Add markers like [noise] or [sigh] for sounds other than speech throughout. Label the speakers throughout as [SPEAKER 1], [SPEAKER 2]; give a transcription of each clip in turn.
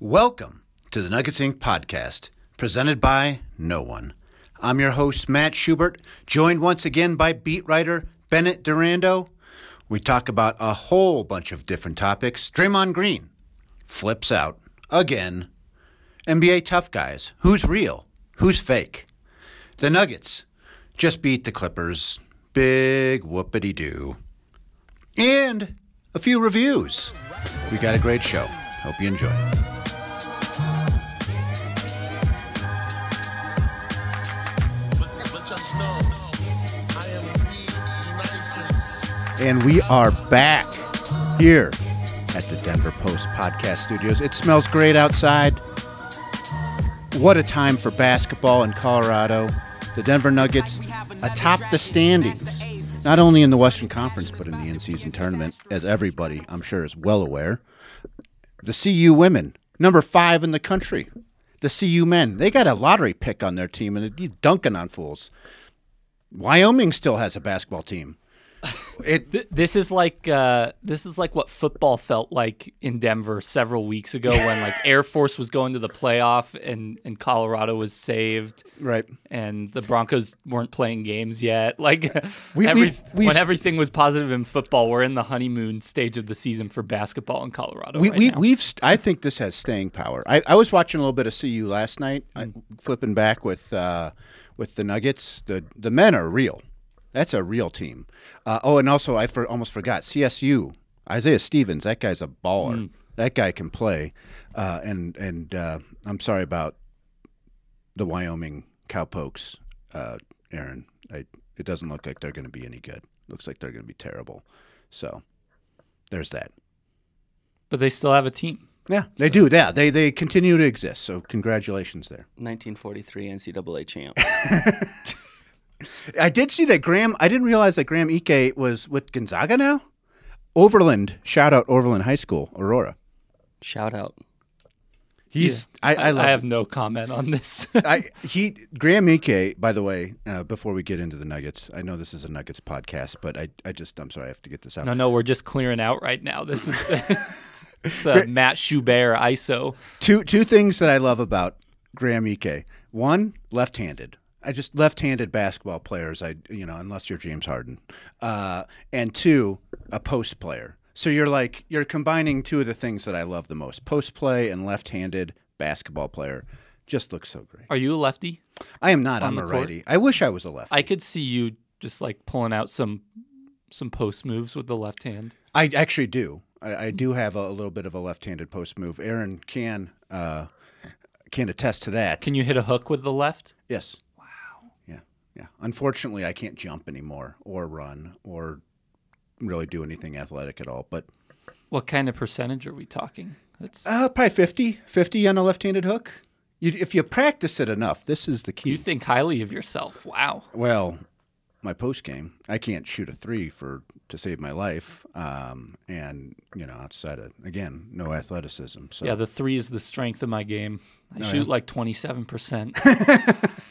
[SPEAKER 1] Welcome to the Nuggets Inc. podcast, presented by No One. I'm your host, Matt Schubert, joined once again by beat writer Bennett Durando. We talk about a whole bunch of different topics. Draymond Green flips out again. NBA tough guys. Who's real? Who's fake? The Nuggets just beat the Clippers. Big whoopity doo. And a few reviews. We got a great show. Hope you enjoy.
[SPEAKER 2] But, but just know, I am the nicest.
[SPEAKER 1] And we are back here at the Denver Post Podcast Studios. It smells great outside. What a time for basketball in Colorado. The Denver Nuggets atop the standings, not only in the Western Conference, but in the in season tournament, as everybody, I'm sure, is well aware. The CU women, number five in the country. The CU men, they got a lottery pick on their team and they're dunking on fools. Wyoming still has a basketball team. It
[SPEAKER 3] Th- this is like uh, this is like what football felt like in Denver several weeks ago
[SPEAKER 1] [laughs]
[SPEAKER 3] when like Air Force was going to the playoff and and Colorado was saved
[SPEAKER 1] right.
[SPEAKER 3] and the Broncos weren't playing games yet. [laughs] Like
[SPEAKER 1] We-
[SPEAKER 3] every-
[SPEAKER 1] we've- we've-
[SPEAKER 3] when everything was positive in football, we're in the honeymoon stage of the season for basketball in Colorado
[SPEAKER 1] we,
[SPEAKER 3] right
[SPEAKER 1] we,
[SPEAKER 3] now.
[SPEAKER 1] we've st- i think this has staying power i, I was watching a little bit of cu last night I, flipping back with uh, with the nuggets the the men are real that's a real team uh, oh and also i for, almost forgot csu isaiah stevens that guy's a baller that guy can play uh, and and uh, i'm sorry about the wyoming cowpokes uh, aaron I, it doesn't look like they're going to be any good looks like they're going to be terrible so there's that
[SPEAKER 3] but they still have a team.
[SPEAKER 1] yeah, they do. Yeah, they they continue to exist. So congratulations there.
[SPEAKER 4] 1943 NCAA champ.
[SPEAKER 1] I did see that Graham. I didn't realize that Graham Ike was with Gonzaga now. Overland, shout out Overland High School, Aurora.
[SPEAKER 4] Shout out.
[SPEAKER 1] He's I, I, love.
[SPEAKER 3] I have no comment on
[SPEAKER 1] [laughs]
[SPEAKER 3] this.
[SPEAKER 1] I he Graham Ike. By the way, uh, before we get into the Nuggets, I know this is a Nuggets podcast, but I I just I'm sorry I have to get this out.
[SPEAKER 3] no, no, we're just clearing out right now.
[SPEAKER 1] [laughs]
[SPEAKER 3] This is [laughs] it's, uh, Matt Schubert ISO.
[SPEAKER 1] Two two things that I love about Graham Ike. One, left-handed. I just left-handed basketball players. I you know unless you're James Harden. Uh, and two, a post player. So you're like you're combining two of the things that I love the most: post play and left-handed basketball player. Just looks so great.
[SPEAKER 3] Are you a lefty?
[SPEAKER 1] I am not. I'm
[SPEAKER 3] the
[SPEAKER 1] a
[SPEAKER 3] court?
[SPEAKER 1] righty. I wish I was a lefty.
[SPEAKER 3] I could see you just like pulling out some some post moves with the left hand.
[SPEAKER 1] I actually do. I, I do have a, a little bit of a left-handed post move. Aaron can uh, can attest to that.
[SPEAKER 3] Can you hit a hook with the left?
[SPEAKER 1] Yes. Wow. Yeah. Yeah. Unfortunately, I can't jump anymore or run or really do anything athletic at all. But
[SPEAKER 3] What kind of percentage are we talking? That's
[SPEAKER 1] uh, probably 50, 50 on a left handed hook. You, if you practice it enough, this is the key.
[SPEAKER 3] you think highly of yourself. Wow.
[SPEAKER 1] well, my post game, I can't shoot a three for to save my life. Um, and, you know, outside of, again, no athleticism. So
[SPEAKER 3] Yeah, the three is the strength of my game. I shoot like twenty seven percent.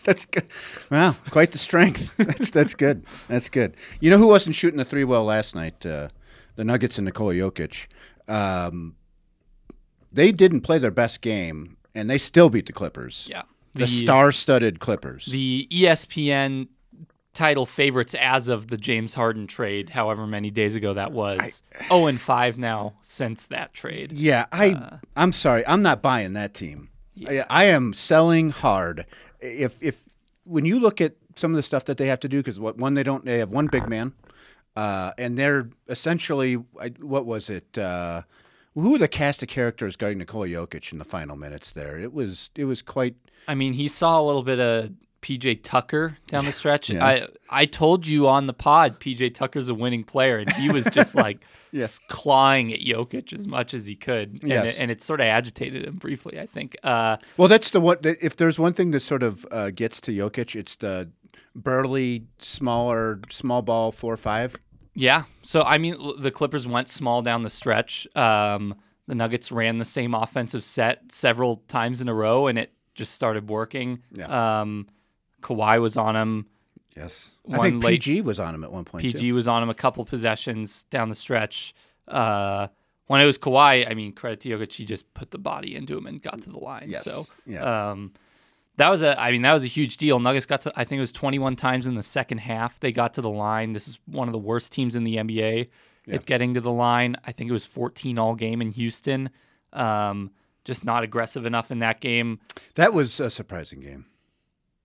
[SPEAKER 1] That's good. Wow, quite the strength. [laughs] That's that's good. That's good. You know who wasn't shooting the three well last night? Uh, the Nuggets and Nikola Jokic. Um, they didn't play their best game, and they still beat the Clippers.
[SPEAKER 3] [laughs] Yeah.
[SPEAKER 1] the, star-studded Clippers.
[SPEAKER 3] the E ESPN title favorites as of the James Harden trade, however many days ago that was. oh and five now since that trade.
[SPEAKER 1] yeah, I
[SPEAKER 3] Uh,
[SPEAKER 1] I'm sorry, I'm not buying that team. I, I am selling hard. If if when you look at some of the stuff that they have to do, because what one they don't they have one big man. uh, and they're essentially I- what was it? Uh, who were the cast of characters guarding Nikola Jokic in the final minutes? There, it was it was quite
[SPEAKER 3] I mean, he saw a little bit of PJ Tucker down the
[SPEAKER 1] [laughs]
[SPEAKER 3] stretch.
[SPEAKER 1] Yes.
[SPEAKER 3] I I told you on the pod, PJ Tucker's a winning player, and he was
[SPEAKER 1] [laughs]
[SPEAKER 3] just like
[SPEAKER 1] Yes.
[SPEAKER 3] clawing at Jokic as much as he could, and
[SPEAKER 1] Yes.
[SPEAKER 3] it, and it sort of agitated him briefly. I think. Uh,
[SPEAKER 1] well. That's the what if there's one thing that sort of uh, gets to Jokic, it's the burly, smaller, small ball four or five.
[SPEAKER 3] yeah. So I mean, l- the Clippers went small down the stretch. Um, the Nuggets ran the same offensive set several times in a row, and it just started working.
[SPEAKER 1] Yeah.
[SPEAKER 3] Um, Kawhi was on him.
[SPEAKER 1] Yes, I
[SPEAKER 3] One
[SPEAKER 1] think
[SPEAKER 3] late-
[SPEAKER 1] PG was on him at one point.
[SPEAKER 3] PG
[SPEAKER 1] too.
[SPEAKER 3] was on him a couple possessions down the stretch. Uh, when it was Kawhi, I mean, credit to Jokic, he just put the body into him and got to the line.
[SPEAKER 1] Yes.
[SPEAKER 3] So
[SPEAKER 1] Yeah.
[SPEAKER 3] um, that was a, I mean, that was a huge deal. Nuggets got to, I think it was 21 times in the second half they got to the line. This is one of the worst teams in the NBA at getting to the line. I think it was 14 all game in Houston. Um, just not aggressive enough in that game.
[SPEAKER 1] That was a surprising game,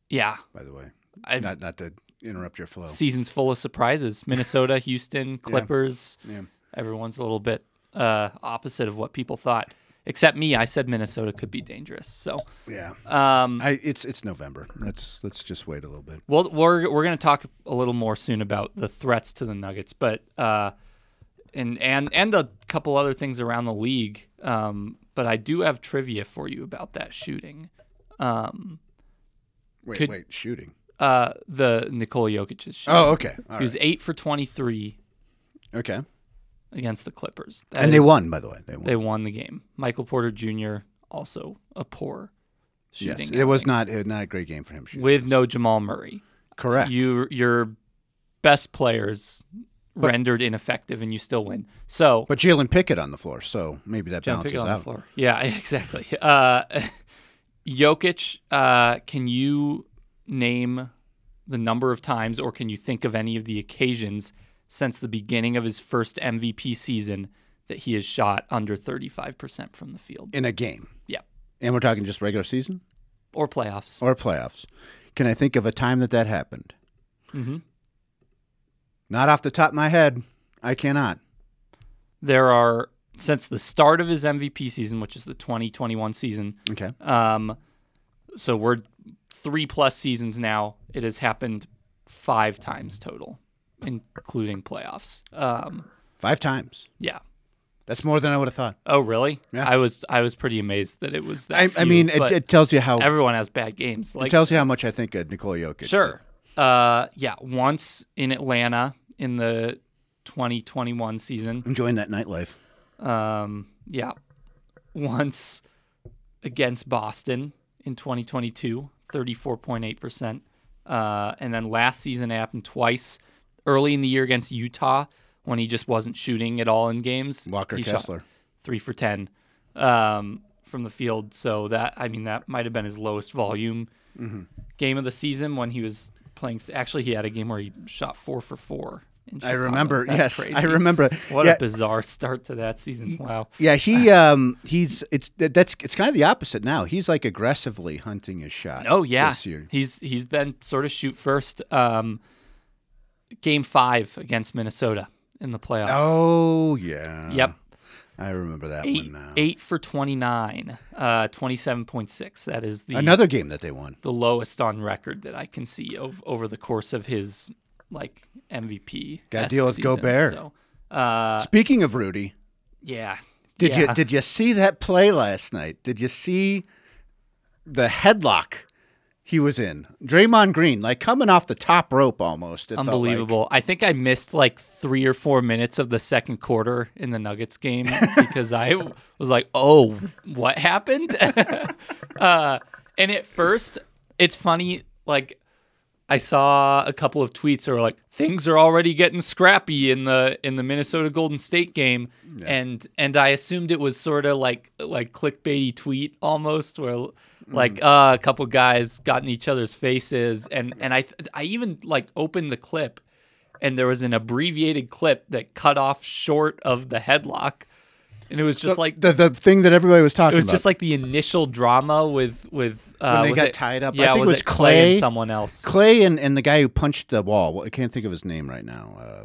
[SPEAKER 3] Yeah,
[SPEAKER 1] by the way.
[SPEAKER 3] I-
[SPEAKER 1] not not to interrupt your flow.
[SPEAKER 3] season's full
[SPEAKER 1] [laughs]
[SPEAKER 3] of surprises. Minnesota, Houston, Clippers.
[SPEAKER 1] Yeah.
[SPEAKER 3] Everyone's a little bit uh, opposite of what people thought. Except me, I said Minnesota could be dangerous. So
[SPEAKER 1] Yeah.
[SPEAKER 3] um,
[SPEAKER 1] I it's it's November. Let's let's just wait a little bit.
[SPEAKER 3] well, we're we're going to talk a little more soon about the threats to the Nuggets, but uh, and and and a couple other things around the league. Um, but I do have trivia for you about that shooting.
[SPEAKER 1] Wait,
[SPEAKER 3] Could-
[SPEAKER 1] wait, shooting.
[SPEAKER 3] Uh, the Nikola Jokic's shooting.
[SPEAKER 1] Oh, okay. All
[SPEAKER 3] he was
[SPEAKER 1] right.
[SPEAKER 3] eight for twenty three
[SPEAKER 1] Okay.
[SPEAKER 3] against the Clippers, That
[SPEAKER 1] And they
[SPEAKER 3] is-
[SPEAKER 1] won, by the way. They won.
[SPEAKER 3] They won the game. Michael Porter Jr. also a poor shooting.
[SPEAKER 1] yes. It was not uh, not a great game for him shooting.
[SPEAKER 3] with no Jamal Murray.
[SPEAKER 1] Correct.
[SPEAKER 3] You your best players rendered ineffective, and you still win. So
[SPEAKER 1] but Jalen Pickett on the floor, so maybe that
[SPEAKER 3] Jalen
[SPEAKER 1] balances
[SPEAKER 3] Pickett on
[SPEAKER 1] out.
[SPEAKER 3] the floor. Yeah, [laughs] exactly. Uh, [laughs] Jokic, uh, can you name the number of times, or can you think of any of the occasions since the beginning of his first MVP season that he has shot under thirty-five percent from the field?
[SPEAKER 1] In a game.
[SPEAKER 3] Yeah,
[SPEAKER 1] And we're talking just regular season
[SPEAKER 3] or playoffs.
[SPEAKER 1] or playoffs. Can I think of a time that that happened?
[SPEAKER 3] Mhm.
[SPEAKER 1] Not off the top of my head. I cannot.
[SPEAKER 3] there are since the start of his MVP season, which is the 2021 season.
[SPEAKER 1] Okay.
[SPEAKER 3] Um, so we're three plus seasons now. It has happened five times total, including playoffs. Um,
[SPEAKER 1] Five times.
[SPEAKER 3] yeah.
[SPEAKER 1] That's more than I would have thought.
[SPEAKER 3] Oh, really?
[SPEAKER 1] Yeah.
[SPEAKER 3] I was I was pretty amazed that it was that.
[SPEAKER 1] I, I
[SPEAKER 3] few,
[SPEAKER 1] mean, it,
[SPEAKER 3] but
[SPEAKER 1] it tells you how
[SPEAKER 3] everyone has bad games. Like
[SPEAKER 1] it tells you how much I think of Nikola Jokic. did.
[SPEAKER 3] Sure. Uh, yeah. Once in Atlanta in the 2021 season.
[SPEAKER 1] enjoying that nightlife.
[SPEAKER 3] Um, yeah. Once against Boston in 2022, 34.8%. Uh, and then last season it happened twice early in the year against Utah when he just wasn't shooting at all in games.
[SPEAKER 1] Walker
[SPEAKER 3] he shot
[SPEAKER 1] Kessler.
[SPEAKER 3] three for 10 um, from the field. So that, I mean, that might have been his lowest volume
[SPEAKER 1] Mm-hmm.
[SPEAKER 3] game of the season when he was playing. Actually, he had a game where he shot four for four. in
[SPEAKER 1] I
[SPEAKER 3] Chicago.
[SPEAKER 1] remember.
[SPEAKER 3] That's
[SPEAKER 1] yes, I
[SPEAKER 3] crazy.
[SPEAKER 1] remember.
[SPEAKER 3] What
[SPEAKER 1] yeah,
[SPEAKER 3] a bizarre start to that season. Wow.
[SPEAKER 1] yeah,
[SPEAKER 3] [laughs]
[SPEAKER 1] he um he's it's that- that's it's kind of the opposite now. He's like aggressively hunting his shot.
[SPEAKER 3] Oh yeah.
[SPEAKER 1] this year.
[SPEAKER 3] He's he's been sort of shoot first. Um game 5 against Minnesota in the playoffs.
[SPEAKER 1] Oh yeah.
[SPEAKER 3] Yep.
[SPEAKER 1] I remember that
[SPEAKER 3] 8
[SPEAKER 1] one uh, now.
[SPEAKER 3] 8 for 29. Uh 27.6. That is the
[SPEAKER 1] Another game that they won.
[SPEAKER 3] the lowest on record that I can see ov- over the course of his like MVP.
[SPEAKER 1] Gotta deal with
[SPEAKER 3] season.
[SPEAKER 1] Gobert.
[SPEAKER 3] So, uh
[SPEAKER 1] Speaking of Rudy,
[SPEAKER 3] yeah.
[SPEAKER 1] did
[SPEAKER 3] yeah.
[SPEAKER 1] you did you see that play last night? Did you see the headlock he was in? Draymond Green, like coming off the top rope almost. It felt like.
[SPEAKER 3] Unbelievable. I think I missed like three or four minutes of the second quarter in the
[SPEAKER 1] [laughs]
[SPEAKER 3] Nuggets game because I was like, oh, what happened? [laughs] uh, and at first, it's funny. Like, I saw a couple of tweets that were like, things are already getting scrappy in the in the Minnesota Golden State game. And and I assumed it was sort of like like clickbaity tweet almost where
[SPEAKER 1] Mm.
[SPEAKER 3] like uh, a couple guys got in each other's faces and and I th- I even like opened the clip and there was an abbreviated clip that cut off short of the headlock and it was just like
[SPEAKER 1] the the thing that everybody was
[SPEAKER 3] it
[SPEAKER 1] talking
[SPEAKER 3] was
[SPEAKER 1] about.
[SPEAKER 3] just like the initial drama with with uh,
[SPEAKER 1] When they
[SPEAKER 3] was
[SPEAKER 1] got
[SPEAKER 3] it-
[SPEAKER 1] tied up. I
[SPEAKER 3] Yeah,
[SPEAKER 1] think it
[SPEAKER 3] was,
[SPEAKER 1] was
[SPEAKER 3] Clay
[SPEAKER 1] Clay.
[SPEAKER 3] and someone else?
[SPEAKER 1] Clay and, and the guy who punched the wall. Well, I can't think of his name right now. Uh,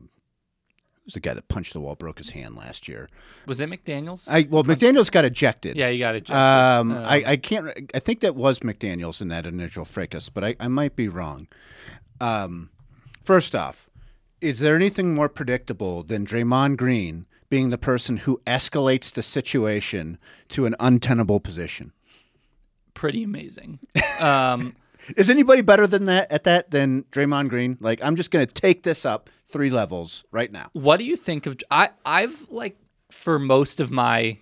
[SPEAKER 1] who's the guy that punched the wall, broke his hand last year?
[SPEAKER 3] Was it McDaniel's?
[SPEAKER 1] I well, McDaniel's got ejected.
[SPEAKER 3] yeah, you got it. Jeff.
[SPEAKER 1] Um,
[SPEAKER 3] Oh.
[SPEAKER 1] I, I can't. re- I think that was McDaniel's in that initial fracas, but I, I might be wrong. Um, first off, is there anything more predictable than Draymond Green being the person who escalates the situation to an untenable position?
[SPEAKER 3] Pretty amazing. Um, [laughs]
[SPEAKER 1] Is anybody better than that at that than Draymond Green? Like, I'm just going to take this up three levels right now.
[SPEAKER 3] what do you think of? I I've like for most of my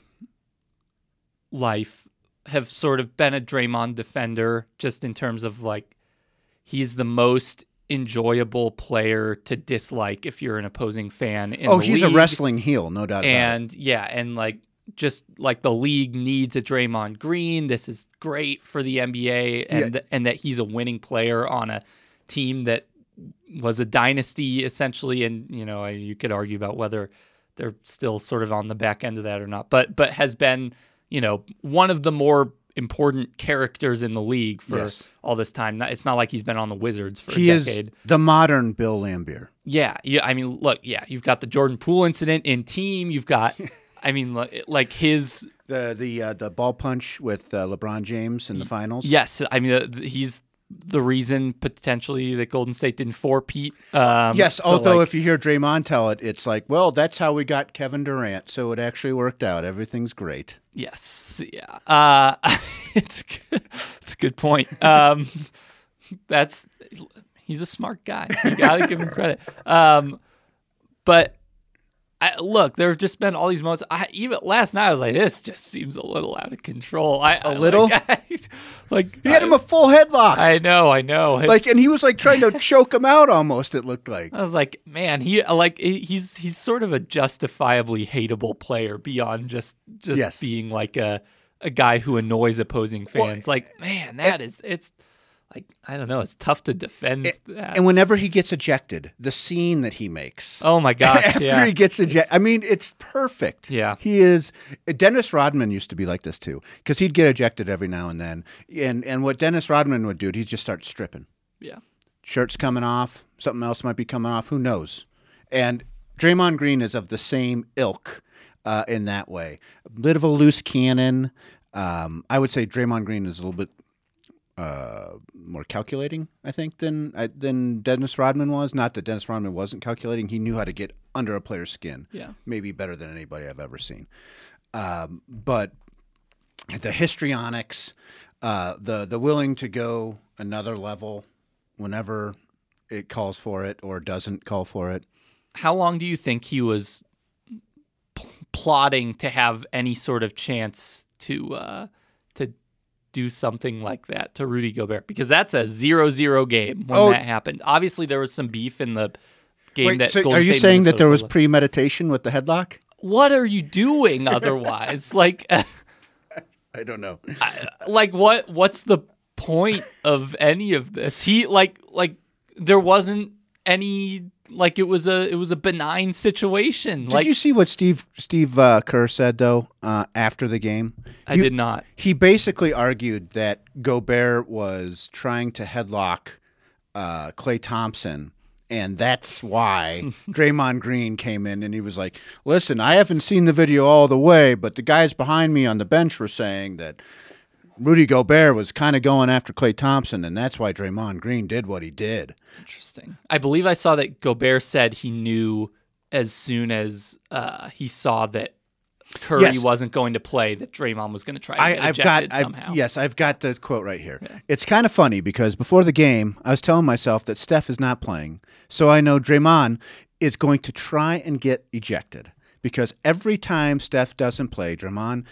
[SPEAKER 3] life have sort of been a Draymond defender, just in terms of like he's the most enjoyable player to dislike if you're an opposing fan. In
[SPEAKER 1] Oh,
[SPEAKER 3] the
[SPEAKER 1] he's a
[SPEAKER 3] league.
[SPEAKER 1] wrestling heel, no doubt. about it.
[SPEAKER 3] And yeah, and like just like the league needs a Draymond Green. This is great for the NBA and
[SPEAKER 1] Yeah.
[SPEAKER 3] th- and that he's a winning player on a team that was a dynasty essentially and you know, you could argue about whether they're still sort of on the back end of that or not. But but has been, you know, one of the more important characters in the league for
[SPEAKER 1] Yes.
[SPEAKER 3] all this time. Not- It's not like he's been on the Wizards for
[SPEAKER 1] he
[SPEAKER 3] a
[SPEAKER 1] is
[SPEAKER 3] decade.
[SPEAKER 1] the modern Bill Lambier.
[SPEAKER 3] Yeah, yeah. I mean, look, yeah. You've got the Jordan Poole incident in team.
[SPEAKER 1] [laughs]
[SPEAKER 3] You've got, I mean, li- like his.
[SPEAKER 1] The the uh, the ball punch with uh, LeBron James in the finals.
[SPEAKER 3] Yes, I mean, uh, th- he's the reason potentially that Golden State didn't four Pete. Um,
[SPEAKER 1] Yes,
[SPEAKER 3] so,
[SPEAKER 1] although
[SPEAKER 3] like,
[SPEAKER 1] if you hear Draymond tell it, it's like, well, that's how we got Kevin Durant, so it actually worked out. Everything's great.
[SPEAKER 3] yes, yeah. Uh, [laughs] it's good. it's a good point. Um, [laughs] that's he's a smart guy. You gotta give him credit. Um, but I, look, there have just been all these moments. I even last night I was like, this just seems a little out of control. I a
[SPEAKER 1] little?
[SPEAKER 3] like, I, [laughs] like,
[SPEAKER 1] He had him a full headlock,
[SPEAKER 3] I know, I know. It's-
[SPEAKER 1] like, and he was like trying [laughs] to choke him out. Almost, it looked like.
[SPEAKER 3] I was like, man, he uh, like he- he's he's sort of a justifiably hateable player beyond just just
[SPEAKER 1] Yes.
[SPEAKER 3] being like a a guy who annoys opposing fans. like,
[SPEAKER 1] eh,
[SPEAKER 3] man, that is it's like I don't know, it's tough to defend that.
[SPEAKER 1] eh, And whenever he gets ejected, the scene that he makes. [laughs]
[SPEAKER 3] oh my gosh,
[SPEAKER 1] After
[SPEAKER 3] yeah.
[SPEAKER 1] he gets ejected, I mean, it's perfect.
[SPEAKER 3] Yeah.
[SPEAKER 1] he is. Dennis Rodman used to be like this too, because he'd get ejected every now and then. And and what Dennis Rodman would do, he'd just start stripping.
[SPEAKER 3] yeah.
[SPEAKER 1] shirt's coming off, something else might be coming off, who knows? And Draymond Green is of the same ilk uh, in that way. A bit of a loose cannon. Um, I would say Draymond Green is a little bit uh, more calculating, I think, than uh, than Dennis Rodman was. Not that Dennis Rodman wasn't calculating; he knew how to get under a player's skin.
[SPEAKER 3] Yeah.
[SPEAKER 1] maybe better than anybody I've ever seen. Um, but the histrionics, uh, the the willing to go another level whenever it calls for it or doesn't call for it.
[SPEAKER 3] How long do you think he was pl- plotting to have any sort of chance to uh to do something like that to Rudy Gobert because that's a zero-zero game when
[SPEAKER 1] Oh.
[SPEAKER 3] that happened. Obviously, there was some beef in the game that.
[SPEAKER 1] so
[SPEAKER 3] Golden
[SPEAKER 1] are you
[SPEAKER 3] State
[SPEAKER 1] saying that there was
[SPEAKER 3] Minnesota-
[SPEAKER 1] premeditation with the headlock?
[SPEAKER 3] what are you
[SPEAKER 1] [laughs]
[SPEAKER 3] doing otherwise? like, [laughs]
[SPEAKER 1] I don't know.
[SPEAKER 3] like what? What's the point of any of this? He like like there wasn't any like it was a it was a benign situation.
[SPEAKER 1] Did
[SPEAKER 3] like
[SPEAKER 1] you see what Steve Steve uh, Kerr said though uh, after the game?
[SPEAKER 3] I
[SPEAKER 1] You-
[SPEAKER 3] did not.
[SPEAKER 1] He basically argued that Gobert was trying to headlock uh, Clay Thompson, and that's why Draymond Green came in and he was like, "Listen, I haven't seen the video all the way, but the guys behind me on the bench were saying that." Rudy Gobert was kind of going after Clay Thompson, and that's why Draymond Green did what he did.
[SPEAKER 3] Interesting. I believe I saw that Gobert said he knew as soon as uh, he saw that Curry
[SPEAKER 1] Yes.
[SPEAKER 3] wasn't going to play that Draymond was going to try to get
[SPEAKER 1] I, I've
[SPEAKER 3] ejected
[SPEAKER 1] got I've-
[SPEAKER 3] somehow.
[SPEAKER 1] yes, I've got the quote right here. It's kind of funny because before the game, I was telling myself that Steph is not playing, so I know Draymond is going to try and get ejected because every time Steph doesn't play, Draymond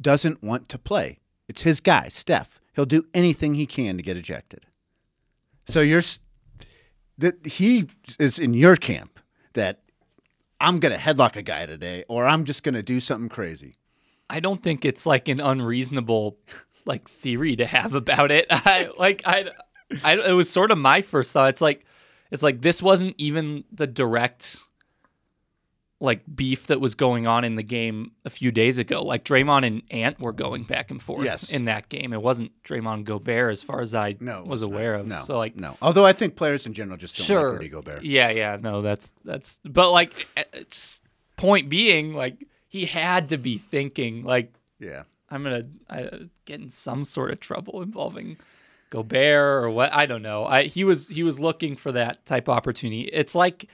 [SPEAKER 1] doesn't want to play. It's his guy, Steph. He'll do anything he can to get ejected. So you're s- that he is in your camp that I'm going to headlock a guy today or I'm just going to do something crazy.
[SPEAKER 3] I don't think it's like an unreasonable like theory to have about it. [laughs] I like I, I it was sort of my first thought. It's like it's like this wasn't even the direct like beef that was going on in the game a few days ago. Like Draymond and Ant were going back and forth
[SPEAKER 1] Yes.
[SPEAKER 3] in that game. It wasn't Draymond Gobert as far as I
[SPEAKER 1] No, it
[SPEAKER 3] was
[SPEAKER 1] was not.
[SPEAKER 3] aware of.
[SPEAKER 1] No,
[SPEAKER 3] So like
[SPEAKER 1] no. Although I think players in general just don't
[SPEAKER 3] sure
[SPEAKER 1] like Rudy Gobert.
[SPEAKER 3] Yeah, yeah, no, that's that's. But like, it's, point being, like he had to be thinking like
[SPEAKER 1] Yeah,
[SPEAKER 3] I'm gonna I, get in some sort of trouble involving Gobert or what I don't know. I he was he was looking for that type of opportunity. It's like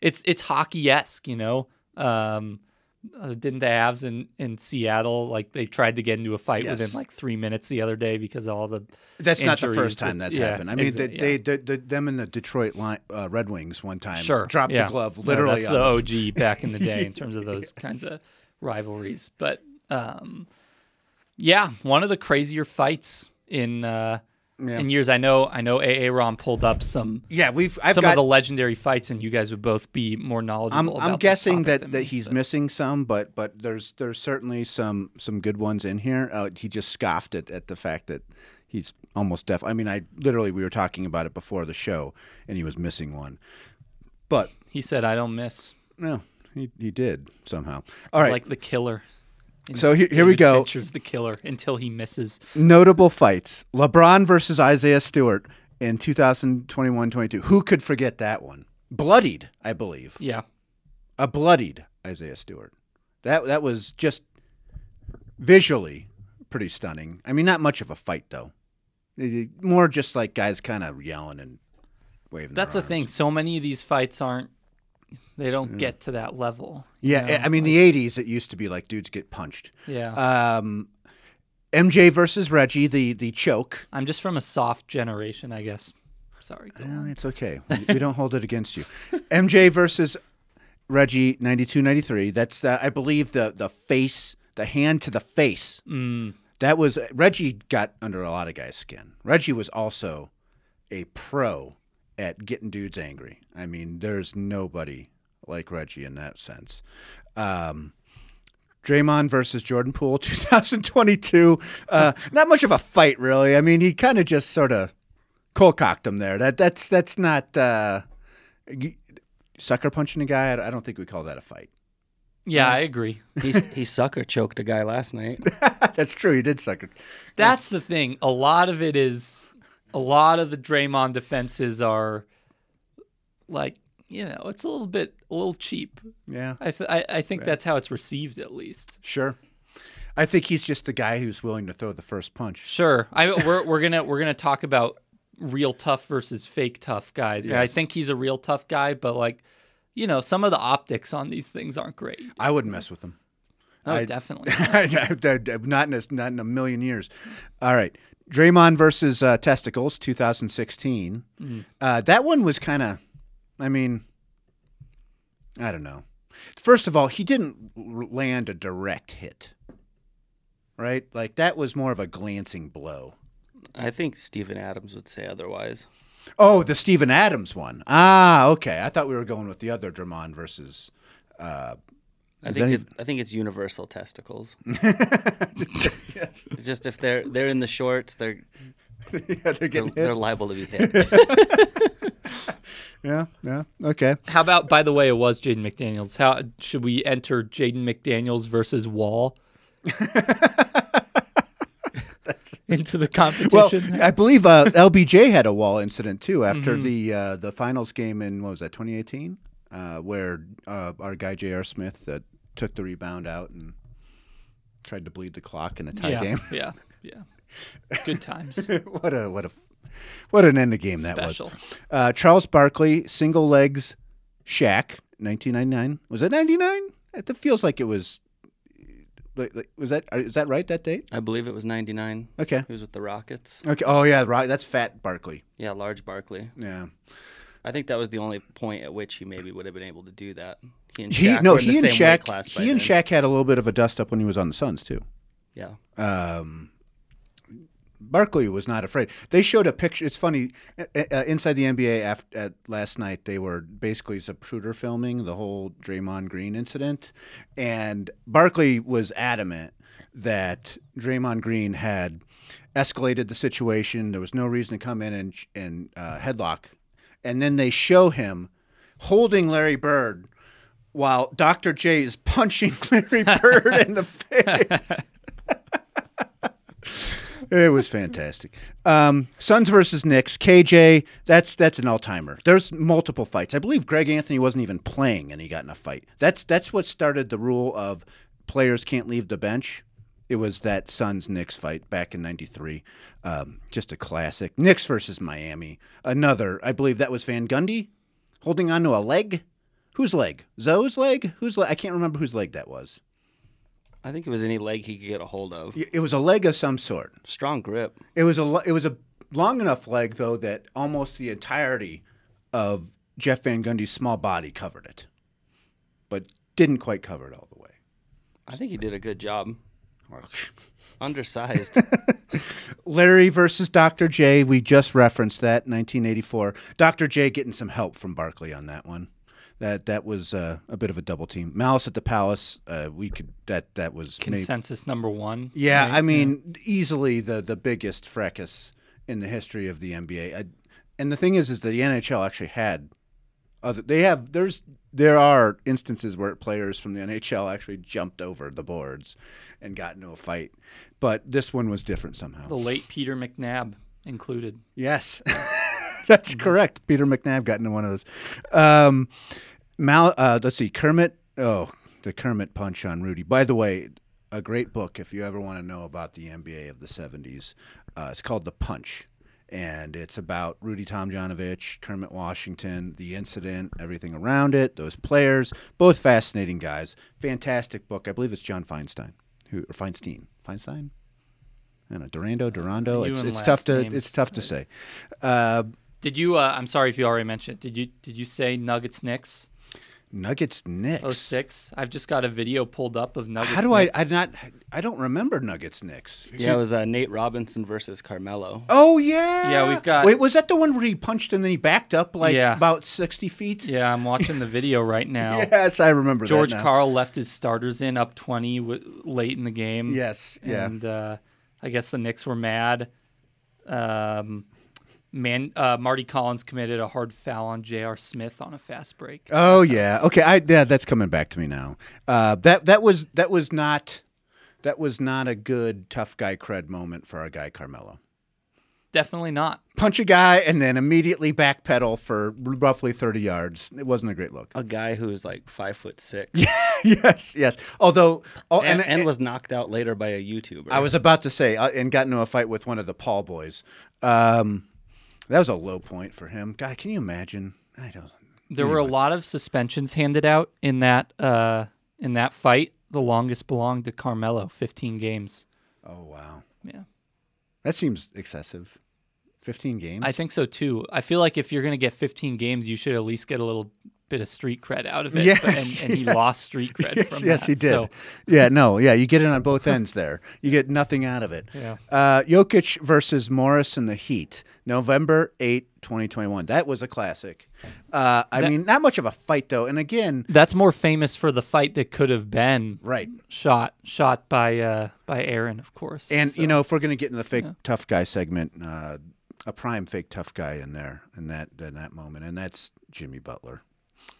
[SPEAKER 3] it's it's hockey esque, you know. Um, uh, didn't the Avs in in Seattle like they tried to get into a fight
[SPEAKER 1] Yes.
[SPEAKER 3] within like three minutes the other day because of all the
[SPEAKER 1] that's not the
[SPEAKER 3] injuries
[SPEAKER 1] first time
[SPEAKER 3] that-
[SPEAKER 1] that's
[SPEAKER 3] yeah,
[SPEAKER 1] happened. I mean,
[SPEAKER 3] exa- yeah.
[SPEAKER 1] they, they, they, them and the Detroit line, uh, Red Wings one time
[SPEAKER 3] sure
[SPEAKER 1] dropped
[SPEAKER 3] yeah.
[SPEAKER 1] the glove
[SPEAKER 3] No,
[SPEAKER 1] literally.
[SPEAKER 3] that's
[SPEAKER 1] on them.
[SPEAKER 3] the OG
[SPEAKER 1] [laughs]
[SPEAKER 3] back in the day in terms of those kinds of rivalries. But um, yeah, one of the crazier fights in uh, in years. I know I know AA Ron pulled up some
[SPEAKER 1] Yeah, we've I've
[SPEAKER 3] some
[SPEAKER 1] got
[SPEAKER 3] of the legendary fights, and you guys would both be more knowledgeable.
[SPEAKER 1] I'm
[SPEAKER 3] about
[SPEAKER 1] I'm
[SPEAKER 3] this
[SPEAKER 1] guessing
[SPEAKER 3] topic
[SPEAKER 1] that,
[SPEAKER 3] than
[SPEAKER 1] that
[SPEAKER 3] me,
[SPEAKER 1] he's
[SPEAKER 3] but-
[SPEAKER 1] missing some, but but there's there's certainly some some good ones in here. Uh, he just scoffed at, at the fact that he's almost deaf. I mean, I literally we were talking about it before the show, and he was missing one, but
[SPEAKER 3] He said, "I don't miss."
[SPEAKER 1] no, he he did somehow. All right,
[SPEAKER 3] Like the killer. And
[SPEAKER 1] So here- here we
[SPEAKER 3] David
[SPEAKER 1] go.
[SPEAKER 3] Fincher's the killer until he misses.
[SPEAKER 1] notable fights: LeBron versus Isaiah Stewart in 2021-22. Who could forget that one? Bloodied, I believe.
[SPEAKER 3] Yeah,
[SPEAKER 1] a bloodied Isaiah Stewart. That that was just visually pretty stunning. I mean, not much of a fight though. Eh, More just like guys kind of yelling and waving. their
[SPEAKER 3] that's the thing.
[SPEAKER 1] arms.
[SPEAKER 3] So many of these fights aren't. They don't get to that level. you
[SPEAKER 1] Yeah,
[SPEAKER 3] know?
[SPEAKER 1] I mean, the '80s it used to be like dudes get punched.
[SPEAKER 3] yeah.
[SPEAKER 1] Um, MJ versus Reggie, the the choke.
[SPEAKER 3] I'm just from a soft generation, I guess. Sorry. go
[SPEAKER 1] Well,
[SPEAKER 3] on.
[SPEAKER 1] it's okay. We- We don't hold it against you. [laughs] MJ versus Reggie, 92-93. That's uh, I believe the the face, the hand to the face. That was Reggie got under a lot of guys' skin. Reggie was also a pro at getting dudes angry. I mean, there's nobody like Reggie in that sense. Um, Draymond versus Jordan Poole, [laughs] 2022. Uh, not much of a fight, really. I mean, he kind of just sort of cold cocked him there. That that's that's not uh, you- sucker punching a guy. I I don't think we call that a fight. [laughs]
[SPEAKER 3] Yeah, I agree.
[SPEAKER 4] He's, he sucker choked a guy last night.
[SPEAKER 1] that's true. He did sucker.
[SPEAKER 3] That's the thing. A lot of it is, a lot of the Draymond defenses are, like you know, it's a little bit, a little cheap.
[SPEAKER 1] Yeah,
[SPEAKER 3] I th- I, I think that's how it's received at least.
[SPEAKER 1] sure. I think he's just the guy who's willing to throw the first punch.
[SPEAKER 3] Sure. I we're we're gonna we're gonna talk about real tough versus fake tough guys. And I think he's a real tough guy, but like, you know, some of the optics on these things aren't great.
[SPEAKER 1] I wouldn't mess with him.
[SPEAKER 3] Oh,
[SPEAKER 1] I-
[SPEAKER 3] definitely.
[SPEAKER 1] [laughs] not in a, not in a million years. All right, Draymond versus uh, Testicles, 2016. Uh, that one was kind of, I mean, I don't know. First of all, he didn't r- land a direct hit, right? Like that was more of a glancing blow.
[SPEAKER 4] I think Steven Adams would say otherwise.
[SPEAKER 1] Oh, the Stephen Adams one. Ah, okay. I thought we were going with the other Draymond versus.
[SPEAKER 4] I
[SPEAKER 1] Is
[SPEAKER 4] think
[SPEAKER 1] any-
[SPEAKER 4] it, I think it's universal
[SPEAKER 1] [laughs]
[SPEAKER 4] testicles. It's Just if they're they're in the shorts, they're
[SPEAKER 1] [laughs] yeah, they're
[SPEAKER 4] they're,
[SPEAKER 1] getting
[SPEAKER 4] they're
[SPEAKER 1] hit.
[SPEAKER 4] liable to be hit.
[SPEAKER 1] [laughs] Yeah, yeah. Okay.
[SPEAKER 3] How about by the way, it was Jaden McDaniels. How should we enter Jaden McDaniels versus Wall?
[SPEAKER 1] [laughs]
[SPEAKER 3] [laughs] into the
[SPEAKER 1] Well,
[SPEAKER 3] competition. Mm-hmm.
[SPEAKER 1] I believe uh,
[SPEAKER 3] [laughs]
[SPEAKER 1] LBJ had a wall incident too after the uh, the finals game in what was that 2018, uh, where uh, our guy J.R. Smith uh, took the rebound out and tried to bleed the clock in a tie
[SPEAKER 3] yeah,
[SPEAKER 1] game. [laughs]
[SPEAKER 3] yeah. Yeah. Good times.
[SPEAKER 1] what a what a what an end of game that was.
[SPEAKER 3] Special.
[SPEAKER 1] Uh, Charles Barkley, single legs, Shaq, 1999. Was it 99? It feels like it was. Like, like, was that uh, is that right? That date?
[SPEAKER 4] I believe it was ninety nine.
[SPEAKER 1] Okay.
[SPEAKER 4] He was with the Rockets.
[SPEAKER 1] Okay. Oh yeah, right. That's Fat Barkley.
[SPEAKER 4] Yeah, large Barkley.
[SPEAKER 1] Yeah.
[SPEAKER 4] I think that was the only point at which he maybe would have been able to do that. He and Shaq
[SPEAKER 1] He no,
[SPEAKER 4] were in
[SPEAKER 1] he
[SPEAKER 4] the
[SPEAKER 1] and
[SPEAKER 4] same weight
[SPEAKER 1] Shaq.
[SPEAKER 4] class by
[SPEAKER 1] he and
[SPEAKER 4] then.
[SPEAKER 1] Shaq had a little bit of a dust up when he was on the Suns too.
[SPEAKER 4] Yeah.
[SPEAKER 1] Um, Barkley was not afraid. They showed a picture. It's funny. uh, Uh, inside the NBA after, at uh, last night, they were basically Zapruder filming the whole Draymond Green incident, and Barkley was adamant that Draymond Green had escalated the situation. There was no reason to come in and and uh, headlock. And then they show him holding Larry Bird while Dr. J is punching [laughs] Larry Bird in the face. It was fantastic. Um, Suns versus Knicks. KJ, that's that's an all timer. There's multiple fights. I believe Greg Anthony wasn't even playing and he got in a fight. That's that's what started the rule of players can't leave the bench. It was that Suns Knicks fight back in '93. Um, just a classic. Knicks versus Miami. Another. I believe that was Van Gundy holding onto a leg. Whose leg? Zoe's leg? Whose leg? I can't remember whose leg that was.
[SPEAKER 4] I think it was any leg he could get a hold of.
[SPEAKER 1] It was a leg of some sort.
[SPEAKER 4] Strong grip.
[SPEAKER 1] It was a lo- it was a long enough leg though that almost the entirety of Jeff Van Gundy's small body covered it, but didn't quite cover it all the way.
[SPEAKER 4] I think he did a good job.
[SPEAKER 1] Well,
[SPEAKER 4] Undersized.
[SPEAKER 1] [laughs] Larry versus Dr. J. We just referenced that 1984. Dr. J. getting some help from Barkley on that one. That that was uh, a bit of a double team. Malice at the Palace. Uh, we could that that was maybe-
[SPEAKER 3] Consensus number one.
[SPEAKER 1] yeah, I mean, easily the the biggest fracas in the history of the NBA. I, and the thing is, is that the NHL actually had other. They have there's there are instances where players from the NHL actually jumped over the boards and got into a fight, but this one was different somehow.
[SPEAKER 3] The late Peter McNabb included.
[SPEAKER 1] Yes, [laughs] that's
[SPEAKER 3] Mm-hmm.
[SPEAKER 1] correct. Peter McNabb got into one of those. Um, Mal, uh, let's see, Kermit. Oh, the Kermit punch on Rudy. By the way, a great book if you ever want to know about the NBA of the '70s. Uh, it's called The Punch, and it's about Rudy Tomjanovich, Kermit Washington, the incident, everything around it, those players. Both fascinating guys. Fantastic book. I believe it's John Feinstein, who or Feinstein, Feinstein. I don't know, Durando, Durando. It's,
[SPEAKER 3] and
[SPEAKER 1] it's tough
[SPEAKER 3] last
[SPEAKER 1] to
[SPEAKER 3] names.
[SPEAKER 1] it's tough to say. Uh,
[SPEAKER 3] Did you? Uh, I'm sorry if you already mentioned it. Did you? Did you say Nuggets Knicks?
[SPEAKER 1] Nuggets Knicks.
[SPEAKER 3] Oh six. I've just got a video pulled up of Nuggets.
[SPEAKER 1] How do I?
[SPEAKER 3] Knicks.
[SPEAKER 1] I not. I don't remember Nuggets Knicks.
[SPEAKER 4] Yeah, it was uh, Nate Robinson versus Carmelo.
[SPEAKER 1] Oh yeah.
[SPEAKER 3] Yeah, we've got-
[SPEAKER 1] Wait, was that the one where he punched and then he backed up like
[SPEAKER 3] Yeah.
[SPEAKER 1] about sixty feet?
[SPEAKER 3] Yeah, I'm watching the video
[SPEAKER 1] [laughs]
[SPEAKER 3] right now.
[SPEAKER 1] Yes, I remember that
[SPEAKER 3] George
[SPEAKER 1] now.
[SPEAKER 3] Carl left his starters in up 20 w- late in the game.
[SPEAKER 1] Yes, yeah.
[SPEAKER 3] And uh, I guess the Knicks were mad. Um, man, uh, Marty Collins committed a hard foul on J.R. Smith on a fast break.
[SPEAKER 1] Oh yeah. Okay. I yeah. That's coming back to me now. Uh, that that was that was not that was not a good tough guy cred moment for our guy Carmelo.
[SPEAKER 3] Definitely not.
[SPEAKER 1] Punch a guy and then immediately backpedal for roughly thirty yards. It wasn't a great look.
[SPEAKER 3] Uh,
[SPEAKER 4] A guy who was like five foot six
[SPEAKER 1] [laughs] yes. Yes. Although. Oh,
[SPEAKER 4] and, and was knocked out later by a YouTuber.
[SPEAKER 1] I was about to say, uh, and got into a fight with one of the Paul boys. Um, that was a low point for him. God, can you imagine? I don't.
[SPEAKER 3] There were a lot of suspensions handed out in that uh, in that fight. The longest belonged to Carmelo, 15 games.
[SPEAKER 1] Oh wow,
[SPEAKER 3] Yeah,
[SPEAKER 1] that seems excessive. Fifteen games.
[SPEAKER 3] I think so too. I feel like if you're going to get 15 games, you should at least get a little bit of street cred out of it.
[SPEAKER 1] Yes,
[SPEAKER 3] But- and, and he
[SPEAKER 1] yes.
[SPEAKER 3] lost street
[SPEAKER 1] [laughs]
[SPEAKER 3] cred
[SPEAKER 1] yes,
[SPEAKER 3] from
[SPEAKER 1] yes,
[SPEAKER 3] that.
[SPEAKER 1] he did.
[SPEAKER 3] So,
[SPEAKER 1] Yeah, no, yeah, you get it on both ends there. You get nothing out of it.
[SPEAKER 3] Yeah.
[SPEAKER 1] Uh, Jokic versus Morris in the Heat, November 8, 2021. That was a classic. Uh, I mean, not much of a fight though. And again,
[SPEAKER 3] that's more famous for the fight that could have been
[SPEAKER 1] right.
[SPEAKER 3] shot shot by uh by Aaron, of course.
[SPEAKER 1] And
[SPEAKER 3] So-
[SPEAKER 1] you know, if we're going to get in the fake tough guy segment, uh, a prime fake tough guy in there in that in that moment, and that's Jimmy Butler.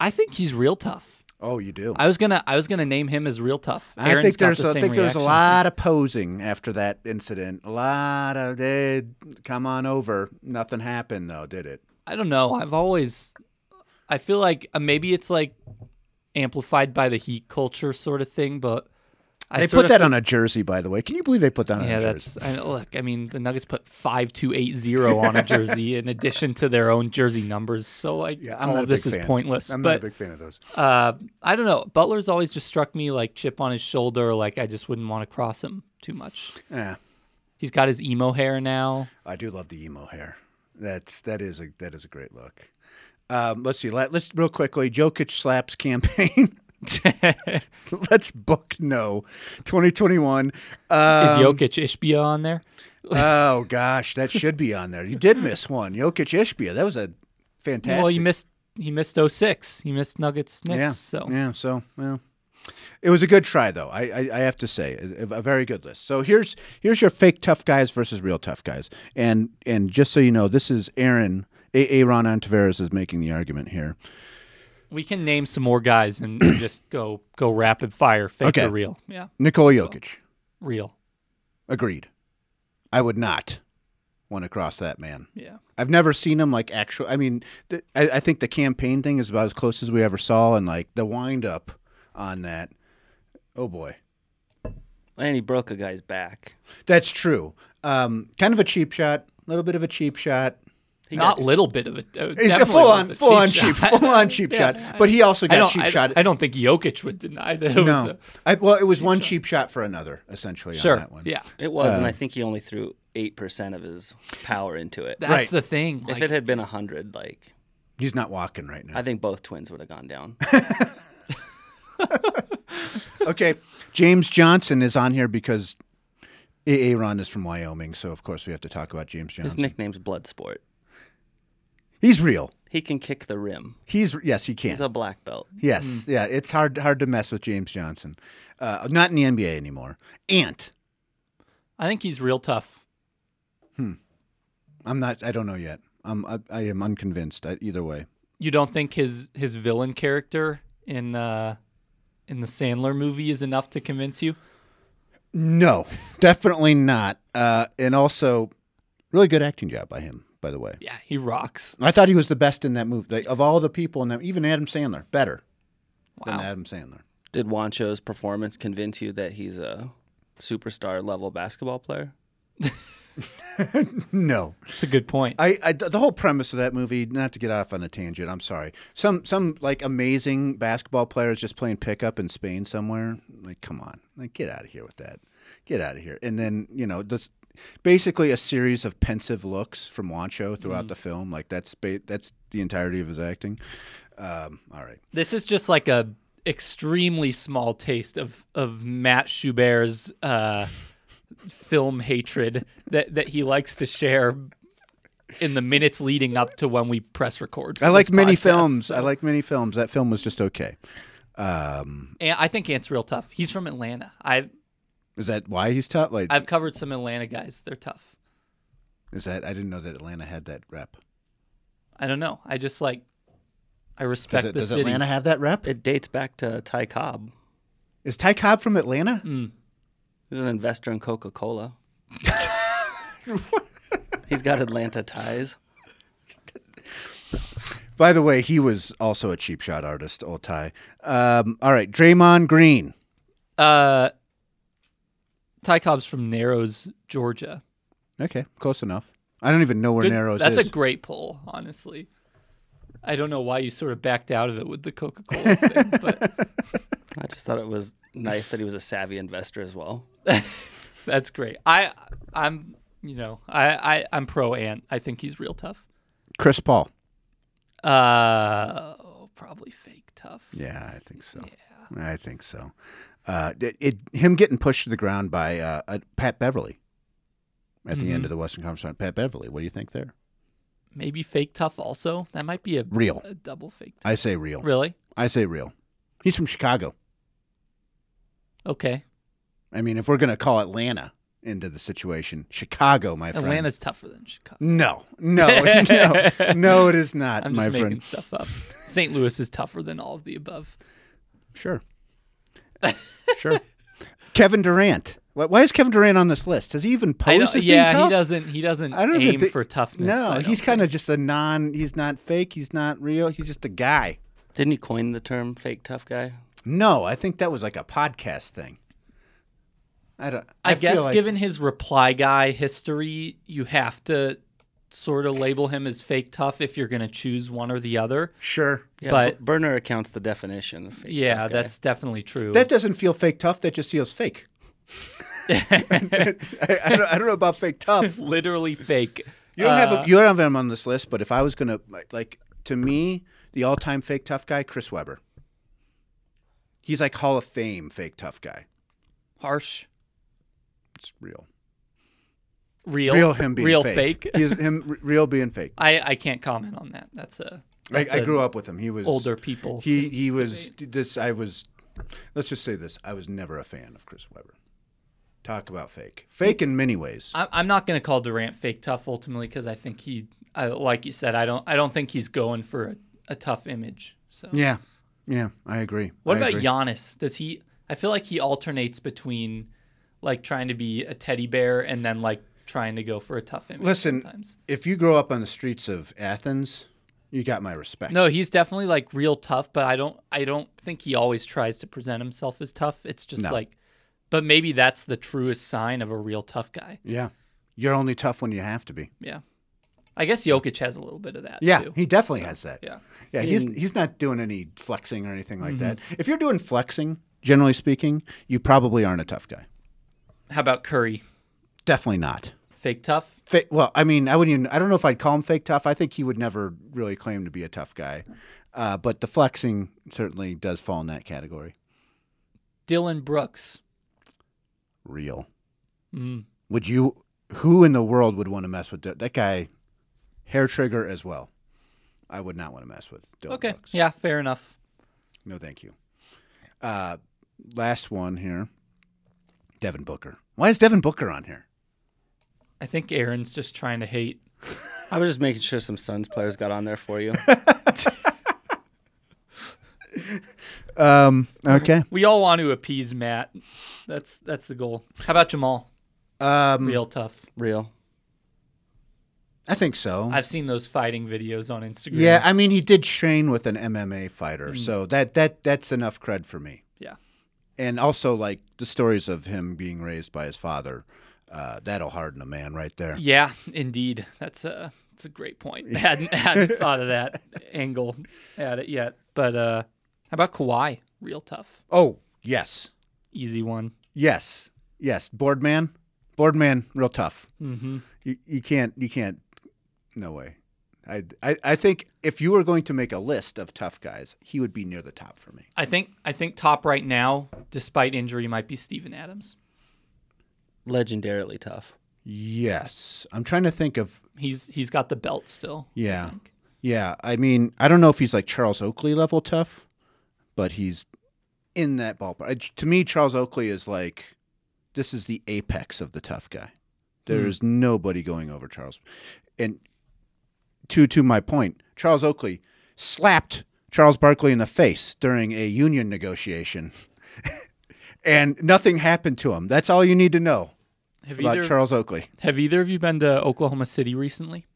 [SPEAKER 3] I think he's real tough.
[SPEAKER 1] Oh, you do.
[SPEAKER 3] I was gonna I was gonna name him as real tough.
[SPEAKER 1] I
[SPEAKER 3] Aaron's
[SPEAKER 1] think
[SPEAKER 3] got
[SPEAKER 1] there's
[SPEAKER 3] the
[SPEAKER 1] a, I
[SPEAKER 3] same
[SPEAKER 1] think there's a
[SPEAKER 3] reaction.
[SPEAKER 1] lot of posing after that incident. A lot of they come on over. Nothing happened though, did it?
[SPEAKER 3] I don't know. I've always I feel like uh, maybe it's like amplified by the heat culture sort of thing, but I
[SPEAKER 1] They
[SPEAKER 3] sort
[SPEAKER 1] put
[SPEAKER 3] of
[SPEAKER 1] that
[SPEAKER 3] feel-
[SPEAKER 1] on a jersey, by the way. Can you believe they put that on
[SPEAKER 3] Yeah,
[SPEAKER 1] a jersey?
[SPEAKER 3] that's I, look. I mean, the Nuggets put five two eight zero
[SPEAKER 1] [laughs]
[SPEAKER 3] on a jersey in addition to their own jersey numbers. So like,
[SPEAKER 1] yeah, I'm
[SPEAKER 3] all
[SPEAKER 1] not a
[SPEAKER 3] of this
[SPEAKER 1] big
[SPEAKER 3] is
[SPEAKER 1] fan.
[SPEAKER 3] pointless.
[SPEAKER 1] I'm
[SPEAKER 3] but
[SPEAKER 1] not a big fan of those.
[SPEAKER 3] uh, I don't know. Butler's always just struck me like chip on his shoulder. Like I just wouldn't want to cross him too much.
[SPEAKER 1] Yeah,
[SPEAKER 3] He's got his emo
[SPEAKER 1] [laughs]
[SPEAKER 3] hair now.
[SPEAKER 1] I do love the emo hair. That's that is a that is a great look. Um, let's see. let- Let's real quickly. Jokic slaps campaign. [laughs]
[SPEAKER 3] Is
[SPEAKER 1] Let's book no 2021. Um,
[SPEAKER 3] Jokic Ishbia on there?
[SPEAKER 1] oh, gosh. That should be on there. You did miss one. Jokic Ishbia. That was a fantastic.
[SPEAKER 3] Well, you missed. He missed 06. He missed Nuggets Knicks.
[SPEAKER 1] Yeah.
[SPEAKER 3] So
[SPEAKER 1] Yeah. So, well. It was a good try, though. I, I, I have to say, a, a very good list. So here's here's your fake tough guys versus real tough guys, and and just so you know, this is Aaron A. Aaron Antaveras is making the argument here.
[SPEAKER 3] we can name some more guys and [coughs] just go go rapid fire, fake
[SPEAKER 1] Okay.
[SPEAKER 3] or real. Yeah,
[SPEAKER 1] Nikola Jokic,
[SPEAKER 3] real.
[SPEAKER 1] agreed. I would not want to cross that man.
[SPEAKER 3] Yeah.
[SPEAKER 1] I've never seen him like actual. I mean, th- I, I think the campaign thing is about as close as we ever saw, and like the wind up on that. Oh boy,
[SPEAKER 4] and he broke a guy's back.
[SPEAKER 1] that's true. Um, kind of a cheap shot, a little bit of a cheap shot.
[SPEAKER 3] Not little bit of a, uh,
[SPEAKER 1] It's a
[SPEAKER 3] definitely
[SPEAKER 1] full
[SPEAKER 3] was
[SPEAKER 1] on,
[SPEAKER 3] a
[SPEAKER 1] full on
[SPEAKER 3] shot. [laughs]
[SPEAKER 1] cheap, full on cheap shot. But he also
[SPEAKER 3] I
[SPEAKER 1] got
[SPEAKER 3] don't,
[SPEAKER 1] cheap
[SPEAKER 3] I,
[SPEAKER 1] shot.
[SPEAKER 3] I don't think Jokic would deny that it was
[SPEAKER 1] no,
[SPEAKER 3] a,
[SPEAKER 1] I, well, it was one cheap shot for another, essentially.
[SPEAKER 3] sure.
[SPEAKER 1] on that one.
[SPEAKER 3] Yeah,
[SPEAKER 4] It was, and I think he only threw eight percent of his power into it.
[SPEAKER 3] that's
[SPEAKER 1] Right.
[SPEAKER 3] the thing.
[SPEAKER 4] if
[SPEAKER 3] Like,
[SPEAKER 4] it had been a hundred, like
[SPEAKER 1] he's not walking right now.
[SPEAKER 4] I think both twins would have gone down.
[SPEAKER 1] okay, James Johnson is on here because Aaron is from Wyoming, so of course we have to talk about James
[SPEAKER 4] His
[SPEAKER 1] Johnson.
[SPEAKER 4] nickname's Bloodsport.
[SPEAKER 1] He's real.
[SPEAKER 4] He can kick the rim.
[SPEAKER 1] He's yes, he can.
[SPEAKER 4] He's a Mm. black belt.
[SPEAKER 1] yes, yeah. It's hard hard to mess with James Johnson. Uh, not in the NBA anymore. Ant.
[SPEAKER 3] I think he's real tough.
[SPEAKER 1] I'm not. I don't know yet. I'm. I, I am unconvinced. I, either way.
[SPEAKER 3] You don't think his his villain character in uh in the Sandler movie is enough to convince you?
[SPEAKER 1] No, [laughs] definitely not. Uh, and also, really good acting job by him. By the way,
[SPEAKER 3] Yeah, he rocks.
[SPEAKER 1] I thought he was the best in that movie. Like, of all the people in that, even Adam Sandler, better than Adam Sandler.
[SPEAKER 4] Did Wancho's performance convince you that he's a superstar level basketball player?
[SPEAKER 1] No,
[SPEAKER 3] That's a good point.
[SPEAKER 1] I, I the whole premise of that movie. Not to get off on a tangent. I'm sorry. Some some like amazing basketball players just playing pickup in Spain somewhere. Like, come on, like get out of here with that. Get out of here. And then you know just basically a series of pensive looks from Wancho throughout
[SPEAKER 3] Mm-hmm.
[SPEAKER 1] the film. Like that's ba- that's the entirety of his acting. Um, all right.
[SPEAKER 3] This is just like a extremely small taste of of Matt Schubert's uh, film hatred that that he likes to share in the minutes leading up to when we press record. for
[SPEAKER 1] I like
[SPEAKER 3] this
[SPEAKER 1] many
[SPEAKER 3] podcast.
[SPEAKER 1] films. I like many films. That film was just okay.
[SPEAKER 3] And I think Ant's real tough. He's from Atlanta. I
[SPEAKER 1] Is that why he's tough? Like,
[SPEAKER 3] I've covered some Atlanta guys. They're tough.
[SPEAKER 1] is that I didn't know that Atlanta had that rep.
[SPEAKER 3] I don't know. I just like I
[SPEAKER 1] Does,
[SPEAKER 3] respect
[SPEAKER 1] it,
[SPEAKER 3] the
[SPEAKER 1] does
[SPEAKER 3] city.
[SPEAKER 1] Atlanta have that rep?
[SPEAKER 4] It dates back to Ty Cobb.
[SPEAKER 1] Is Ty Cobb from Atlanta?
[SPEAKER 4] He's an investor in Coca Cola. he's got Atlanta ties.
[SPEAKER 1] By the way, he was also a cheap shot artist, old Ty. Um, all right, Draymond Green.
[SPEAKER 3] Uh, Ty Cobb's from Narrows, Georgia.
[SPEAKER 1] Okay, close enough. I don't even know where
[SPEAKER 3] Good-
[SPEAKER 1] Narrows
[SPEAKER 3] that's
[SPEAKER 1] is.
[SPEAKER 3] a great poll, honestly. I don't know why you sort of backed out of it with the
[SPEAKER 1] [laughs]
[SPEAKER 3] Coca Cola thing, but
[SPEAKER 4] I just thought it was nice that he was a savvy investor as well.
[SPEAKER 3] that's great. I I'm you know I, I I'm pro Ant. I think he's real tough.
[SPEAKER 1] Chris Paul.
[SPEAKER 3] Uh, probably fake tough.
[SPEAKER 1] Yeah, I think so. I think so. Uh, it, it him getting pushed to the ground by uh, uh, Pat Beverly at the
[SPEAKER 3] Mm-hmm.
[SPEAKER 1] end of the Western Conference. round. Pat Beverly, what do you think there?
[SPEAKER 3] Maybe fake tough also. That might be a
[SPEAKER 1] Real.
[SPEAKER 3] a double fake. Tough.
[SPEAKER 1] I say real.
[SPEAKER 3] Really?
[SPEAKER 1] I say real. He's from Chicago.
[SPEAKER 3] Okay.
[SPEAKER 1] I mean, if we're gonna call Atlanta into the situation, Chicago, my friend.
[SPEAKER 3] Atlanta's tougher than Chicago.
[SPEAKER 1] No, no, [laughs] no, no. It is not,
[SPEAKER 3] [laughs] I'm
[SPEAKER 1] my
[SPEAKER 3] just making
[SPEAKER 1] friend.
[SPEAKER 3] stuff up. St. Louis is tougher than all of the above.
[SPEAKER 1] Sure. [laughs] sure. Kevin Durant. Why, why is Kevin Durant on this list? Has he even
[SPEAKER 3] I
[SPEAKER 1] posed
[SPEAKER 3] don't-
[SPEAKER 1] as
[SPEAKER 3] yeah,
[SPEAKER 1] being tough?
[SPEAKER 3] he doesn't. He doesn't
[SPEAKER 1] I don't even
[SPEAKER 3] aim
[SPEAKER 1] thi-
[SPEAKER 3] for toughness. I
[SPEAKER 1] No,
[SPEAKER 3] don't
[SPEAKER 1] he's kind of just a non. He's not fake. He's not real. He's just a guy.
[SPEAKER 4] Didn't he coin the term fake tough guy?
[SPEAKER 1] No, I think that was like a podcast thing. I don't.
[SPEAKER 3] I,
[SPEAKER 1] feel
[SPEAKER 3] guess
[SPEAKER 1] like-
[SPEAKER 3] given his reply guy history, you have to sort of label him as fake tough if you're going to choose one or the other.
[SPEAKER 1] sure
[SPEAKER 4] Yeah,
[SPEAKER 3] But-
[SPEAKER 4] B- Burner accounts the definition of fake
[SPEAKER 3] Yeah,
[SPEAKER 4] tough guy.
[SPEAKER 3] that's definitely true.
[SPEAKER 1] that doesn't feel fake tough. That just feels
[SPEAKER 3] [laughs]
[SPEAKER 1] fake. [laughs] I, I don't, I don't know about fake tough.
[SPEAKER 3] literally fake.
[SPEAKER 1] You don't
[SPEAKER 3] Uh,
[SPEAKER 1] have him, you don't have him on this list, but if I was gonna like to me, the all-time fake tough guy, Chris Webber. He's like Hall of Fame fake tough guy.
[SPEAKER 3] Harsh,
[SPEAKER 1] It's real,
[SPEAKER 3] real,
[SPEAKER 1] real him being
[SPEAKER 3] real
[SPEAKER 1] fake. He's him r- real being fake.
[SPEAKER 3] I I can't comment on that. That's a.
[SPEAKER 1] I,
[SPEAKER 3] That's
[SPEAKER 1] I
[SPEAKER 3] a
[SPEAKER 1] grew up with him. He was
[SPEAKER 3] older people.
[SPEAKER 1] He he was this. I was. Let's just say this. I was never a fan of Chris Webber. Talk about fake. Fake in many ways.
[SPEAKER 3] I- I'm not going to call Durant fake tough ultimately because I think he, I, like you said, I don't, I don't think he's going for a, a tough image. So
[SPEAKER 1] Yeah, yeah. I agree.
[SPEAKER 3] What
[SPEAKER 1] I
[SPEAKER 3] about
[SPEAKER 1] agree.
[SPEAKER 3] Giannis? Does he? I feel like he alternates between like trying to be a teddy bear and then like trying to go for a tough image.
[SPEAKER 1] Listen,
[SPEAKER 3] sometimes.
[SPEAKER 1] if you grow up on the streets of Athens, you got my respect.
[SPEAKER 3] No, he's definitely like real tough, but I don't, I don't think he always tries to present himself as tough. It's just
[SPEAKER 1] No.
[SPEAKER 3] like, but maybe that's the truest sign of a real tough guy.
[SPEAKER 1] Yeah. You're only tough when you have to be.
[SPEAKER 3] Yeah, I guess Jokic has a little bit of that.
[SPEAKER 1] Yeah,
[SPEAKER 3] too.
[SPEAKER 1] he definitely has that.
[SPEAKER 3] yeah. Mm-hmm.
[SPEAKER 1] Yeah, he's he's not doing any flexing or anything like that. If you're doing flexing, generally speaking, you probably aren't a tough guy.
[SPEAKER 3] How about Curry?
[SPEAKER 1] Definitely not.
[SPEAKER 3] Fake tough.
[SPEAKER 1] Fa- well, I mean, I wouldn't even I don't know if I'd call him fake tough. I think he would never really claim to be a tough guy. Uh, but the flexing certainly does fall in that category.
[SPEAKER 3] Dylan Brooks. Mm.
[SPEAKER 1] Real. Would you? Who in the world would want to mess with Dil- that guy? Hair trigger as well. I would not want to mess with Dylan
[SPEAKER 3] Okay.
[SPEAKER 1] Brooks.
[SPEAKER 3] Yeah, fair enough.
[SPEAKER 1] No, thank you. Uh, last one here. Devin Booker. Why is Devin Booker on here?
[SPEAKER 3] I think Aaron's just trying to hate.
[SPEAKER 4] I was just making sure some Suns players got on there for you.
[SPEAKER 1] Um. Okay.
[SPEAKER 3] We all want to appease Matt. That's that's the goal. How about Jamal?
[SPEAKER 1] Um.
[SPEAKER 3] Real tough.
[SPEAKER 4] Real.
[SPEAKER 1] I think so.
[SPEAKER 3] I've seen those fighting videos on Instagram.
[SPEAKER 1] yeah. I mean, he did train with an MMA fighter, so that that that's enough cred for me.
[SPEAKER 3] yeah.
[SPEAKER 1] And also, like the stories of him being raised by his father, uh, that'll harden a man right there.
[SPEAKER 3] Yeah, indeed. That's a that's a great point. I hadn't,
[SPEAKER 1] [laughs]
[SPEAKER 3] hadn't thought of that angle at it yet. But uh, how about Kawhi? Real tough,
[SPEAKER 1] Oh yes,
[SPEAKER 3] easy one.
[SPEAKER 1] yes, yes. Boardman, boardman, real tough.
[SPEAKER 3] Mm-hmm.
[SPEAKER 1] You, you can't you can't. No way. I, I I think if you were going to make a list of tough guys, he would be near the top for me.
[SPEAKER 3] I think I think top right now, despite injury, might be Steven Adams.
[SPEAKER 4] Legendarily tough.
[SPEAKER 1] Yes, I'm trying to think of
[SPEAKER 3] He's he's got the belt still.
[SPEAKER 1] Yeah. Yeah. I mean, I don't know if he's like Charles Oakley level tough, but he's in that ballpark. I- To me, Charles Oakley is like this is the apex of the tough guy. There
[SPEAKER 3] Hmm.
[SPEAKER 1] is nobody going over Charles. And to to my point, Charles Oakley slapped Charles Barkley in the face during a union negotiation. [laughs] and nothing happened to him. That's all you need to know
[SPEAKER 3] Have
[SPEAKER 1] about
[SPEAKER 3] either
[SPEAKER 1] Charles Oakley.
[SPEAKER 3] have either of you been to Oklahoma City recently?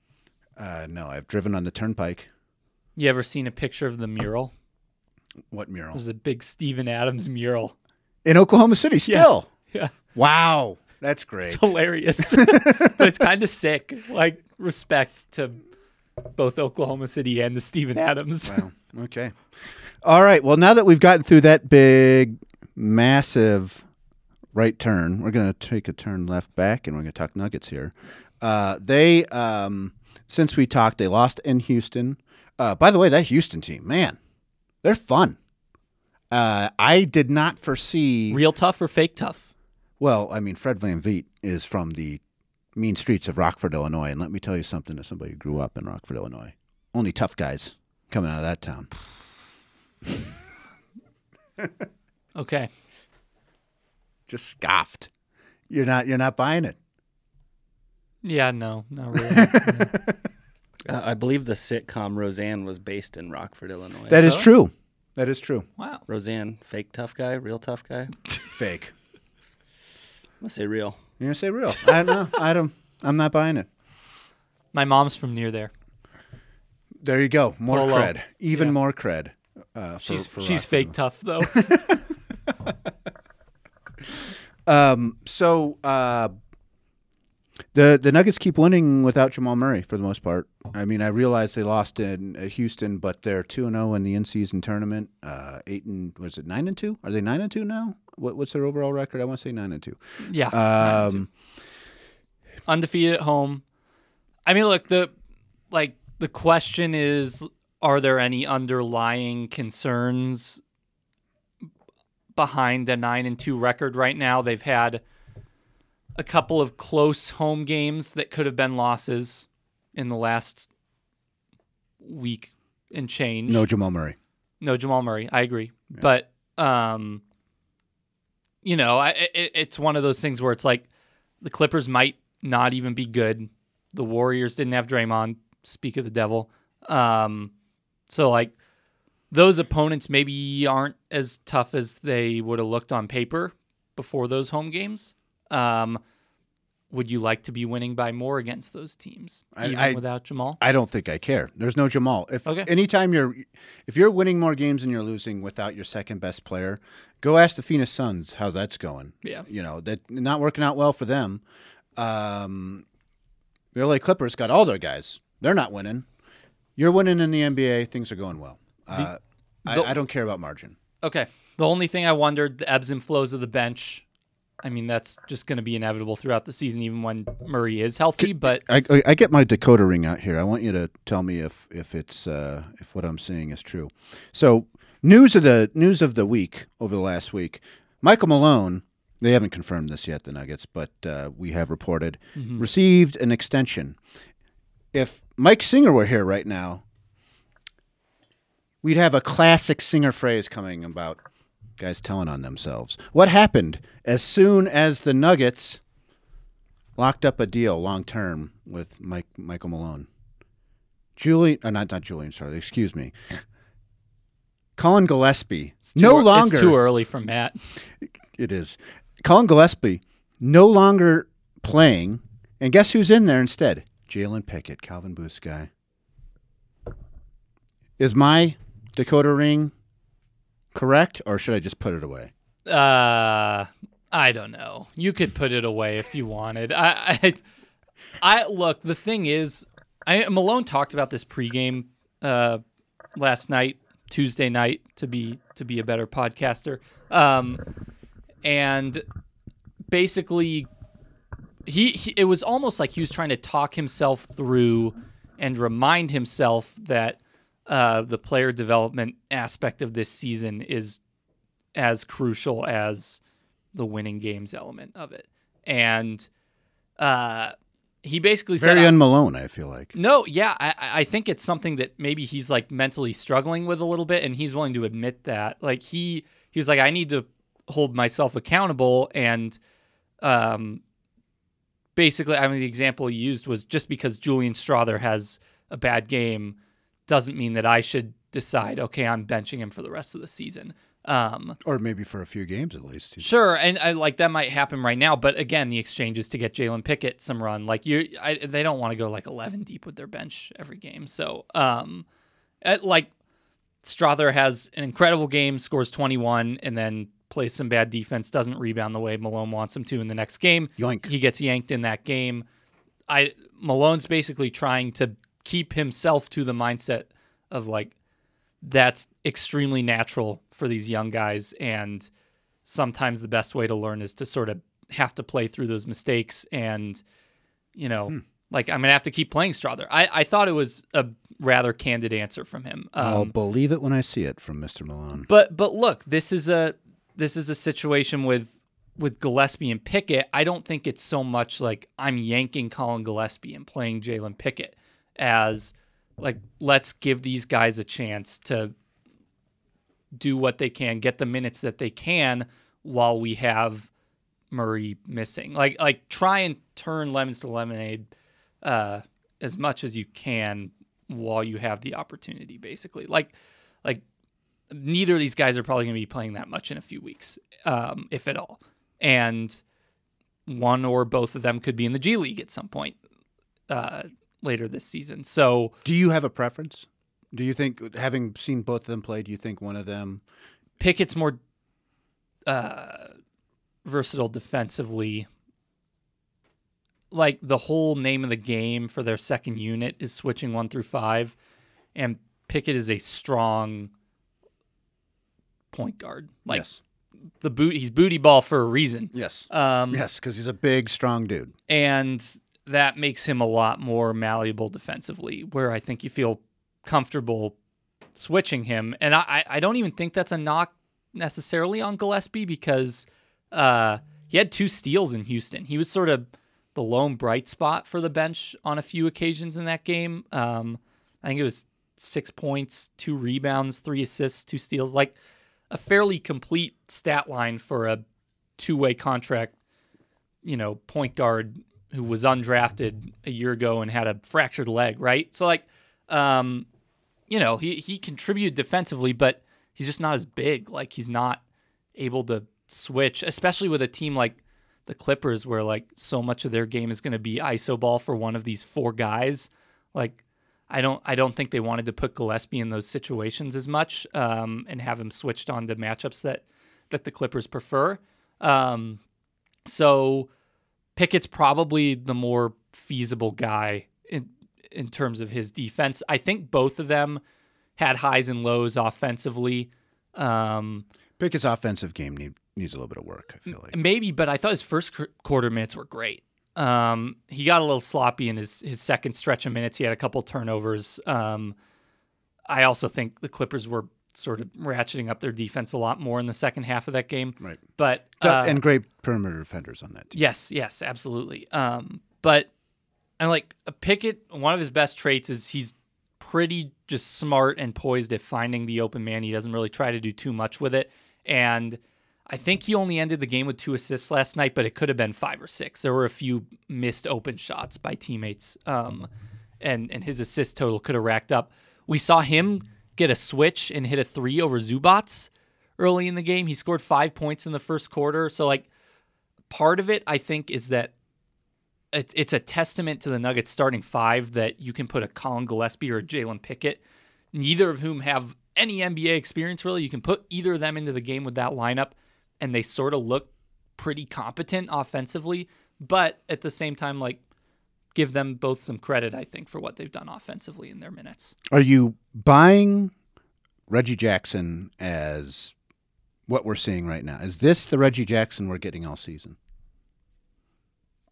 [SPEAKER 1] Uh, no, I've driven on the turnpike.
[SPEAKER 3] You ever seen a picture of the mural?
[SPEAKER 1] What mural?
[SPEAKER 3] There's a big Steven Adams mural. [laughs]
[SPEAKER 1] in Oklahoma City still.
[SPEAKER 3] Yeah.
[SPEAKER 1] Wow, that's great.
[SPEAKER 3] It's
[SPEAKER 1] [laughs]
[SPEAKER 3] hilarious. but it's kind of sick. Like respect to both Oklahoma City and the Steven Adams.
[SPEAKER 1] Wow. Okay. All right. Well, now that we've gotten through that big, massive right turn, we're going to take a turn left back, and we're going to talk Nuggets here. Uh, they, um, since we talked, they lost in Houston. Uh, by the way, that Houston team, man, they're fun. Uh, I did not foresee.
[SPEAKER 3] [laughs] Real tough or fake tough?
[SPEAKER 1] Well, I mean, Fred Van Vliet is from the mean streets of Rockford, Illinois. And let me tell you something to somebody who grew up in Rockford, Illinois. Only tough guys coming out of that town.
[SPEAKER 3] Okay.
[SPEAKER 1] Just scoffed. You're not you're not buying it.
[SPEAKER 3] Yeah, no, not really.
[SPEAKER 1] [laughs]
[SPEAKER 4] Uh, I believe the sitcom Roseanne was based in Rockford, Illinois.
[SPEAKER 1] That is true. That is true.
[SPEAKER 3] wow.
[SPEAKER 4] Roseanne, fake tough guy, real tough guy. I'm
[SPEAKER 1] [laughs] Fake.
[SPEAKER 4] gonna say real.
[SPEAKER 1] You're gonna say real. I don't know. I don't I'm not buying it.
[SPEAKER 3] My mom's from near there.
[SPEAKER 1] There you go. More
[SPEAKER 3] Polo.
[SPEAKER 1] cred. Even
[SPEAKER 3] Yeah.
[SPEAKER 1] more cred. Uh, for,
[SPEAKER 3] She's
[SPEAKER 1] for
[SPEAKER 3] she's
[SPEAKER 1] Rockford,
[SPEAKER 3] fake tough though.
[SPEAKER 1] [laughs] Um, so uh, the the Nuggets keep winning without Jamal Murray for the most part. I mean, I realize they lost in uh, Houston, but they're two and zero in the in season tournament. Uh, eight and was it nine and two? Are they nine and two now? What, what's their overall record? I want to say nine and two.
[SPEAKER 3] yeah.
[SPEAKER 1] Um,
[SPEAKER 3] undefeated at home. I mean, look, the like the question is are there any underlying concerns behind the 9 and 2 record right now? They've had a couple of close home games that could have been losses in the last week and change.
[SPEAKER 1] no Jamal Murray.
[SPEAKER 3] No, Jamal Murray. I agree. But um, you know, I, it, it's one of those things where it's like the Clippers might not even be good. The Warriors didn't have Draymond. Speak of the devil. Um, so like those opponents maybe aren't as tough as they would have looked on paper before those home games. Um, would you like to be winning by more against those teams,
[SPEAKER 1] I-
[SPEAKER 3] even
[SPEAKER 1] I-
[SPEAKER 3] without Jamal?
[SPEAKER 1] I don't think I care. There's no Jamal. If
[SPEAKER 3] Okay.
[SPEAKER 1] anytime you're if you're winning more games than you're losing without your second best player, go ask the Phoenix Suns how's that's going.
[SPEAKER 3] Yeah.
[SPEAKER 1] You know, that not working out well for them. Um the LA Clippers got all their guys. They're not winning. You're winning in the NBA, things are going well. Uh,
[SPEAKER 3] the-
[SPEAKER 1] I, I don't care about margin.
[SPEAKER 3] Okay. The only thing I wondered the ebbs and flows of the bench. I mean, that's just going to be inevitable throughout the season, even when Murray is healthy. But
[SPEAKER 1] I, I- I get my Dakota ring out here. I want you to tell me if if it's uh, if what I'm seeing is true. So news of the news of the week over the last week, Michael Malone They haven't confirmed this yet, the Nuggets, but uh, we have reported received an extension. If Mike Singer were here right now, we'd have a classic Singer phrase coming about guys telling on themselves. What happened as soon as the Nuggets locked up a deal long term with Mike Michael Malone? Julie, uh, not not Julian, sorry, excuse me. Colin Gillespie,
[SPEAKER 3] It's too
[SPEAKER 1] no
[SPEAKER 3] ear-
[SPEAKER 1] longer
[SPEAKER 3] It's too early for Matt.
[SPEAKER 1] it is. Colin Gillespie no longer playing, and guess who's in there instead? Jalen Pickett, Calvin Booth's guy. Is my Dakota ring correct, or should I just put it away?
[SPEAKER 3] Uh, I don't know. You could put it away if you wanted. I, I, I look. The thing is, I Malone talked about this pregame uh, last night, Tuesday night, to be to be a better podcaster. Um, and basically, he, he it was almost like he was trying to talk himself through and remind himself that uh, the player development aspect of this season is as crucial as the winning games element of it. And uh, he basically said,
[SPEAKER 1] Very un Malone, I feel like.
[SPEAKER 3] no, yeah, I, I I think it's something that maybe he's like mentally struggling with a little bit, and he's willing to admit that. Like he he was like, I need to hold myself accountable, and um, basically, I mean, the example he used was just because Julian Strother has a bad game doesn't mean that I should decide, okay, I'm benching him for the rest of the season. Um,
[SPEAKER 1] Or maybe for a few games at least.
[SPEAKER 3] Sure, and I, like that might happen right now, but again, the exchange is to get Jalen Pickett some run. Like you, I, they don't want to go like eleven deep with their bench every game. So, um, at, like Strother has an incredible game, scores twenty one, and then plays some bad defense, doesn't rebound the way Malone wants him to in the next game.
[SPEAKER 1] Yoink.
[SPEAKER 3] He gets yanked in that game. I Malone's basically trying to keep himself to the mindset of like that's extremely natural for these young guys and sometimes the best way to learn is to sort of have to play through those mistakes and you know like i'm gonna have to keep playing strother i, I thought it was a rather candid answer from him um,
[SPEAKER 1] I'll believe it when I see it from Mr. Malone.
[SPEAKER 3] but but look this is a this is a situation with with gillespie and pickett i don't think it's so much like i'm yanking colin gillespie and playing jalen pickett as like let's give these guys a chance to do what they can, get the minutes that they can while we have Murray missing. Like like try and turn lemons to lemonade uh, as much as you can while you have the opportunity. Basically, like like neither of these guys are probably going to be playing that much in a few weeks, um, if at all, and one or both of them could be in the G League at some point uh, later this season. So.
[SPEAKER 1] Do you have a preference? Do you think, having seen both of them play, do you think one of them?
[SPEAKER 3] Pickett's more uh, versatile defensively. Like the whole name of the game for their second unit is switching one through five, and Pickett is a strong point guard. Like
[SPEAKER 1] yes.
[SPEAKER 3] the boot, he's booty ball for a reason.
[SPEAKER 1] Yes.
[SPEAKER 3] Um,
[SPEAKER 1] yes, because he's a big, strong dude.
[SPEAKER 3] and that makes him a lot more malleable defensively, where I think you feel comfortable switching him. And I, I- I don't even think that's a knock necessarily on Gillespie because uh, he had two steals in Houston. He was sort of the lone bright spot for the bench on a few occasions in that game. Um, I think it was six points, two rebounds, three assists, two steals, like a fairly complete stat line for a two way contract you know, point guard who was undrafted a year ago and had a fractured leg, right? So like, um, you know, he he contributed defensively, but he's just not as big. Like he's not able to switch, especially with a team like the Clippers, where like so much of their game is going to be iso ball for one of these four guys. Like, I don't I don't think they wanted to put Gillespie in those situations as much um, and have him switched on to matchups that that the Clippers prefer. Um, so Pickett's probably the more feasible guy in in terms of his defense. I think both of them had highs and lows offensively. Um,
[SPEAKER 1] Pickett's offensive game need, needs a little bit of work, I feel like.
[SPEAKER 3] maybe, but I thought his first qu- quarter minutes were great. Um, he got a little sloppy in his his second stretch of minutes. He had a couple turnovers. Um, I also think the Clippers were sort of ratcheting up their defense a lot more in the second half of that game.
[SPEAKER 1] Right.
[SPEAKER 3] But
[SPEAKER 1] Du-
[SPEAKER 3] uh,
[SPEAKER 1] and great perimeter defenders on that team.
[SPEAKER 3] Yes, yes, absolutely. Um, but and like uh, Pickett, one of his best traits is he's pretty just smart and poised at finding the open man. He doesn't really try to do too much with it. And I think he only ended the game with two assists last night, but it could have been five or six. There were a few missed open shots by teammates, um, and and his assist total could have racked up. We saw him get a switch and hit a three over Zubats early in the game. He scored five points in the first quarter. So like part of it, I think, is that it, it's a testament to the Nuggets starting five that you can put a Colin Gillespie or a Jalen Pickett, neither of whom have any NBA experience really. You can put either of them into the game with that lineup, and they sort of look pretty competent offensively. But at the same time, like, give them both some credit, I think, for what they've done offensively in their minutes.
[SPEAKER 1] Are you buying Reggie Jackson as what we're seeing right now? Is this the Reggie Jackson we're getting all season?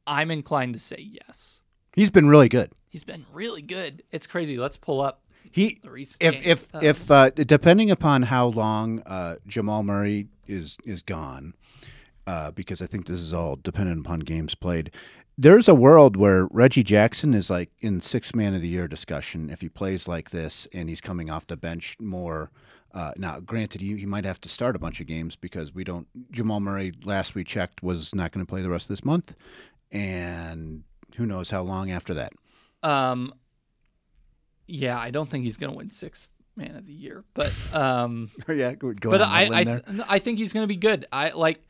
[SPEAKER 3] I'm inclined to say yes.
[SPEAKER 1] He's been really good.
[SPEAKER 3] He's been really good. It's crazy. Let's pull up
[SPEAKER 1] He
[SPEAKER 3] the recent
[SPEAKER 1] if
[SPEAKER 3] games.
[SPEAKER 1] if
[SPEAKER 3] Uh,
[SPEAKER 1] if uh, depending upon how long uh, Jamal Murray is is gone, uh, because I think this is all dependent upon games played. There's a world where Reggie Jackson is like in six man of the year discussion if he plays like this and he's coming off the bench more. Uh, now, granted, he, he might have to start a bunch of games because we don't. Jamal Murray, last we checked, was not going to play the rest of this month, and who knows how long after that.
[SPEAKER 3] Um, yeah, I don't think he's going to win sixth man of the year, but um,
[SPEAKER 1] [laughs] yeah, go
[SPEAKER 3] but I I, th- I think he's going to be good. I like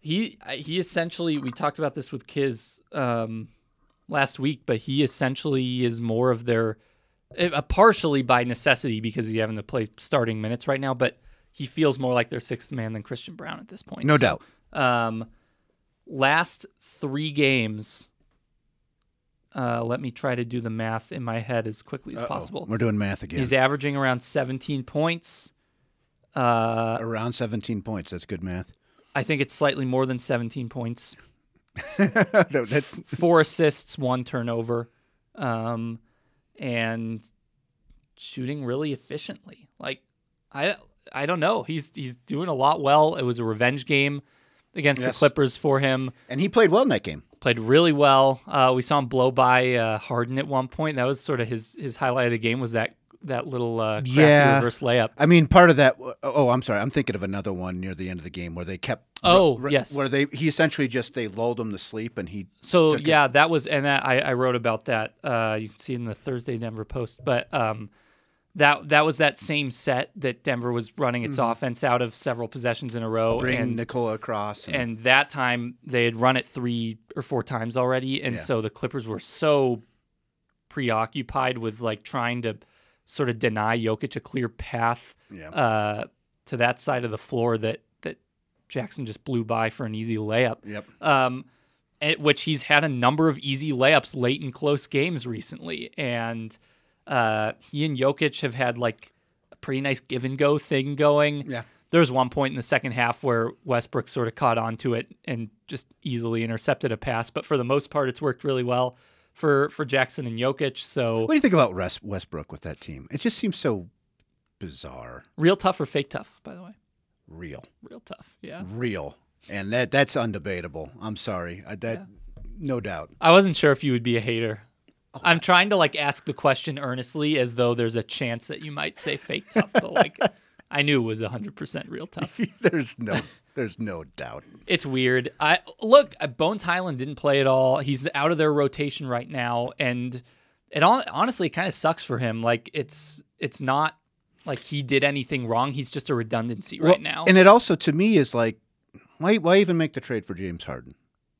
[SPEAKER 3] he I- he essentially we talked about this with Kiz um last week, but he essentially is more of their uh, partially by necessity because he's having to play starting minutes right now, but he feels more like their sixth man than Christian Brown at this point.
[SPEAKER 1] no
[SPEAKER 3] So,
[SPEAKER 1] doubt.
[SPEAKER 3] Um, last three games. Uh, let me try to do the math in my head as quickly as
[SPEAKER 1] Uh-oh.
[SPEAKER 3] possible.
[SPEAKER 1] We're doing math again.
[SPEAKER 3] He's averaging around 17 points. Uh,
[SPEAKER 1] Around 17 points. That's good math. [laughs]
[SPEAKER 3] I think it's slightly more than 17 points.
[SPEAKER 1] no, that's,
[SPEAKER 3] Four assists, one turnover, um, and shooting really efficiently. Like I, I don't know. He's he's doing a lot well. It was a revenge game against the
[SPEAKER 1] Yes.
[SPEAKER 3] Clippers for him.
[SPEAKER 1] and he played well in that game.
[SPEAKER 3] played really well. Uh, we saw him blow by uh, Harden at one point. That was sort of his his highlight of the game was that that little uh, crafty
[SPEAKER 1] Yeah.
[SPEAKER 3] reverse layup.
[SPEAKER 1] I mean, part of that. Oh, I'm sorry. I'm thinking of another one near the end of the game where they kept.
[SPEAKER 3] Oh,
[SPEAKER 1] where-
[SPEAKER 3] yes.
[SPEAKER 1] Where they he essentially just they lulled him to sleep and he.
[SPEAKER 3] So yeah, that was and that, I I wrote about that. Uh, you can see in the Thursday Denver Post, but um, that that was that same set that Denver was running its
[SPEAKER 1] Mm-hmm.
[SPEAKER 3] offense out of several possessions in a row
[SPEAKER 1] Bring
[SPEAKER 3] Oh, and.
[SPEAKER 1] Nicola across, and,
[SPEAKER 3] and that time they had run it three or four times already and
[SPEAKER 1] Yeah.
[SPEAKER 3] so the clippers were so preoccupied with like trying to sort of deny Jokic a clear path
[SPEAKER 1] Yeah.
[SPEAKER 3] uh, to that side of the floor that that Jackson just blew by for an easy layup
[SPEAKER 1] yep,
[SPEAKER 3] um, at which he's had a number of easy layups late in close games recently. And uh, he and Jokic have had like a pretty nice give and go thing going.
[SPEAKER 1] Yeah.
[SPEAKER 3] There was one point in the second half where Westbrook sort of caught onto it and just easily intercepted a pass. But for the most part, it's worked really well for, for Jackson and Jokic. So,
[SPEAKER 1] What do you think about Wes- Westbrook with that team? It just seems so bizarre,
[SPEAKER 3] real tough or fake tough, by the way?
[SPEAKER 1] real,
[SPEAKER 3] Real tough. Yeah.
[SPEAKER 1] real, and that that's undebatable. I'm sorry. I, that no doubt. [laughs]
[SPEAKER 3] I wasn't sure if you would be a hater.
[SPEAKER 1] Oh,
[SPEAKER 3] I'm trying to like ask the question earnestly as though there's a chance that you might say fake tough,
[SPEAKER 1] [laughs]
[SPEAKER 3] but like I knew it was 100% real tough.
[SPEAKER 1] there's no there's no doubt.
[SPEAKER 3] It's weird. I look, uh, Bones Highland didn't play at all. He's out of their rotation right now and it hon- honestly kind of sucks for him. Like it's it's not like he did anything wrong. He's just a redundancy right
[SPEAKER 1] Well,
[SPEAKER 3] now.
[SPEAKER 1] And it also to me is like, why why even make the trade for James Harden?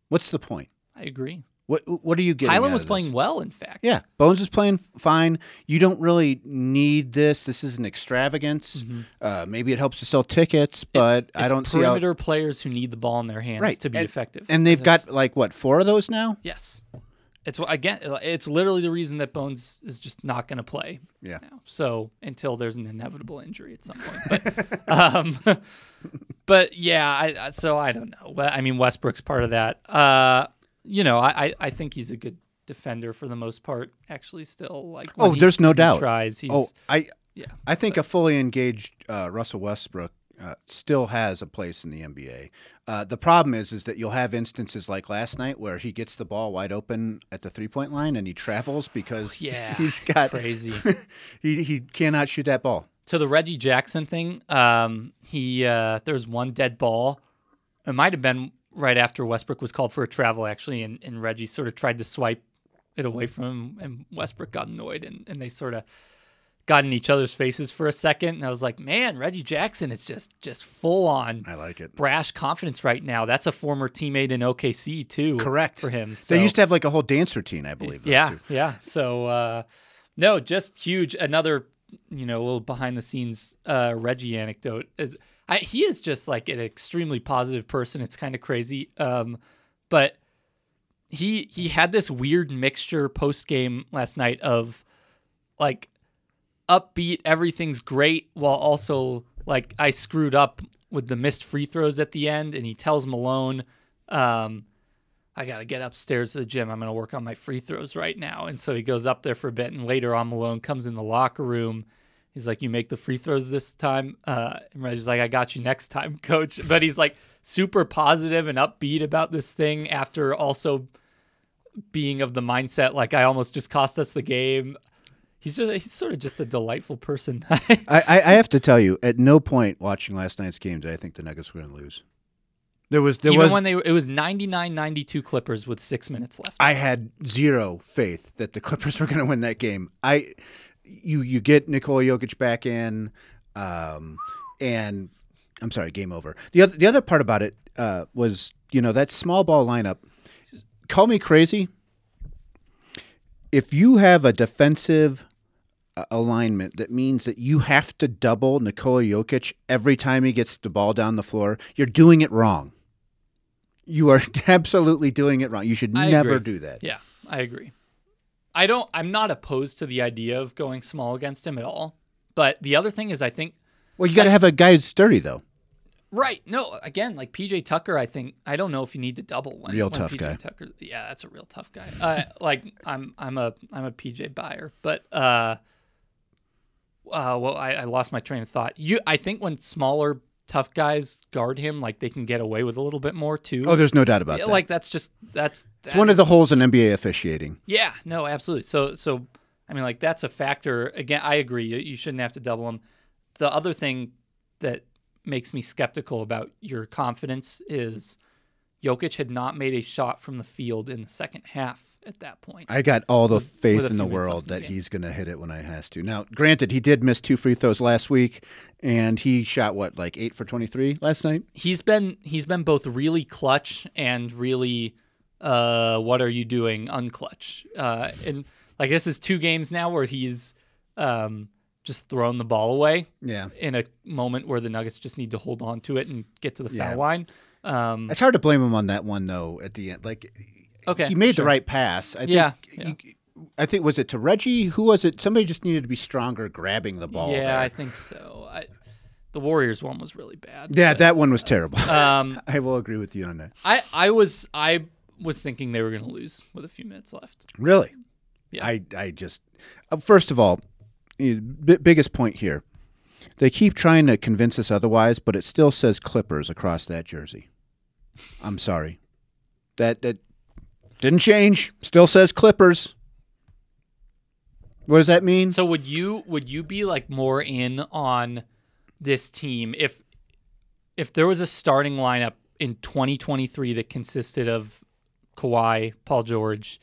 [SPEAKER 1] What's the point?
[SPEAKER 3] I agree.
[SPEAKER 1] What what are you getting? out
[SPEAKER 3] Highland
[SPEAKER 1] of
[SPEAKER 3] was
[SPEAKER 1] this?
[SPEAKER 3] playing well in fact.
[SPEAKER 1] Yeah, Bones is playing f- fine. You don't really need this. This is an extravagance. Uh, maybe it helps to sell tickets, but I
[SPEAKER 3] Mm-hmm. It's
[SPEAKER 1] don't see how.
[SPEAKER 3] perimeter players who need the ball in their hands
[SPEAKER 1] Right,
[SPEAKER 3] to be
[SPEAKER 1] and-
[SPEAKER 3] effective.
[SPEAKER 1] And they've
[SPEAKER 3] That's-
[SPEAKER 1] got like what four of those now?
[SPEAKER 3] Yes. It's wh- again. uh, It's literally the reason that Bones is just not going to play
[SPEAKER 1] Yeah,
[SPEAKER 3] now. So until there's an inevitable injury at some point, but um, [laughs] but yeah. I, I- so I don't know. Well, I mean, Westbrook's part of that. Uh, you know, I, I I think he's a good defender for the most part. Actually, still like. when
[SPEAKER 1] Oh,
[SPEAKER 3] he-
[SPEAKER 1] there's no
[SPEAKER 3] when he
[SPEAKER 1] doubt.
[SPEAKER 3] tries. He's
[SPEAKER 1] Oh, I
[SPEAKER 3] Yeah.
[SPEAKER 1] I think a fully engaged uh, Russell Westbrook uh, still has a place in the NBA. Uh, the problem is, is that you'll have instances like last night where he gets the ball wide open at the three point line and he
[SPEAKER 3] [sighs]
[SPEAKER 1] travels because [laughs]
[SPEAKER 3] Yeah.
[SPEAKER 1] he's got
[SPEAKER 3] crazy.
[SPEAKER 1] [laughs] he he cannot shoot that ball.
[SPEAKER 3] to the Reggie Jackson thing, um, he uh, there was one dead ball. It might have been right after Westbrook was called for a travel, actually, and, and Reggie sort of tried to swipe it away from him, and Westbrook got annoyed, and, and they sort of got in each other's faces for a second. And I was like, man, Reggie Jackson is just just full on
[SPEAKER 1] I like it.
[SPEAKER 3] brash confidence right now. That's a former teammate in OKC too.
[SPEAKER 1] Correct
[SPEAKER 3] for him.
[SPEAKER 1] They
[SPEAKER 3] so-
[SPEAKER 1] used to have like a whole dance routine, I believe. those
[SPEAKER 3] yeah,
[SPEAKER 1] two.
[SPEAKER 3] yeah. So uh, no, just huge. Another you know little behind the scenes uh, Reggie anecdote is I, he is just like an extremely positive person. It's kind of crazy, um, but he he had this weird mixture post game last night of like upbeat, everything's great, while also like I screwed up with the missed free throws at the end, and he tells Malone. Um, I got to get upstairs to the gym. I'm going to work on my free throws right now. And so he goes up there for a bit. And later on, Malone comes in the locker room. He's like, You make the free throws this time. Uh, and Reggie's like, I got you next time, [laughs] coach. But he's like super positive and upbeat about this thing after also being of the mindset, like, I almost just cost us the game. He's just, he's sort of just a delightful person. [laughs]
[SPEAKER 1] I, I, I have to tell you, at no point watching last night's game did I think the Nuggets were going to lose. There was there
[SPEAKER 3] Even
[SPEAKER 1] was
[SPEAKER 3] when they, it was 99 92 Clippers with six minutes left.
[SPEAKER 1] I had zero faith that the Clippers were going to win that game. I, you, you get Nikola Jokic back in, um, and I'm sorry, game over. the other The other part about it uh, was, you know, that small ball lineup. Call me crazy. If you have a defensive uh, alignment that means that you have to double Nikola Jokic every time he gets the ball down the floor, you're doing it wrong. You are [laughs] absolutely doing it wrong. You should
[SPEAKER 3] I
[SPEAKER 1] never
[SPEAKER 3] agree.
[SPEAKER 1] do that.
[SPEAKER 3] Yeah, I agree. I don't I'm not opposed to the idea of going small against him at all. But the other thing is I think
[SPEAKER 1] Well, you got to have a guy who's sturdy, though.
[SPEAKER 3] right, no, again, like PJ Tucker, I think I don't know if you need to double when
[SPEAKER 1] Real
[SPEAKER 3] when
[SPEAKER 1] tough
[SPEAKER 3] PJ
[SPEAKER 1] guy.
[SPEAKER 3] Tucker. Yeah, that's a real tough guy. Uh, [laughs] like I'm I'm a I'm a PJ buyer, but uh uh, well, I, I lost my train of thought. You, I think when smaller, tough guys guard him, like they can get away with a little bit more too.
[SPEAKER 1] Oh, there's no doubt about
[SPEAKER 3] Yeah,
[SPEAKER 1] that.
[SPEAKER 3] like that's just that's
[SPEAKER 1] it's one of the holes in NBA officiating.
[SPEAKER 3] Yeah, no, absolutely. So, so I mean, like that's a factor. Again, I agree. You, you shouldn't have to double them. The other thing that makes me skeptical about your confidence is Jokic had not made a shot from the field in the second half at that point.
[SPEAKER 1] I got all the faith
[SPEAKER 3] with a
[SPEAKER 1] in the
[SPEAKER 3] few minutes left
[SPEAKER 1] world
[SPEAKER 3] in the
[SPEAKER 1] that
[SPEAKER 3] game.
[SPEAKER 1] he's going to hit it when I has to. Now, granted, he did miss two free throws last week, and he shot what, like eight for twenty-three last night.
[SPEAKER 3] he's been he's been both really clutch and really uh what are you doing unclutch uh and like this is two games now where he's um just thrown the ball away
[SPEAKER 1] Yeah,
[SPEAKER 3] in a moment where the Nuggets just need to hold on to it and get to the foul
[SPEAKER 1] Yeah.
[SPEAKER 3] line. Um,
[SPEAKER 1] it's hard to blame him on that one though. At the end, like,
[SPEAKER 3] Okay,
[SPEAKER 1] he made
[SPEAKER 3] sure.
[SPEAKER 1] the right pass. I
[SPEAKER 3] Yeah,
[SPEAKER 1] think, I think was it to Reggie? Who was it? Somebody just needed to be stronger grabbing the ball.
[SPEAKER 3] yeah,
[SPEAKER 1] there.
[SPEAKER 3] I think so. I, the Warriors one was really bad.
[SPEAKER 1] yeah, that one was terrible.
[SPEAKER 3] Um,
[SPEAKER 1] [laughs] I will agree with you on that.
[SPEAKER 3] I I was I was thinking they were going to lose with a few minutes left.
[SPEAKER 1] Really?
[SPEAKER 3] Yeah.
[SPEAKER 1] I I just uh, first of all, you know, b- biggest point here. They keep trying to convince us otherwise, but it still says Clippers across that jersey. I'm sorry. That that didn't change. Still says Clippers. What does that mean?
[SPEAKER 3] So would you would you be like more in on this team if if there was a starting lineup in 2023 that consisted of Kawhi, Paul George,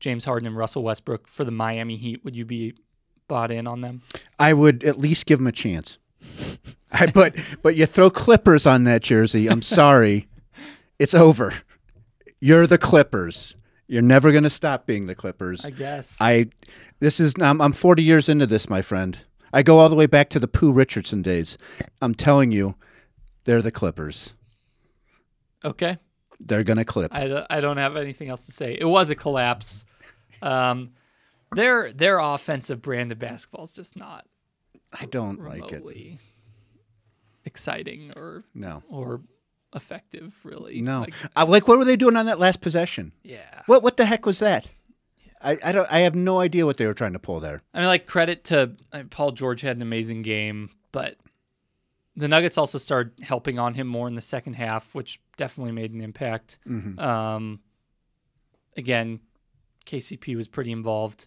[SPEAKER 3] James Harden, and Russell Westbrook for the Miami Heat? Would you be bought in on them?
[SPEAKER 1] I would at least give them a chance. [laughs] I but but you throw Clippers on that jersey. I'm sorry, it's over. You're the Clippers. You're never going to stop being the Clippers.
[SPEAKER 3] guess.
[SPEAKER 1] I this is I'm, I'm 40 years into this, my friend. I go all the way back to the Pooh Richardson days. I'm telling you, they're the Clippers.
[SPEAKER 3] Okay.
[SPEAKER 1] They're gonna clip.
[SPEAKER 3] I, don't- I don't have anything else to say. It was a collapse. Um, their their offensive brand of basketball is just not
[SPEAKER 1] I don't like it.
[SPEAKER 3] remotely exciting or
[SPEAKER 1] No,
[SPEAKER 3] or effective, really.
[SPEAKER 1] no.
[SPEAKER 3] Like,
[SPEAKER 1] I, like what were they doing on that last possession?
[SPEAKER 3] yeah.
[SPEAKER 1] What what the heck was that? I, I don't. I have no idea what they were trying to pull there.
[SPEAKER 3] I mean, like credit to uh, Paul George had an amazing game, but the Nuggets also started helping on him more in the second half, which definitely made an impact.
[SPEAKER 1] Mm-hmm.
[SPEAKER 3] Um, again, KCP was pretty involved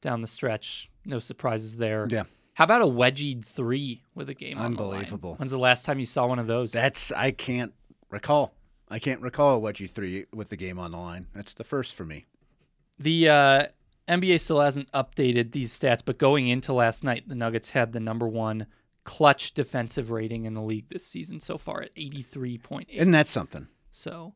[SPEAKER 3] down the stretch. No surprises there.
[SPEAKER 1] Yeah.
[SPEAKER 3] How about a wedgied three with a game? on the line?
[SPEAKER 1] Unbelievable.
[SPEAKER 3] When's the last time you saw one of those?
[SPEAKER 1] That's I can't recall. I can't recall what you three with the game on the line. That's the first for me.
[SPEAKER 3] The uh, NBA still hasn't updated these stats, but going into last night, the Nuggets had the number one clutch defensive rating in the league this season so far at 83.8.
[SPEAKER 1] Isn't that something?
[SPEAKER 3] so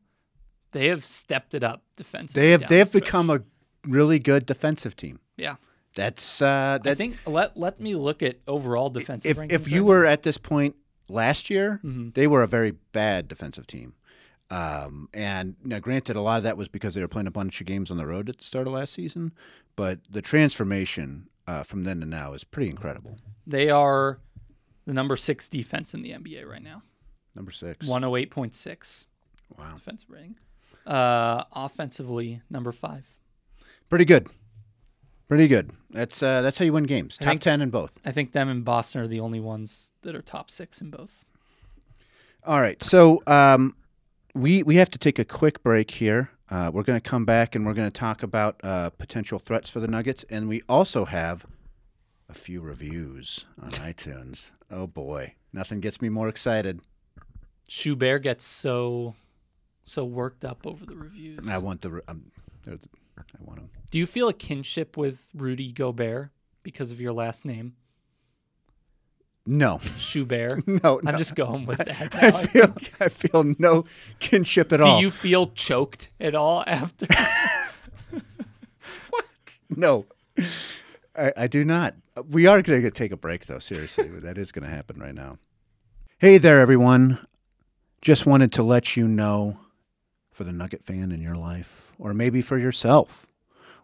[SPEAKER 3] they have stepped it up defensively.
[SPEAKER 1] They have
[SPEAKER 3] down
[SPEAKER 1] they
[SPEAKER 3] the
[SPEAKER 1] have
[SPEAKER 3] stretch.
[SPEAKER 1] become a really good defensive team.
[SPEAKER 3] yeah.
[SPEAKER 1] That's uh,
[SPEAKER 3] I
[SPEAKER 1] that.
[SPEAKER 3] think let let me look at overall defensive.
[SPEAKER 1] if
[SPEAKER 3] rankings Uh,
[SPEAKER 1] if you
[SPEAKER 3] right
[SPEAKER 1] were at this point last year,
[SPEAKER 3] Mm-hmm.
[SPEAKER 1] they were a very bad defensive team. Um, and now, granted, a lot of that was because they were playing a bunch of games on the road at the start of last season. But the transformation uh, from then to now is pretty incredible.
[SPEAKER 3] now. they are the number six defense in the NBA right now,
[SPEAKER 1] Number six.
[SPEAKER 3] one hundred eight point six
[SPEAKER 1] Wow.
[SPEAKER 3] defensive rating. Uh, offensively, number five.
[SPEAKER 1] Pretty good. Pretty good. That's uh, that's how you win games.
[SPEAKER 3] I
[SPEAKER 1] Top
[SPEAKER 3] think-
[SPEAKER 1] ten in both.
[SPEAKER 3] I think them and Boston are the only ones that are top six in both.
[SPEAKER 1] All right. So um, we we have to take a quick break here. Uh, we're going to come back and we're going to talk about uh, potential threats for the Nuggets, and we also have a few reviews
[SPEAKER 3] [laughs]
[SPEAKER 1] on iTunes. Oh boy, nothing gets me more excited.
[SPEAKER 3] Schubert gets so so worked up over the reviews.
[SPEAKER 1] I want the re- um, they're the- I want them.
[SPEAKER 3] Do you feel a kinship with Rudy Gobert because of your last name,
[SPEAKER 1] No, [laughs]
[SPEAKER 3] Schubert?
[SPEAKER 1] no, no.
[SPEAKER 3] I'm just going with that.
[SPEAKER 1] [laughs] I
[SPEAKER 3] now.
[SPEAKER 1] feel I feel no kinship at
[SPEAKER 3] Do
[SPEAKER 1] all.
[SPEAKER 3] you feel choked at all after?
[SPEAKER 1] No, I, I do not. We are going to take a break, though. Seriously, [laughs] that is going to happen right now. Hey there, everyone. Just wanted to let you know for the Nugget fan in your life, or maybe for yourself,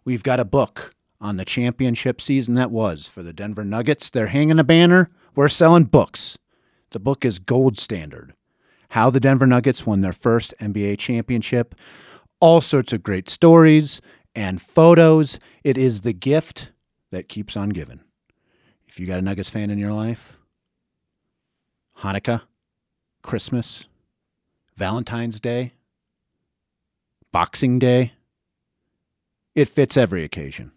[SPEAKER 1] we've got a book on the championship season that was for the Denver Nuggets. They're hanging a banner. We're selling books. The book is Gold Standard How the Denver Nuggets Won Their First NBA Championship all sorts of great stories and photos. It is the gift that keeps on giving. If you got a Nuggets fan in your life, Hanukkah, Christmas, Valentine's Day, Boxing Day, it fits every occasion.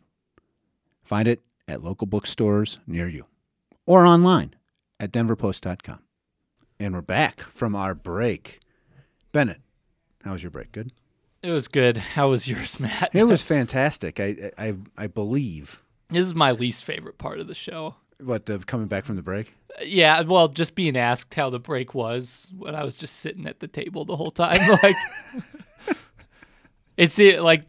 [SPEAKER 1] Find it at local bookstores near you or online at denverpost.com. And we're back from our break. Bennett, how was your break? Good?
[SPEAKER 3] It was good. How was yours, Matt?
[SPEAKER 1] It was fantastic. I I I believe
[SPEAKER 3] [laughs] This is my least favorite part of the show.
[SPEAKER 1] what the coming back from the break.
[SPEAKER 3] Yeah, well, just being asked how the break was when I was just sitting at the table the whole time, [laughs] like it's it, like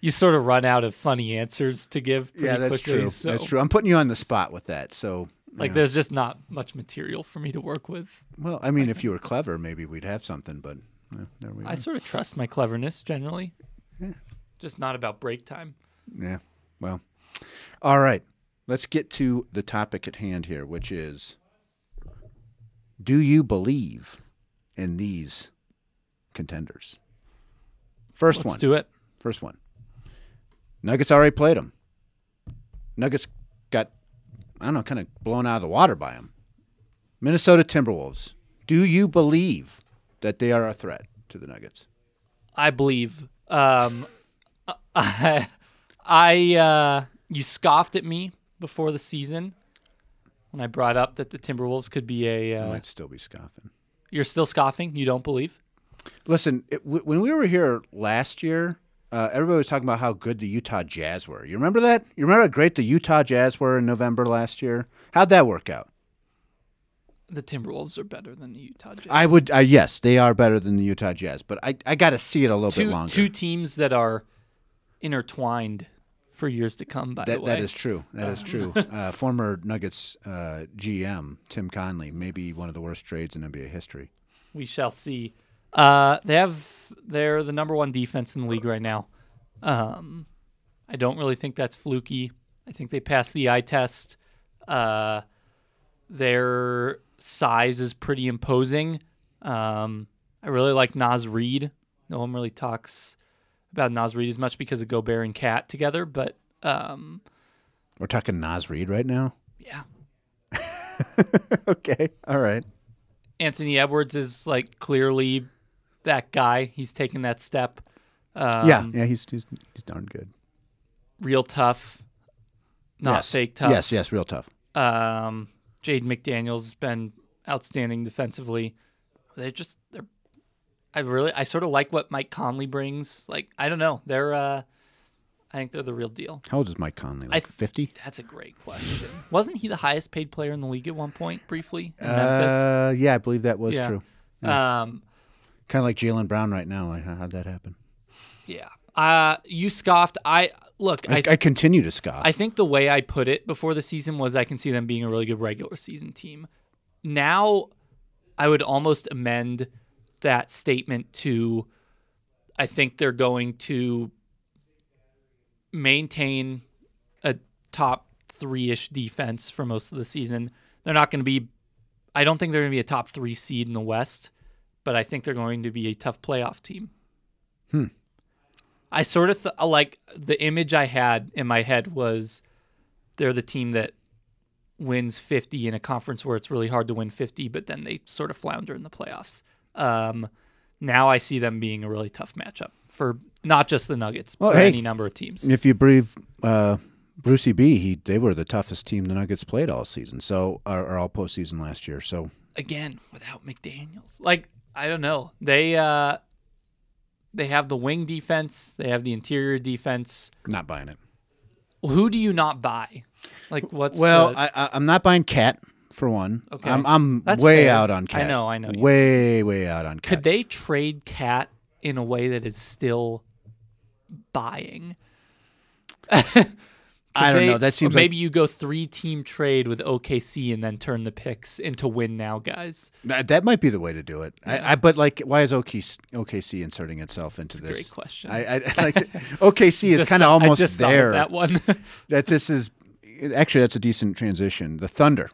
[SPEAKER 3] you sort of run out of funny answers to give. Pretty quickly, So,
[SPEAKER 1] That's true. I'm putting you on the spot with that. So you
[SPEAKER 3] Like,
[SPEAKER 1] know.
[SPEAKER 3] there's just not much material for me to work with.
[SPEAKER 1] well, I mean, if you were clever, maybe we'd have something. But uh, there we
[SPEAKER 3] I
[SPEAKER 1] go.
[SPEAKER 3] sort of trust my cleverness generally, just not about break time.
[SPEAKER 1] Yeah. Well. All right. Let's get to the topic at hand here, which is: Do you believe in these contenders? 1st
[SPEAKER 3] Let's
[SPEAKER 1] one.
[SPEAKER 3] do it.
[SPEAKER 1] First one. Nuggets already played them. Nuggets got, I don't know, kind of blown out of the water by them. Minnesota Timberwolves. Do you believe that they are a threat to the Nuggets?
[SPEAKER 3] I believe. Um, [laughs] I, I uh, you scoffed at me before the season when I brought up that the Timberwolves could be a.
[SPEAKER 1] I
[SPEAKER 3] Uh,
[SPEAKER 1] might still be scoffing.
[SPEAKER 3] you're still scoffing. You don't believe.
[SPEAKER 1] Listen, it, w- when we were here last year, uh, everybody was talking about how good the Utah Jazz were. You remember that? You remember how great the Utah Jazz were in November last year? How'd that work out?
[SPEAKER 3] The Timberwolves are better than the Utah Jazz.
[SPEAKER 1] I would, uh, yes, they are better than the Utah Jazz, but I, I got to see it a little bit
[SPEAKER 3] two
[SPEAKER 1] longer.
[SPEAKER 3] two teams that are intertwined for years to come. By the
[SPEAKER 1] That,
[SPEAKER 3] way,
[SPEAKER 1] that is true. That is
[SPEAKER 3] [laughs]
[SPEAKER 1] true. Uh, former Nuggets uh, GM Tim Conley, maybe one of the worst trades in NBA history.
[SPEAKER 3] we shall see. Uh, they have they're the number one defense in the league right now. Um, I don't really think that's fluky. I think they passed the eye test. Uh, their size is pretty imposing. Um, I really like Nas Reed. No one really talks about Nas Reed as much because of Gobert and Cat together, but Um,
[SPEAKER 1] We're talking Nas Reed right now. [laughs]
[SPEAKER 3] yeah.
[SPEAKER 1] okay. All right.
[SPEAKER 3] Anthony Edwards is like clearly that guy. He's taken that step. Um,
[SPEAKER 1] yeah. Yeah. He's he's he's darn good.
[SPEAKER 3] Real tough, not
[SPEAKER 1] yes.
[SPEAKER 3] fake tough.
[SPEAKER 1] Yes. Yes. Real tough.
[SPEAKER 3] Um, Jade McDaniels has been outstanding defensively. They just they're. I really I sort of like what Mike Conley brings. Like I don't know. They're. uh I think they're the real deal.
[SPEAKER 1] How old is Mike Conley? Like
[SPEAKER 3] th-
[SPEAKER 1] fifty.
[SPEAKER 3] That's a great question. [laughs] Wasn't he the highest paid player in the league at one point briefly in Memphis?
[SPEAKER 1] Uh, yeah, I believe that was
[SPEAKER 3] Yeah.
[SPEAKER 1] true.
[SPEAKER 3] Um,
[SPEAKER 1] Kind of like Jalen Brown right now. Like, how- how'd that happen?
[SPEAKER 3] Yeah. Uh, you scoffed. I look.
[SPEAKER 1] I,
[SPEAKER 3] I,
[SPEAKER 1] I,
[SPEAKER 3] th-
[SPEAKER 1] continue to scoff.
[SPEAKER 3] I think the way I put it before the season was I can see them being a really good regular season team. Now, I would almost amend that statement to I think they're going to maintain a top three ish defense for most of the season. They're not going to be. I don't think they're going to be a top three seed in the West, but I think they're going to be a tough playoff team.
[SPEAKER 1] Hmm.
[SPEAKER 3] I sort of th- like the image I had in my head was they're the team that wins 50 in a conference where it's really hard to win 50, but then they sort of flounder in the playoffs. Um, now I see them being a really tough matchup for not just the Nuggets,
[SPEAKER 1] Well,
[SPEAKER 3] for
[SPEAKER 1] hey.
[SPEAKER 3] any number of teams.
[SPEAKER 1] if you believe uh, Brucey B, he they were the toughest team the Nuggets played all season. So or, or all postseason last year. So
[SPEAKER 3] Again, without McDaniels. Like, I don't know. They uh, they have the wing defense, they have the interior defense.
[SPEAKER 1] not buying it.
[SPEAKER 3] Who do you not buy? Like, what's
[SPEAKER 1] Well,
[SPEAKER 3] the-
[SPEAKER 1] I, I, I'm not buying Cat for one.
[SPEAKER 3] Okay.
[SPEAKER 1] I'm, I'm
[SPEAKER 3] That's
[SPEAKER 1] way
[SPEAKER 3] fair.
[SPEAKER 1] out on
[SPEAKER 3] I
[SPEAKER 1] Cat.
[SPEAKER 3] know, I know you are.
[SPEAKER 1] Way, way out on Cat.
[SPEAKER 3] Could they trade Cat in a way that is still buying?
[SPEAKER 1] I don't
[SPEAKER 3] They-
[SPEAKER 1] know.
[SPEAKER 3] or
[SPEAKER 1] That seems
[SPEAKER 3] maybe you go three team trade with OKC and then turn the picks into win now guys.
[SPEAKER 1] like uh, that- that might be the way to do it. I, I but like, why is OKC, OKC inserting itself into this?
[SPEAKER 3] Great question.
[SPEAKER 1] I, I
[SPEAKER 3] [laughs]
[SPEAKER 1] like OKC is
[SPEAKER 3] Just
[SPEAKER 1] kind of
[SPEAKER 3] thought- I
[SPEAKER 1] almost
[SPEAKER 3] just thought of
[SPEAKER 1] there.
[SPEAKER 3] That one. [laughs]
[SPEAKER 1] that this is actually that's a decent transition. The Thunder,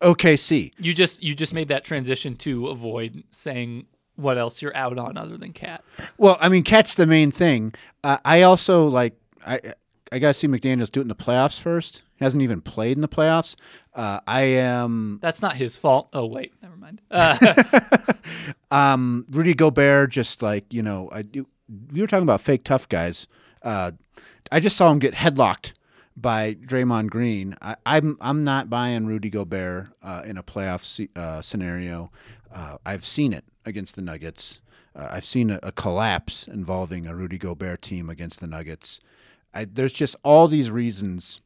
[SPEAKER 1] OKC.
[SPEAKER 3] you just you just made that transition to avoid saying what else you're out on other than Cat.
[SPEAKER 1] Well, I mean, cat's the main thing. Uh, I also like I I gotta see McDaniel's do it in the playoffs first. He hasn't even played in the playoffs. Uh, I am
[SPEAKER 3] That's not his fault. Oh wait, never mind. Uh,
[SPEAKER 1] um, Rudy Gobert. Just like you know, I you- we were talking about fake tough guys. Uh, I just saw him get headlocked by Draymond Green. I, I'm I'm not buying Rudy Gobert uh, in a playoff se- uh, scenario. Uh, I've seen it against the Nuggets. Uh, I've seen a, a collapse involving a Rudy Gobert team against the Nuggets. I, there's just all these reasons.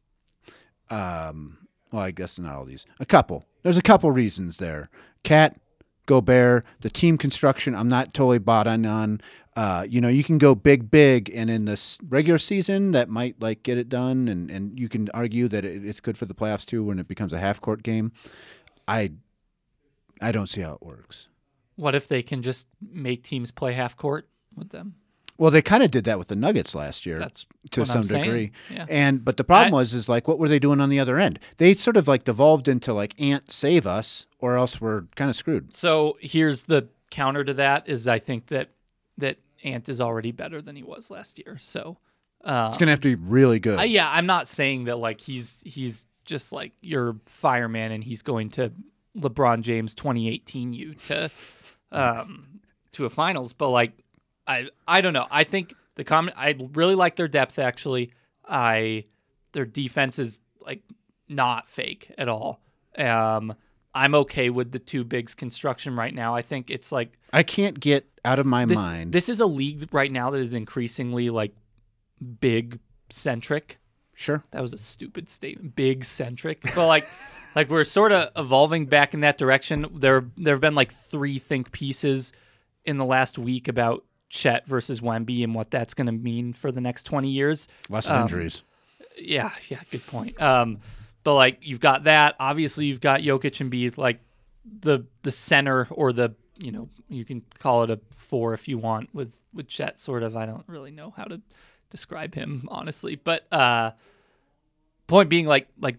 [SPEAKER 1] Um, well, I guess not all these. A couple. There's a couple reasons there. Cat, Gobert, the team construction. I'm not totally bought on. on. Uh, you know, you can go big, big, and in the s- regular season, that might like get it done, and and you can argue that it, it's good for the playoffs too when it becomes a half court game. I, I don't see how it works.
[SPEAKER 3] what if they can just make teams play half court with them?
[SPEAKER 1] Well, they kind of did that with the Nuggets last year
[SPEAKER 3] That's
[SPEAKER 1] to
[SPEAKER 3] what
[SPEAKER 1] some
[SPEAKER 3] I'm saying.
[SPEAKER 1] degree.
[SPEAKER 3] Yeah.
[SPEAKER 1] And but the problem
[SPEAKER 3] I-
[SPEAKER 1] was is like what were they doing on the other end? They sort of like devolved into like Ant save us or else we're kind of screwed.
[SPEAKER 3] So here's the counter to that is I think that that Ant is already better than he was last year. So
[SPEAKER 1] It's going to have to be really good.
[SPEAKER 3] Uh, I, Uh, yeah, I'm not saying that like he's he's just like your fireman and he's going to LeBron James 2018 you to um to a finals, but like I I don't know. I think the common I really like their depth actually. I their defense is like not fake at all. Um I'm okay with the two bigs construction right now. I think it's like
[SPEAKER 1] I can't get out of my
[SPEAKER 3] this,
[SPEAKER 1] mind.
[SPEAKER 3] this is a league right now that is increasingly like big centric.
[SPEAKER 1] sure.
[SPEAKER 3] That was a stupid statement. Big centric, but like, [laughs] like we're sort of evolving back in that direction. There, there have been like three think pieces in the last week about Chet versus Wemby and what that's going to mean for the next twenty years.
[SPEAKER 1] Lots
[SPEAKER 3] um,
[SPEAKER 1] of injuries.
[SPEAKER 3] Yeah, yeah, good point. Um, but like you've got that. Obviously, you've got Jokic and Embiid, like the the center or the you know you can call it a four if you want with with Chet. Sort of. I don't really know how to describe him honestly, but uh, point being, like like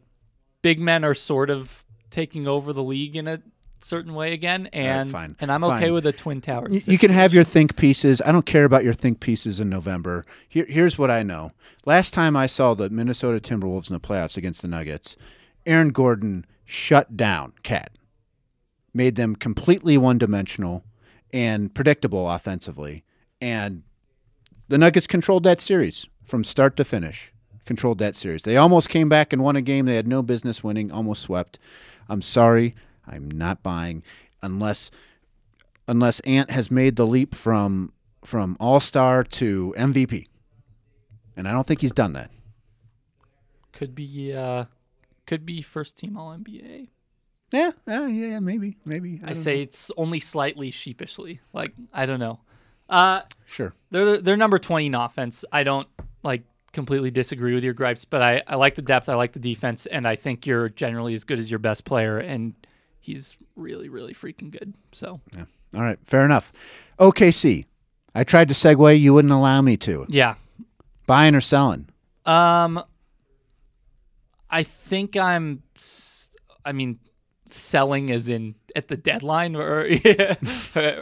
[SPEAKER 3] big men are sort of taking over the league in a certain way again, and
[SPEAKER 1] fine,
[SPEAKER 3] and I'm okay
[SPEAKER 1] fine.
[SPEAKER 3] with the Twin Towers.
[SPEAKER 1] Y- You can have your think pieces. I don't care about your think pieces in November. Here, here's what I know. Last time I saw the Minnesota Timberwolves in the playoffs against the Nuggets, Aaron Gordon shut down Cat, made them completely one dimensional and predictable offensively. And the Nuggets controlled that series from start to finish. Controlled that series. They almost came back and won a game they had no business winning, almost swept. I'm sorry, I'm not buying unless unless Ant has made the leap from from All Star to MVP, and I don't think he's done that.
[SPEAKER 3] could be uh, could be first team All NBA.
[SPEAKER 1] Yeah, yeah, yeah, maybe, maybe.
[SPEAKER 3] I
[SPEAKER 1] don't
[SPEAKER 3] say it's only slightly sheepishly. Like I don't know. Uh,
[SPEAKER 1] know. sure.
[SPEAKER 3] they're they're number twenty in offense. I don't like completely disagree with your gripes, but I I like the depth. I like the defense, and I think you're generally as good as your best player, and he's really really freaking good. So
[SPEAKER 1] Yeah. All right, fair enough. OKC. I tried to segue, you wouldn't allow me to.
[SPEAKER 3] yeah,
[SPEAKER 1] Buying or selling?
[SPEAKER 3] Um, I think I'm. s- I mean, selling as in at the deadline, or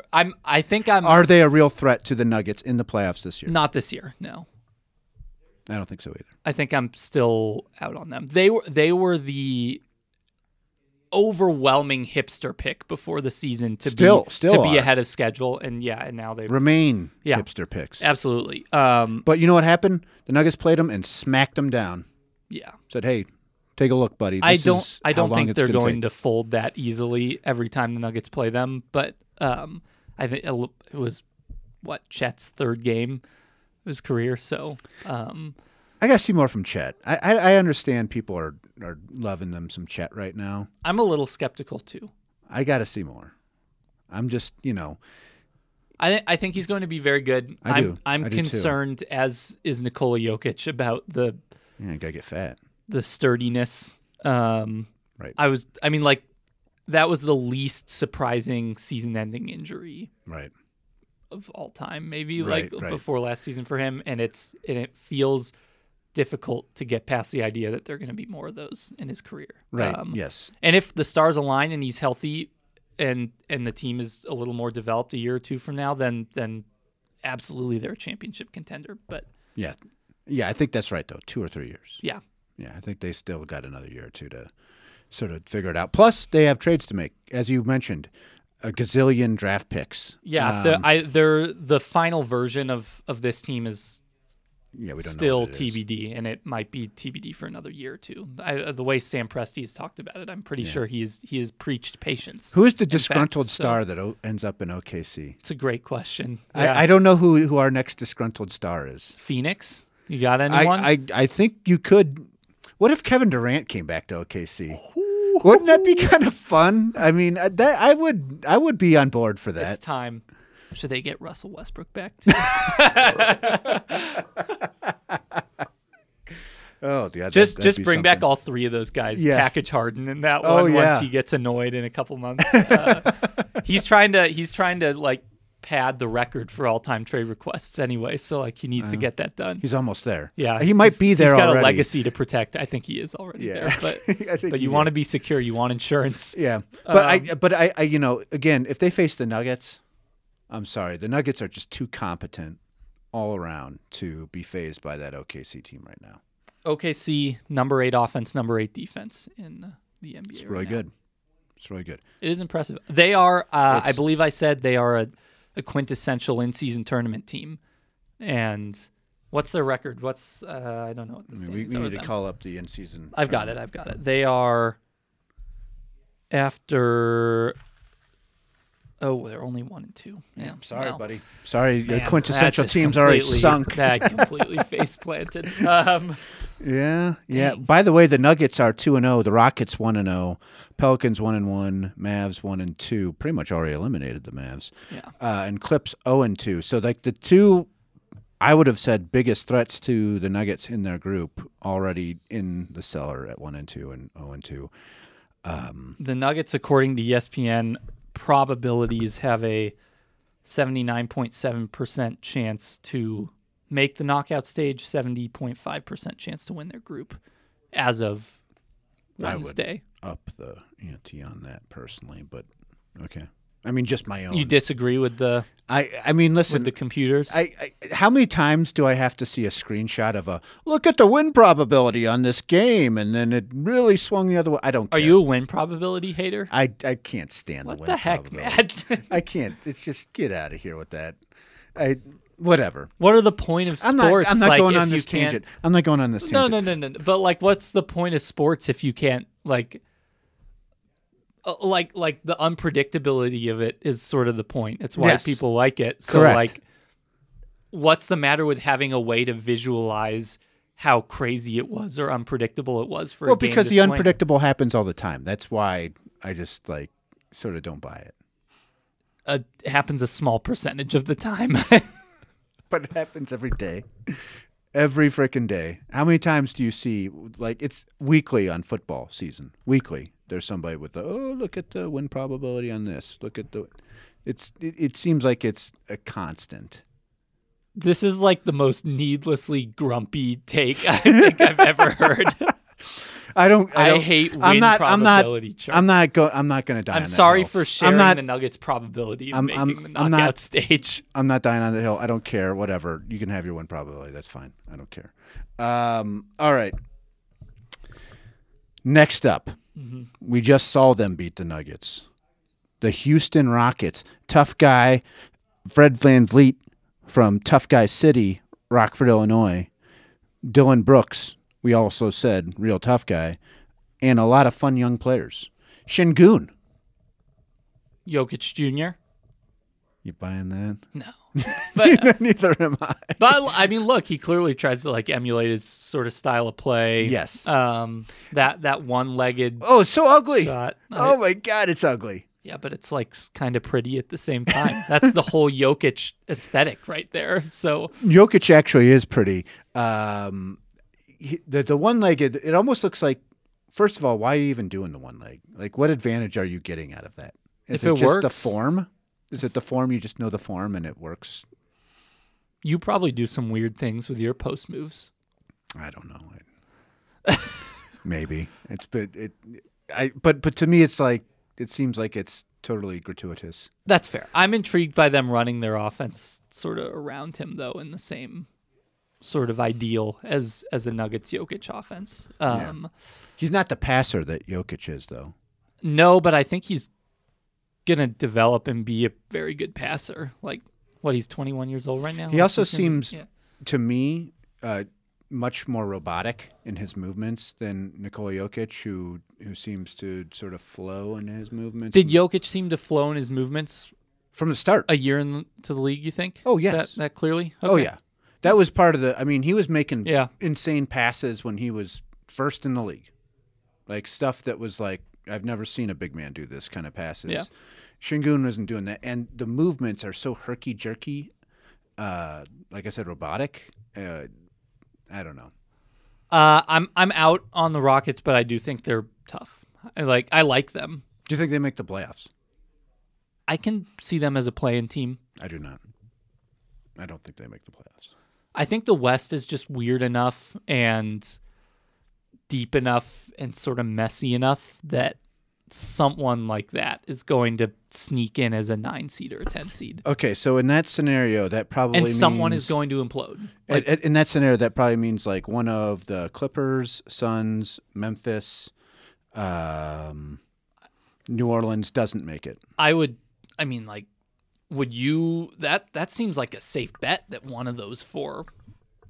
[SPEAKER 3] [laughs] I'm. I think I'm
[SPEAKER 1] Are they a real threat to the Nuggets in the playoffs this year?
[SPEAKER 3] not this year. No,
[SPEAKER 1] I don't think so either.
[SPEAKER 3] I think I'm still out on them. They were. They were the overwhelming hipster pick before the season to
[SPEAKER 1] Still-
[SPEAKER 3] be
[SPEAKER 1] still
[SPEAKER 3] to be
[SPEAKER 1] are.
[SPEAKER 3] ahead of schedule, and yeah, and now they
[SPEAKER 1] Remain
[SPEAKER 3] Yeah.
[SPEAKER 1] hipster picks.
[SPEAKER 3] absolutely. Um,
[SPEAKER 1] But you know what happened? The Nuggets played them and smacked them down.
[SPEAKER 3] yeah.
[SPEAKER 1] Said, "Hey, take a look, buddy."
[SPEAKER 3] I
[SPEAKER 1] This
[SPEAKER 3] don't.
[SPEAKER 1] is
[SPEAKER 3] I
[SPEAKER 1] how
[SPEAKER 3] don't
[SPEAKER 1] long
[SPEAKER 3] think
[SPEAKER 1] it's
[SPEAKER 3] they're
[SPEAKER 1] gonna
[SPEAKER 3] going
[SPEAKER 1] take.
[SPEAKER 3] to fold that easily every time the Nuggets play them. But um, I think it l- it was what Chet's third game of his career. So um,
[SPEAKER 1] I gotta see more from Chet. I, I I understand people are are loving them some Chet right now.
[SPEAKER 3] I'm a little skeptical too.
[SPEAKER 1] I gotta see more. I'm just you know
[SPEAKER 3] I th- I think he's going to be very good.
[SPEAKER 1] I
[SPEAKER 3] am
[SPEAKER 1] do.
[SPEAKER 3] I'm
[SPEAKER 1] I do too.
[SPEAKER 3] concerned, as is Nikola Jokic, about the
[SPEAKER 1] yeah, I gotta get fat.
[SPEAKER 3] the sturdiness. Um,
[SPEAKER 1] Right.
[SPEAKER 3] I was. I mean, like that was the least surprising season-ending injury
[SPEAKER 1] Right.
[SPEAKER 3] of all time, maybe
[SPEAKER 1] Right,
[SPEAKER 3] like
[SPEAKER 1] right.
[SPEAKER 3] before last season for him, and it's and it feels difficult to get past the idea that there are going to be more of those in his career.
[SPEAKER 1] Right.
[SPEAKER 3] Um,
[SPEAKER 1] yes.
[SPEAKER 3] And if the stars align and he's healthy, and and the team is a little more developed a year or two from now, then then absolutely they're a championship contender. But
[SPEAKER 1] Yeah. Yeah. I think that's right though. Two or three years.
[SPEAKER 3] yeah,
[SPEAKER 1] Yeah. I think they still got another year or two to sort of figure it out. Plus, they have trades to make, as you mentioned, a gazillion draft picks.
[SPEAKER 3] yeah,
[SPEAKER 1] Um,
[SPEAKER 3] the, I they're the final version of of this team is
[SPEAKER 1] yeah. We don't know
[SPEAKER 3] still
[SPEAKER 1] what it is.
[SPEAKER 3] TBD, and it might be TBD for another year or two. I, uh, the way Sam Presti has talked about it, I'm pretty sure he is he has preached patience.
[SPEAKER 1] Who is the
[SPEAKER 3] fact,
[SPEAKER 1] disgruntled
[SPEAKER 3] so-
[SPEAKER 1] star that o- ends up in OKC?
[SPEAKER 3] It's a great question.
[SPEAKER 1] I, I don't know who who our next disgruntled star is.
[SPEAKER 3] Phoenix, you got
[SPEAKER 1] I,
[SPEAKER 3] anyone?
[SPEAKER 1] I I think you could. What if Kevin Durant came back to OKC? Wouldn't that be kind of fun? I mean, I- that I would I would be on board for
[SPEAKER 3] it's
[SPEAKER 1] that.
[SPEAKER 3] time. Should they get Russell Westbrook back too?
[SPEAKER 1] Oh yeah,
[SPEAKER 3] just just bring back all three of those guys.
[SPEAKER 1] Yes.
[SPEAKER 3] Package Harden in that one
[SPEAKER 1] Oh, yeah.
[SPEAKER 3] once he gets annoyed in a
[SPEAKER 1] [laughs]
[SPEAKER 3] couple months. Uh, he's trying to he's trying to like pad the record for all time trade requests anyway. So like he needs to get that done.
[SPEAKER 1] He's almost there.
[SPEAKER 3] Yeah,
[SPEAKER 1] he might
[SPEAKER 3] he's-
[SPEAKER 1] be there
[SPEAKER 3] He's got
[SPEAKER 1] already.
[SPEAKER 3] a legacy to protect. I think he is already
[SPEAKER 1] Yeah. [laughs]
[SPEAKER 3] there,
[SPEAKER 1] I
[SPEAKER 3] but
[SPEAKER 1] think
[SPEAKER 3] but
[SPEAKER 1] he
[SPEAKER 3] you want to be secure. You want insurance.
[SPEAKER 1] Yeah, but I
[SPEAKER 3] Um,
[SPEAKER 1] but I, I you know again if they face the Nuggets, I'm sorry, the Nuggets are just too competent all around to be phased by that OKC team right now.
[SPEAKER 3] OKC number eight offense, number eight defense in the NBA.
[SPEAKER 1] It's really good. It's really good.
[SPEAKER 3] It is impressive. They are. Uh, I
[SPEAKER 1] It's-
[SPEAKER 3] believe I said they are a, a quintessential in-season tournament team. And what's their record? What's uh, I don't know. What the
[SPEAKER 1] I mean, we,
[SPEAKER 3] standings
[SPEAKER 1] we
[SPEAKER 3] are
[SPEAKER 1] need
[SPEAKER 3] with
[SPEAKER 1] to
[SPEAKER 3] them.
[SPEAKER 1] call up the in season.
[SPEAKER 3] I've got it. I've got it. They are after. Oh, they're only one and two. Yeah,
[SPEAKER 1] Sorry,
[SPEAKER 3] well.
[SPEAKER 1] buddy. Sorry, your
[SPEAKER 3] Man,
[SPEAKER 1] quintessential
[SPEAKER 3] that just
[SPEAKER 1] team's already
[SPEAKER 3] completely-
[SPEAKER 1] sunk.
[SPEAKER 3] [laughs]
[SPEAKER 1] [laughs]
[SPEAKER 3] That completely face planted. Um,
[SPEAKER 1] Yeah, yeah. By the way, the Nuggets are two and zero. The Rockets one and zero. Pelicans one and one. Mavs one and two. Pretty much already eliminated the Mavs.
[SPEAKER 3] Yeah.
[SPEAKER 1] Uh, and Clips zero and two. So like the two, I would have said biggest threats to the Nuggets in their group already in the cellar at one and two and zero and two.
[SPEAKER 3] the Nuggets, according to E ESPN, probabilities have a 79.7% chance to make the knockout stage, 70.5% chance to win their group as of
[SPEAKER 1] I would.
[SPEAKER 3] Wednesday.
[SPEAKER 1] Up the ante on that personally, but Okay. I mean, just my own.
[SPEAKER 3] You disagree with the
[SPEAKER 1] I, I mean, listen.
[SPEAKER 3] with the computers?
[SPEAKER 1] I, I, how many times do I have to see a screenshot of a look at the win probability on this game, and then it really swung the other way? I don't.
[SPEAKER 3] Are
[SPEAKER 1] care.
[SPEAKER 3] you a win probability hater?
[SPEAKER 1] I, I can't stand the win.
[SPEAKER 3] the heck,
[SPEAKER 1] probability.
[SPEAKER 3] Matt? [laughs]
[SPEAKER 1] I can't. It's just get out of here with that. I whatever.
[SPEAKER 3] what are the point of sports?
[SPEAKER 1] I'm not. I'm not
[SPEAKER 3] like,
[SPEAKER 1] going
[SPEAKER 3] if
[SPEAKER 1] on
[SPEAKER 3] you
[SPEAKER 1] this
[SPEAKER 3] can't-
[SPEAKER 1] tangent. I'm not going on this
[SPEAKER 3] No,
[SPEAKER 1] tangent.
[SPEAKER 3] no, no, no. no. But like, what's the point of sports if you can't like, uh, like, like the unpredictability of it is sort of the point. It's why
[SPEAKER 1] Yes.
[SPEAKER 3] people like it. So
[SPEAKER 1] Correct.
[SPEAKER 3] like, what's the matter with having a way to visualize how crazy it was or unpredictable it was for?
[SPEAKER 1] Well,
[SPEAKER 3] a game
[SPEAKER 1] because
[SPEAKER 3] to
[SPEAKER 1] the
[SPEAKER 3] swing?
[SPEAKER 1] unpredictable happens all the time. That's why I just like sort of don't buy it.
[SPEAKER 3] uh, happens a small percentage of the time. [laughs]
[SPEAKER 1] but it happens every day. Every freaking day. How many times do you see like it's weekly on football season? Weekly, there's somebody with the oh look at the win probability on this. Look at the it's it, it seems like it's a constant.
[SPEAKER 3] this is like the most needlessly grumpy take I think I've
[SPEAKER 1] [laughs]
[SPEAKER 3] ever heard.
[SPEAKER 1] I don't. I,
[SPEAKER 3] I
[SPEAKER 1] don't-
[SPEAKER 3] hate
[SPEAKER 1] I'm
[SPEAKER 3] win
[SPEAKER 1] not,
[SPEAKER 3] probability
[SPEAKER 1] I'm not.
[SPEAKER 3] charts.
[SPEAKER 1] I'm not. Go, I'm not going to die. on
[SPEAKER 3] I'm
[SPEAKER 1] that
[SPEAKER 3] sorry
[SPEAKER 1] hill.
[SPEAKER 3] for sharing
[SPEAKER 1] I'm not.
[SPEAKER 3] the Nuggets' probability of
[SPEAKER 1] I'm-
[SPEAKER 3] making
[SPEAKER 1] I'm-
[SPEAKER 3] the knockout
[SPEAKER 1] I'm not-
[SPEAKER 3] stage.
[SPEAKER 1] I'm not dying on the hill. I don't care. Whatever. You can have your win probability. That's fine. I don't care. Um, all right. Next up, we just saw them beat the Nuggets. The Houston Rockets. Tough guy, Fred Van Vliet from Tough Guy City, Rockford, Illinois. Dylan Brooks, we also said, real tough guy. And a lot of fun young players. Shingun. [laughs]
[SPEAKER 3] Jokic Jr.
[SPEAKER 1] You buying that?
[SPEAKER 3] No,
[SPEAKER 1] [laughs]
[SPEAKER 3] but
[SPEAKER 1] Neither am I.
[SPEAKER 3] but I mean, look, he clearly tries to like emulate his sort of style of play.
[SPEAKER 1] Yes.
[SPEAKER 3] um, that that one-legged
[SPEAKER 1] Oh, it's so ugly.
[SPEAKER 3] shot.
[SPEAKER 1] Oh my God, it's ugly.
[SPEAKER 3] Yeah, but it's like kind of pretty at the same time. That's the whole Jokic aesthetic right there. So
[SPEAKER 1] Jokic actually is pretty. Um, he- the the one legged, it almost looks like. First of all, why are you even doing the one leg? Like, what advantage are you getting out of that? Is
[SPEAKER 3] If it
[SPEAKER 1] just the
[SPEAKER 3] works.
[SPEAKER 1] form? Is it the form? You just know the form and it works.
[SPEAKER 3] you probably do some weird things with your post moves.
[SPEAKER 1] I don't know.
[SPEAKER 3] [laughs]
[SPEAKER 1] I- Maybe it's but it, I but but to me it's like it seems like it's totally gratuitous.
[SPEAKER 3] That's fair. I'm intrigued by them running their offense sort of around him though in the same sort of ideal as as a Nuggets Jokic offense. Um
[SPEAKER 1] He's not the passer that Jokic is though.
[SPEAKER 3] no, but I think he's going to develop and be a very good passer. Like what he's 21 years old right now.
[SPEAKER 1] He also
[SPEAKER 3] He's gonna be-
[SPEAKER 1] seems,
[SPEAKER 3] yeah.
[SPEAKER 1] to me, uh, much more robotic in his movements than Nikola Jokic, who who seems to sort of flow in his movements.
[SPEAKER 3] Did Oh, Jokic seem to flow in his movements
[SPEAKER 1] from the start?
[SPEAKER 3] a year into the league, you think?
[SPEAKER 1] Oh, yes.
[SPEAKER 3] That, that clearly?
[SPEAKER 1] Oh
[SPEAKER 3] Okay.
[SPEAKER 1] yeah, that was part of the. I mean, he was making
[SPEAKER 3] Yeah.
[SPEAKER 1] insane passes when he was first in the league, like stuff that was like I've never seen a big man do this kind of passes.
[SPEAKER 3] Yeah.
[SPEAKER 1] Shingun wasn't doing that, and the movements are so herky jerky. Uh, like I said, robotic. Uh, I don't know.
[SPEAKER 3] Uh, I'm I'm out on the Rockets, but I do think they're tough. I like I like them.
[SPEAKER 1] Do you think they make the playoffs?
[SPEAKER 3] I can see them as a play-in team.
[SPEAKER 1] I do not. I don't think they make the playoffs.
[SPEAKER 3] I think the West is just weird enough and deep enough and sort of messy enough that someone like that is going to sneak in as a nine seed or a ten seed,
[SPEAKER 1] Okay, so in that scenario, that probably
[SPEAKER 3] and
[SPEAKER 1] Oh,
[SPEAKER 3] someone
[SPEAKER 1] means-
[SPEAKER 3] is going to implode.
[SPEAKER 1] in- in, in that scenario that probably means like one of the Clippers, Suns, Memphis, um, New Orleans doesn't make it.
[SPEAKER 3] I would. I mean, like, would you? That that seems like a safe bet that one of those four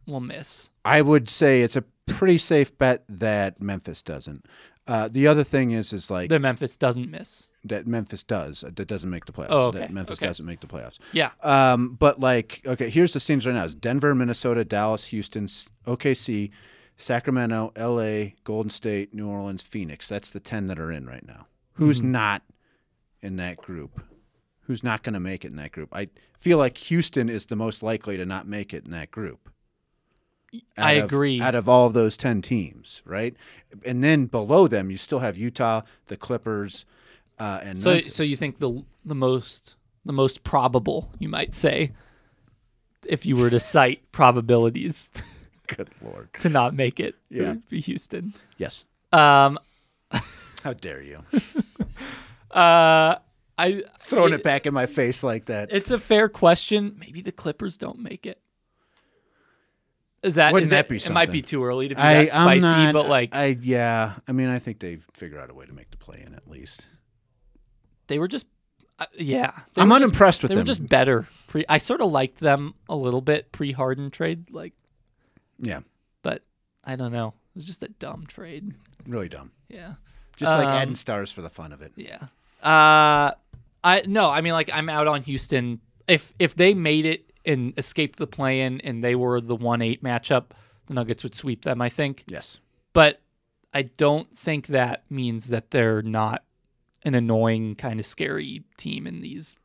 [SPEAKER 3] will miss.
[SPEAKER 1] I would say it's a pretty safe bet that Memphis doesn't. Uh, the other thing is, is like
[SPEAKER 3] The Memphis doesn't miss.
[SPEAKER 1] that Memphis does that doesn't make the playoffs.
[SPEAKER 3] Oh, okay,
[SPEAKER 1] That Memphis
[SPEAKER 3] okay.
[SPEAKER 1] doesn't make the playoffs.
[SPEAKER 3] Yeah.
[SPEAKER 1] Um, but like, okay, here's the teams right now: is Denver, Minnesota, Dallas, Houston, S- OKC, Sacramento, LA, Golden State, New Orleans, Phoenix. That's the ten that are in right now. Who's
[SPEAKER 3] Mm-hmm.
[SPEAKER 1] not in that group? Who's not going to make it in that group? I feel like Houston is the most likely to not make it in that group. Out
[SPEAKER 3] I
[SPEAKER 1] of-
[SPEAKER 3] agree.
[SPEAKER 1] Out of all of those ten teams, right? And then below them, you still have Utah, the Clippers, uh, and
[SPEAKER 3] So,
[SPEAKER 1] Memphis.
[SPEAKER 3] so you think the the most the most probable, you might say, if you were to cite probabilities [laughs]
[SPEAKER 1] good lord,
[SPEAKER 3] to not make it, it
[SPEAKER 1] Yeah.
[SPEAKER 3] would be Houston.
[SPEAKER 1] yes.
[SPEAKER 3] Um,
[SPEAKER 1] How dare you?
[SPEAKER 3] uh, I
[SPEAKER 1] throwing it back in my face like that.
[SPEAKER 3] It's a fair question. Maybe the Clippers don't make it. Is that
[SPEAKER 1] Wouldn't
[SPEAKER 3] is
[SPEAKER 1] that
[SPEAKER 3] it-
[SPEAKER 1] be
[SPEAKER 3] It might be
[SPEAKER 1] something?
[SPEAKER 3] too early to be
[SPEAKER 1] I,
[SPEAKER 3] that spicy,
[SPEAKER 1] I'm not,
[SPEAKER 3] but like
[SPEAKER 1] I yeah. I mean, I think they figure out a way to make the play in at least.
[SPEAKER 3] they were just, uh, yeah. They
[SPEAKER 1] I'm
[SPEAKER 3] were just-
[SPEAKER 1] unimpressed with
[SPEAKER 3] They
[SPEAKER 1] them.
[SPEAKER 3] were just better. Pre, I sort of liked them a little bit pre Harden trade, like,
[SPEAKER 1] yeah,
[SPEAKER 3] but I don't know. It was just a dumb trade.
[SPEAKER 1] really dumb.
[SPEAKER 3] Yeah.
[SPEAKER 1] Just like
[SPEAKER 3] Um,
[SPEAKER 1] adding stars for the fun of it.
[SPEAKER 3] Yeah. Uh I no, I mean like I'm out on Houston. If if they made it and escaped the play in and they were the one eight matchup, the Nuggets would sweep them, I think.
[SPEAKER 1] Yes.
[SPEAKER 3] But I don't think that means that they're not an annoying, kind of scary team in these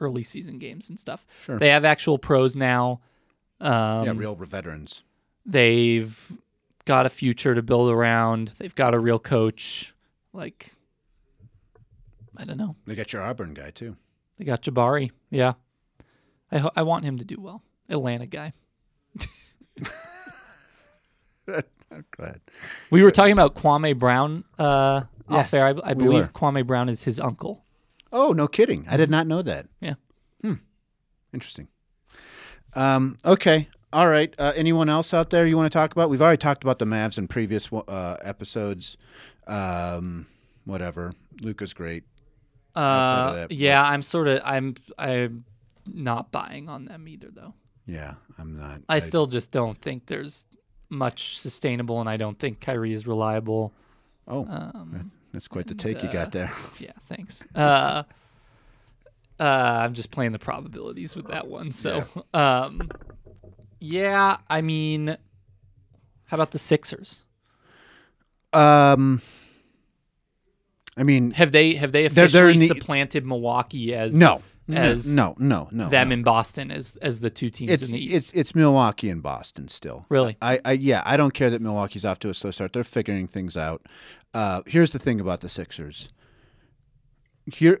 [SPEAKER 3] early season games and stuff.
[SPEAKER 1] Sure.
[SPEAKER 3] They have actual pros now. Um,
[SPEAKER 1] yeah, real veterans.
[SPEAKER 3] they've got a future to build around. They've got a real coach. Like, I don't know.
[SPEAKER 1] They got your Auburn guy too.
[SPEAKER 3] They got Jabari. Yeah, I ho- I want him to do well. Atlanta guy.
[SPEAKER 1] I'm glad.
[SPEAKER 3] We were talking about Kwame Brown uh,
[SPEAKER 1] Yes,
[SPEAKER 3] off there. I, I
[SPEAKER 1] we
[SPEAKER 3] believe
[SPEAKER 1] were.
[SPEAKER 3] Kwame Brown is his uncle.
[SPEAKER 1] Oh, no kidding. I did not know that.
[SPEAKER 3] Mm-hmm.
[SPEAKER 1] Hmm.
[SPEAKER 3] Yeah.
[SPEAKER 1] Interesting. Um, okay. All right. Uh, anyone else out there you want to talk about? We've already talked about the Mavs in previous uh, episodes. Um, whatever. Luca's great. Outside of
[SPEAKER 3] Uh,
[SPEAKER 1] that, but-
[SPEAKER 3] yeah, I'm sort of I'm I'm not buying on them either though.
[SPEAKER 1] Yeah, I'm not.
[SPEAKER 3] I still just don't think there's much sustainable, and I don't think Kyrie is reliable.
[SPEAKER 1] Oh,
[SPEAKER 3] um,
[SPEAKER 1] that's quite the take you got
[SPEAKER 3] uh,
[SPEAKER 1] there.
[SPEAKER 3] Yeah, thanks. Uh, uh, I'm just playing the probabilities with that one. So, yeah. um, yeah, I mean, how about the Sixers?
[SPEAKER 1] Um, I mean,
[SPEAKER 3] Have they have they
[SPEAKER 1] They're-
[SPEAKER 3] officially
[SPEAKER 1] they're in the-
[SPEAKER 3] supplanted Milwaukee as
[SPEAKER 1] no,
[SPEAKER 3] as
[SPEAKER 1] no, no, no.
[SPEAKER 3] them
[SPEAKER 1] no.
[SPEAKER 3] in Boston as as the two teams
[SPEAKER 1] it's
[SPEAKER 3] in the East?
[SPEAKER 1] it's it's Milwaukee and Boston still.
[SPEAKER 3] Really?
[SPEAKER 1] I, I yeah, I don't care that Milwaukee's off to a slow start. They're figuring things out. Uh, here's the thing about the Sixers. Here,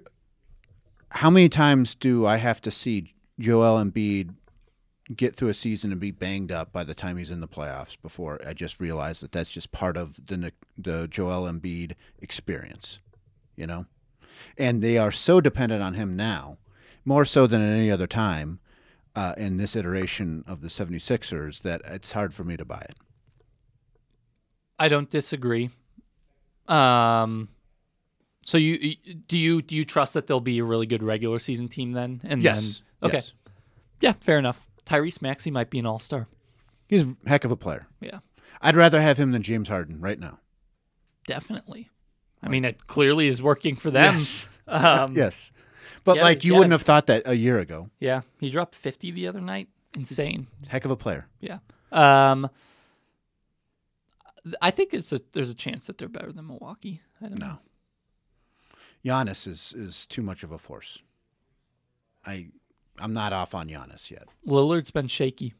[SPEAKER 1] how many times do I have to see Joel Embiid get through a season and be banged up by the time he's in the playoffs before I just realize that that's just part of the Nic- the Joel Embiid experience, you know? And they are so dependent on him now, more so than at any other time uh, in this iteration of the 76ers that it's hard for me to buy it.
[SPEAKER 3] I don't disagree. Um, so you you- do you do you trust that they'll be a really good regular season team then? And
[SPEAKER 1] Yes.
[SPEAKER 3] then, okay,
[SPEAKER 1] Yes.
[SPEAKER 3] yeah, fair enough. Tyrese Maxey might be an all star.
[SPEAKER 1] He's a heck of a player.
[SPEAKER 3] Yeah,
[SPEAKER 1] I'd rather have him than James Harden right now.
[SPEAKER 3] definitely. I mean, it clearly is working for them. [laughs] Um,
[SPEAKER 1] Yes. But
[SPEAKER 3] Yeah,
[SPEAKER 1] like you
[SPEAKER 3] yeah.
[SPEAKER 1] wouldn't have thought that a year ago.
[SPEAKER 3] yeah, he dropped fifty the other night. Insane.
[SPEAKER 1] Heck of a player.
[SPEAKER 3] Yeah. Um, I think it's a there's a chance that they're better than Milwaukee. I don't know.
[SPEAKER 1] No. Giannis is is too much of a force. I I'm not off on Giannis yet.
[SPEAKER 3] Lillard's been shaky.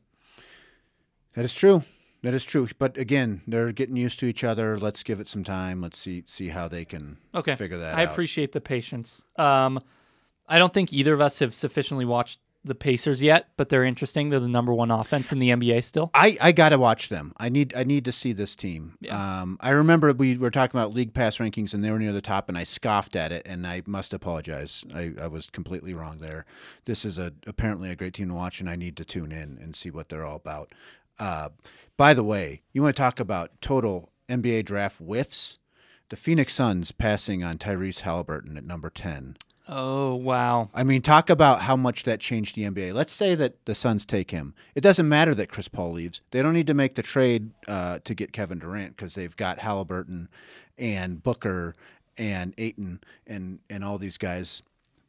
[SPEAKER 1] That is true. That is true. But again, they're getting used to each other. Let's give it some time. Let's see see how they can
[SPEAKER 3] Okay.
[SPEAKER 1] figure that
[SPEAKER 3] I
[SPEAKER 1] out.
[SPEAKER 3] appreciate the patience. Um, I don't think either of us have sufficiently watched the Pacers yet, but they're interesting. They're the number one offense in the NBA still.
[SPEAKER 1] I, I gotta watch them. I need I need to see this team.
[SPEAKER 3] Yeah.
[SPEAKER 1] Um, I remember we were talking about league pass rankings and they were near the top, and I scoffed at it, and I must apologize. I, I was completely wrong there. This is a apparently a great team to watch, and I need to tune in and see what they're all about. Uh, by the way, you want to talk about total NBA draft whiffs? The Phoenix Suns passing on Tyrese Halliburton at number ten.
[SPEAKER 3] Oh wow.
[SPEAKER 1] I mean, talk about how much that changed the NBA. Let's say that the Suns take him. It doesn't matter that Chris Paul leaves. They don't need to make the trade uh, to get Kevin Durant because they've got Halliburton and Booker and Aiton and and all these guys.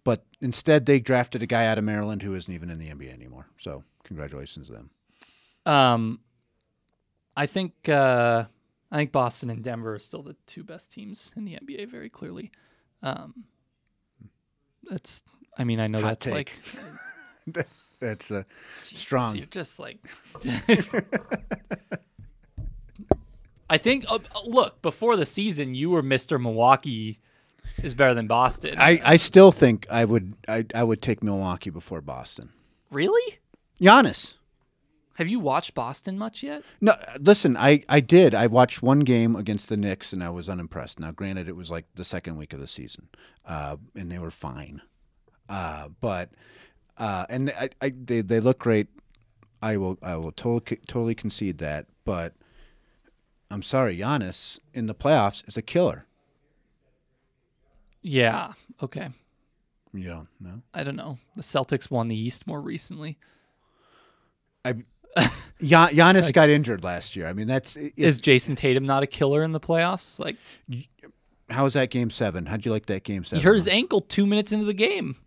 [SPEAKER 1] But instead, they drafted a guy out of Maryland who isn't even in the NBA anymore. So congratulations to them.
[SPEAKER 3] Um, I think uh, I think Boston and Denver are still the two best teams in the NBA. Very clearly, um, that's. I mean, I know
[SPEAKER 1] Hot
[SPEAKER 3] that's
[SPEAKER 1] take.
[SPEAKER 3] like
[SPEAKER 1] That's uh, strong.
[SPEAKER 3] you're just like. [laughs] I think. Uh, look, before the season, you were Mister Milwaukee is better than Boston.
[SPEAKER 1] I, I still think I would I, I would take Milwaukee before Boston.
[SPEAKER 3] really?
[SPEAKER 1] Giannis.
[SPEAKER 3] Have you watched Boston much yet?
[SPEAKER 1] No, listen, I, I did. I watched one game against the Knicks and I was unimpressed. Now, granted, it was like the second week of the season, uh, and they were fine. Uh, but uh, and I, I they, they look great. I will I will totally totally concede that. But I'm sorry, Giannis in the playoffs is a killer.
[SPEAKER 3] Yeah. Okay.
[SPEAKER 1] You don't know.
[SPEAKER 3] I don't know. The Celtics won the East more recently.
[SPEAKER 1] I, Gian, Giannis got injured last year. I mean, that's it,
[SPEAKER 3] Is Jason Tatum not a killer in the playoffs? Like
[SPEAKER 1] how was that game seven? How'd you like that game
[SPEAKER 3] he
[SPEAKER 1] seven?
[SPEAKER 3] hurt his ankle two minutes into the game.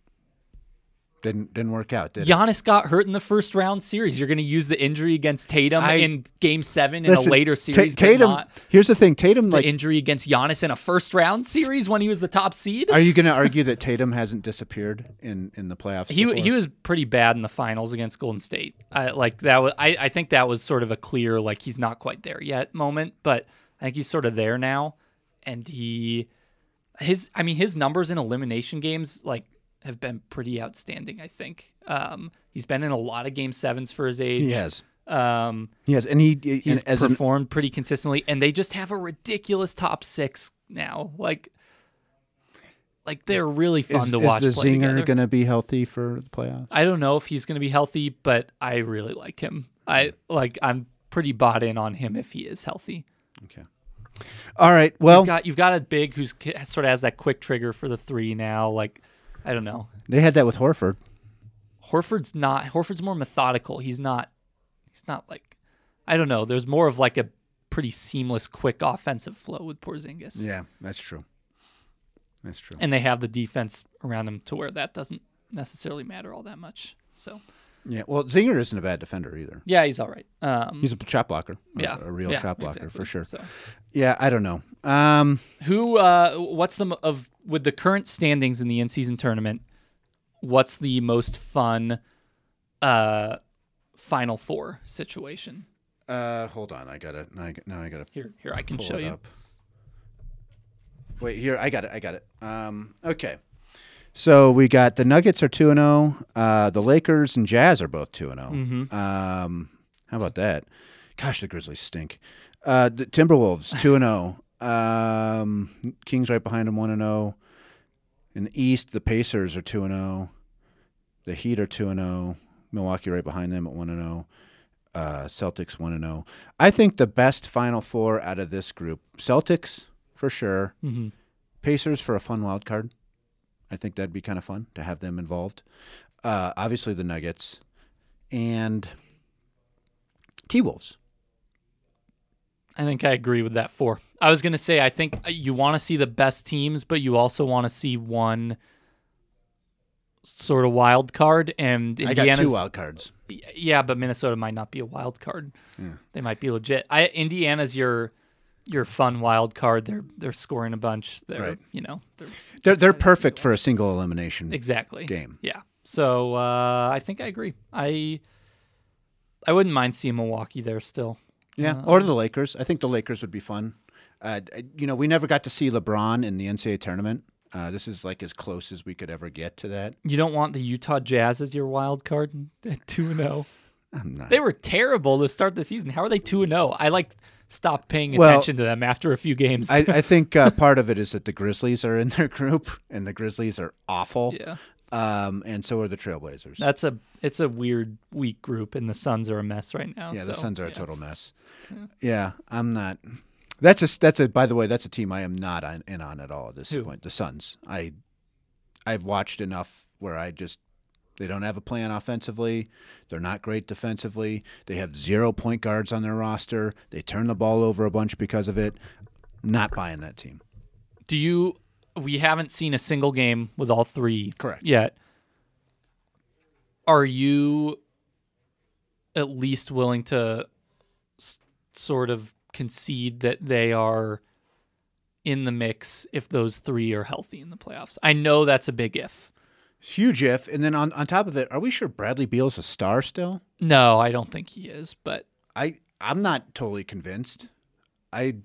[SPEAKER 1] didn't didn't work out. Did it?
[SPEAKER 3] Giannis got hurt in the first round series. You're going to use the injury against Tatum
[SPEAKER 1] I-
[SPEAKER 3] in Game Seven in
[SPEAKER 1] Listen,
[SPEAKER 3] a later
[SPEAKER 1] Ta-
[SPEAKER 3] series. but
[SPEAKER 1] Tatum.
[SPEAKER 3] not
[SPEAKER 1] here's the thing. Tatum
[SPEAKER 3] the
[SPEAKER 1] like
[SPEAKER 3] injury against Giannis in a first round series when he was the top seed.
[SPEAKER 1] Are you going to argue that Tatum hasn't disappeared in in the playoffs?
[SPEAKER 3] He
[SPEAKER 1] before?
[SPEAKER 3] he was pretty bad in the finals against Golden State. I like that was I, I think that was sort of a clear like he's not quite there yet moment, but I think he's sort of there now and he his I mean his numbers in elimination games like have been pretty outstanding, I think. Um he's been in a lot of game 7s for his age.
[SPEAKER 1] He has.
[SPEAKER 3] Um
[SPEAKER 1] He has, and he
[SPEAKER 3] he's
[SPEAKER 1] and as an-
[SPEAKER 3] performed pretty consistently and they just have a ridiculous top 6 now. Like like they're really fun
[SPEAKER 1] is,
[SPEAKER 3] to watch
[SPEAKER 1] is the
[SPEAKER 3] play
[SPEAKER 1] zinger
[SPEAKER 3] together.
[SPEAKER 1] going to be healthy for the playoffs?
[SPEAKER 3] I don't know if he's going to be healthy, but I really like him. I like I'm pretty bought in on him if he is healthy.
[SPEAKER 1] Okay. All right. Well,
[SPEAKER 3] You've got you've got a big who's ki- sort of has that quick trigger for the three now. Like I don't know.
[SPEAKER 1] they had that with Horford.
[SPEAKER 3] Horford's not Horford's more methodical. He's not he's not like I don't know. There's more of like a pretty seamless quick offensive flow with Porzingis.
[SPEAKER 1] Yeah, that's true. That's true.
[SPEAKER 3] And they have the defense around him to where that doesn't necessarily matter all that much. So,
[SPEAKER 1] Yeah. Well, Zinger isn't a bad defender either.
[SPEAKER 3] yeah, he's all right. Um
[SPEAKER 1] He's a shot blocker. a-
[SPEAKER 3] yeah,
[SPEAKER 1] A, real
[SPEAKER 3] yeah,
[SPEAKER 1] shot blocker for
[SPEAKER 3] exactly.
[SPEAKER 1] sure.
[SPEAKER 3] So-
[SPEAKER 1] Yeah, I don't know. Um,
[SPEAKER 3] Who? Uh, what's the m- of with the current standings in the in-season tournament? What's the most fun uh, final four situation?
[SPEAKER 1] uh, hold on. I got to now I got to
[SPEAKER 3] Here, here I can
[SPEAKER 1] pull
[SPEAKER 3] show
[SPEAKER 1] it
[SPEAKER 3] you.
[SPEAKER 1] up. Wait, here I got it. I got it. Um, okay. So we got the Nuggets are 2 and 0, uh the Lakers and Jazz are both 2 and oh.
[SPEAKER 3] Mm-hmm.
[SPEAKER 1] 0. Um how about that? Gosh, the Grizzlies stink. Uh the Timberwolves 2 and 0. Um Kings right behind them 1 and 0. In the East, the Pacers are 2 and 0. The Heat are 2 and 0. Milwaukee right behind them at 1 and 0 uh, Celtics 1 0. I think the best Final Four out of this group Celtics for sure.
[SPEAKER 3] Mhm.
[SPEAKER 1] Pacers for a fun wild card. I think that'd be kind of fun to have them involved. Uh, obviously, the Nuggets and T Wolves.
[SPEAKER 3] I think I agree with that four. I was gonna say I think uh, you want to see the best teams, but you also want to see one sort of wild card. And
[SPEAKER 1] I
[SPEAKER 3] Indiana's
[SPEAKER 1] got two wild cards.
[SPEAKER 3] yeah, but Minnesota might not be a wild card. They might be legit. I Indiana's your your fun wild card. They're they're scoring a bunch. They're
[SPEAKER 1] Right.
[SPEAKER 3] you know they're,
[SPEAKER 1] They're, they're perfect for a single elimination.
[SPEAKER 3] exactly
[SPEAKER 1] Game.
[SPEAKER 3] Yeah. So uh, I think I agree. I I wouldn't mind seeing Milwaukee there still.
[SPEAKER 1] Yeah,
[SPEAKER 3] uh-huh.
[SPEAKER 1] or the Lakers. I think the Lakers would be fun. Uh, d- you know, we never got to see LeBron in the NCAA tournament. Uh, this is like as close as we could ever get to that.
[SPEAKER 3] You don't want the Utah Jazz as your wild card [laughs] at two and zero.
[SPEAKER 1] I'm not.
[SPEAKER 3] They were terrible to start the season. How are they two and zero? I like stopped paying
[SPEAKER 1] Well,
[SPEAKER 3] attention to them after a few games.
[SPEAKER 1] I, I think uh, part of it is that the Grizzlies are in their group, and the Grizzlies are awful.
[SPEAKER 3] [laughs] yeah.
[SPEAKER 1] Um, and so are the Trailblazers.
[SPEAKER 3] That's a it's a weird weak group, and the Suns are a mess right now.
[SPEAKER 1] yeah, the
[SPEAKER 3] so,
[SPEAKER 1] Suns are a
[SPEAKER 3] yeah.
[SPEAKER 1] total mess. Yeah. I'm not. That's a that's a. By the way, that's a team I am not on, in on at all at this
[SPEAKER 3] Who?
[SPEAKER 1] point. The Suns. I, I've watched enough where I just they don't have a plan offensively. They're not great defensively. They have zero point guards on their roster. They turn the ball over a bunch because of it. Not buying that team.
[SPEAKER 3] Do you? We haven't seen a single game with all three
[SPEAKER 1] Correct.
[SPEAKER 3] yet. Are you at least willing to s- sort of concede that they are in the mix if those three are healthy in the playoffs? I know that's a big if.
[SPEAKER 1] Huge if, and then on, on top of it, are we sure Bradley Beal's a star still?
[SPEAKER 3] No, I don't think he is, but
[SPEAKER 1] I I'm not totally convinced. I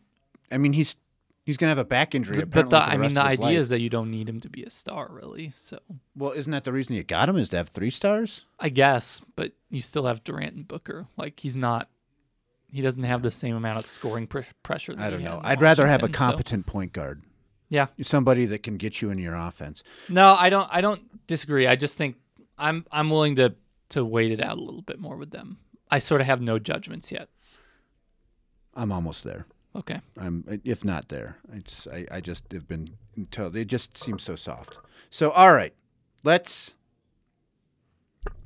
[SPEAKER 1] I mean he's He's gonna have a back injury.
[SPEAKER 3] But
[SPEAKER 1] apparently
[SPEAKER 3] the,
[SPEAKER 1] for
[SPEAKER 3] I mean,
[SPEAKER 1] rest
[SPEAKER 3] the
[SPEAKER 1] of his
[SPEAKER 3] idea
[SPEAKER 1] life.
[SPEAKER 3] is that you don't need him to be a star, really. So
[SPEAKER 1] well, isn't that the reason you got him? Is to have three stars?
[SPEAKER 3] I guess, but you still have Durant and Booker. Like he's not, he doesn't have the same amount of scoring pr- pressure. That
[SPEAKER 1] I
[SPEAKER 3] he
[SPEAKER 1] don't
[SPEAKER 3] had
[SPEAKER 1] know.
[SPEAKER 3] in
[SPEAKER 1] I'd rather have a
[SPEAKER 3] Washington, so-
[SPEAKER 1] competent point guard,
[SPEAKER 3] Yeah.
[SPEAKER 1] somebody that can get you in your offense.
[SPEAKER 3] No, I don't. I don't disagree. I just think I'm I'm willing to to wait it out a little bit more with them. I sort of have no judgments yet.
[SPEAKER 1] I'm almost there.
[SPEAKER 3] Okay.
[SPEAKER 1] I'm if not there. It's I, I just have been until they just seem so soft. So all right, let's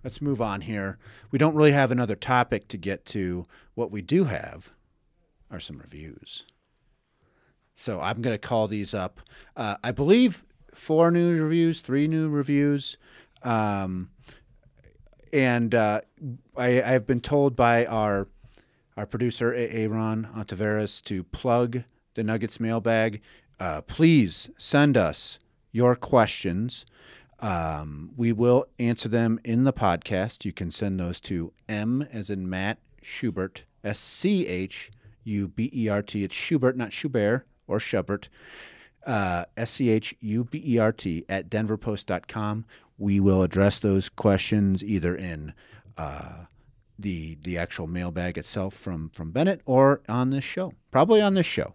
[SPEAKER 1] let's move on here. We don't really have another topic to get to. What we do have are some reviews. So I'm going to call these up. Uh, I believe four new reviews, three new reviews. Um, and uh, I, I've been told by our our producer A- Aaron Ontiveros to plug the Nuggets mailbag. Uh, please send us your questions. Um, we will answer them in the podcast. You can send those to M as in Matt Schubert S C H U B E R T. It's Schubert, not Schubert or Schubert. Uh, S C H U B E R T at denverpost.com. We will address those questions either in uh, the the actual mailbag itself from from Bennett or on this show. Probably on this show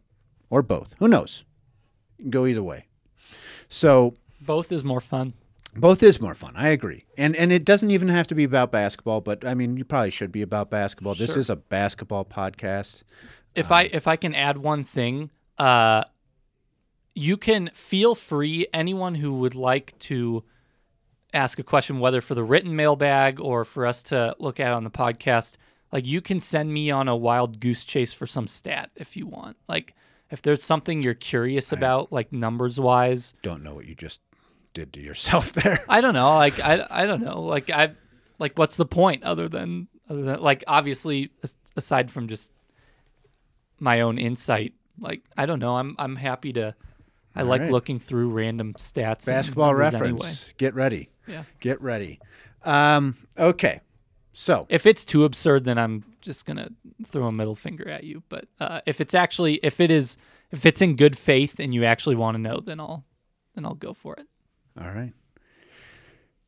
[SPEAKER 1] or both. Who knows? You can go either way. So
[SPEAKER 3] Both is more fun.
[SPEAKER 1] both is more fun. I agree. And and it doesn't even have to be about basketball, but I mean you probably should be about basketball. This is a basketball podcast.
[SPEAKER 3] If I if I can add one thing, uh, you can feel free. Anyone who would like to ask a question, whether for the written mailbag or for us to look at on the podcast, like you can send me on a wild goose chase for some stat if you want. Like if there's something you're curious about, like numbers wise,
[SPEAKER 1] Don't know what you just did to yourself [laughs] there.
[SPEAKER 3] I don't know. Like I, I don't know. Like I, like what's the point other than other than like obviously as- aside from just my own insight. Like I don't know. I'm I'm happy to. I like
[SPEAKER 1] right.
[SPEAKER 3] looking through random stats. and
[SPEAKER 1] Basketball
[SPEAKER 3] numbers
[SPEAKER 1] reference.
[SPEAKER 3] Anyway.
[SPEAKER 1] Get ready.
[SPEAKER 3] Yeah.
[SPEAKER 1] Get ready. Um, okay. So
[SPEAKER 3] If it's too absurd, then I'm just gonna throw a middle finger at you. But uh, if it's actually, if it is, if it's in good faith and you actually want to know, then I'll, then I'll go for it.
[SPEAKER 1] All right.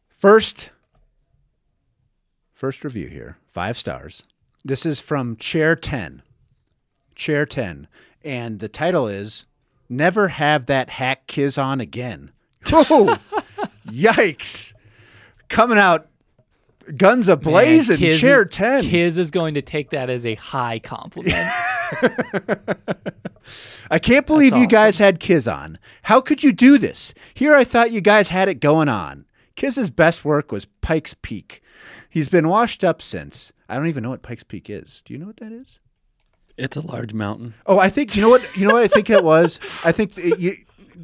[SPEAKER 1] First, first review here, five stars. This is from Chair 10. Chair 10. And the title is Never Have That Hack Kiz On Again. [laughs] Whoa! Yikes! Coming out guns ablazing,
[SPEAKER 3] Man, Kiz-
[SPEAKER 1] Chair 10.
[SPEAKER 3] Kiz is going to take that as a high compliment.
[SPEAKER 1] I can't believe you
[SPEAKER 3] awesome.
[SPEAKER 1] guys had Kiz on. How could you do this? Here I thought you guys had it going on. Kiz's best work was Pike's Peak. He's been washed up since. I don't even know what Pike's Peak is. Do you know what that is?
[SPEAKER 4] It's a large mountain.
[SPEAKER 1] Oh, I think you know what you know what I think it
[SPEAKER 3] [laughs]
[SPEAKER 1] was. I think it, you,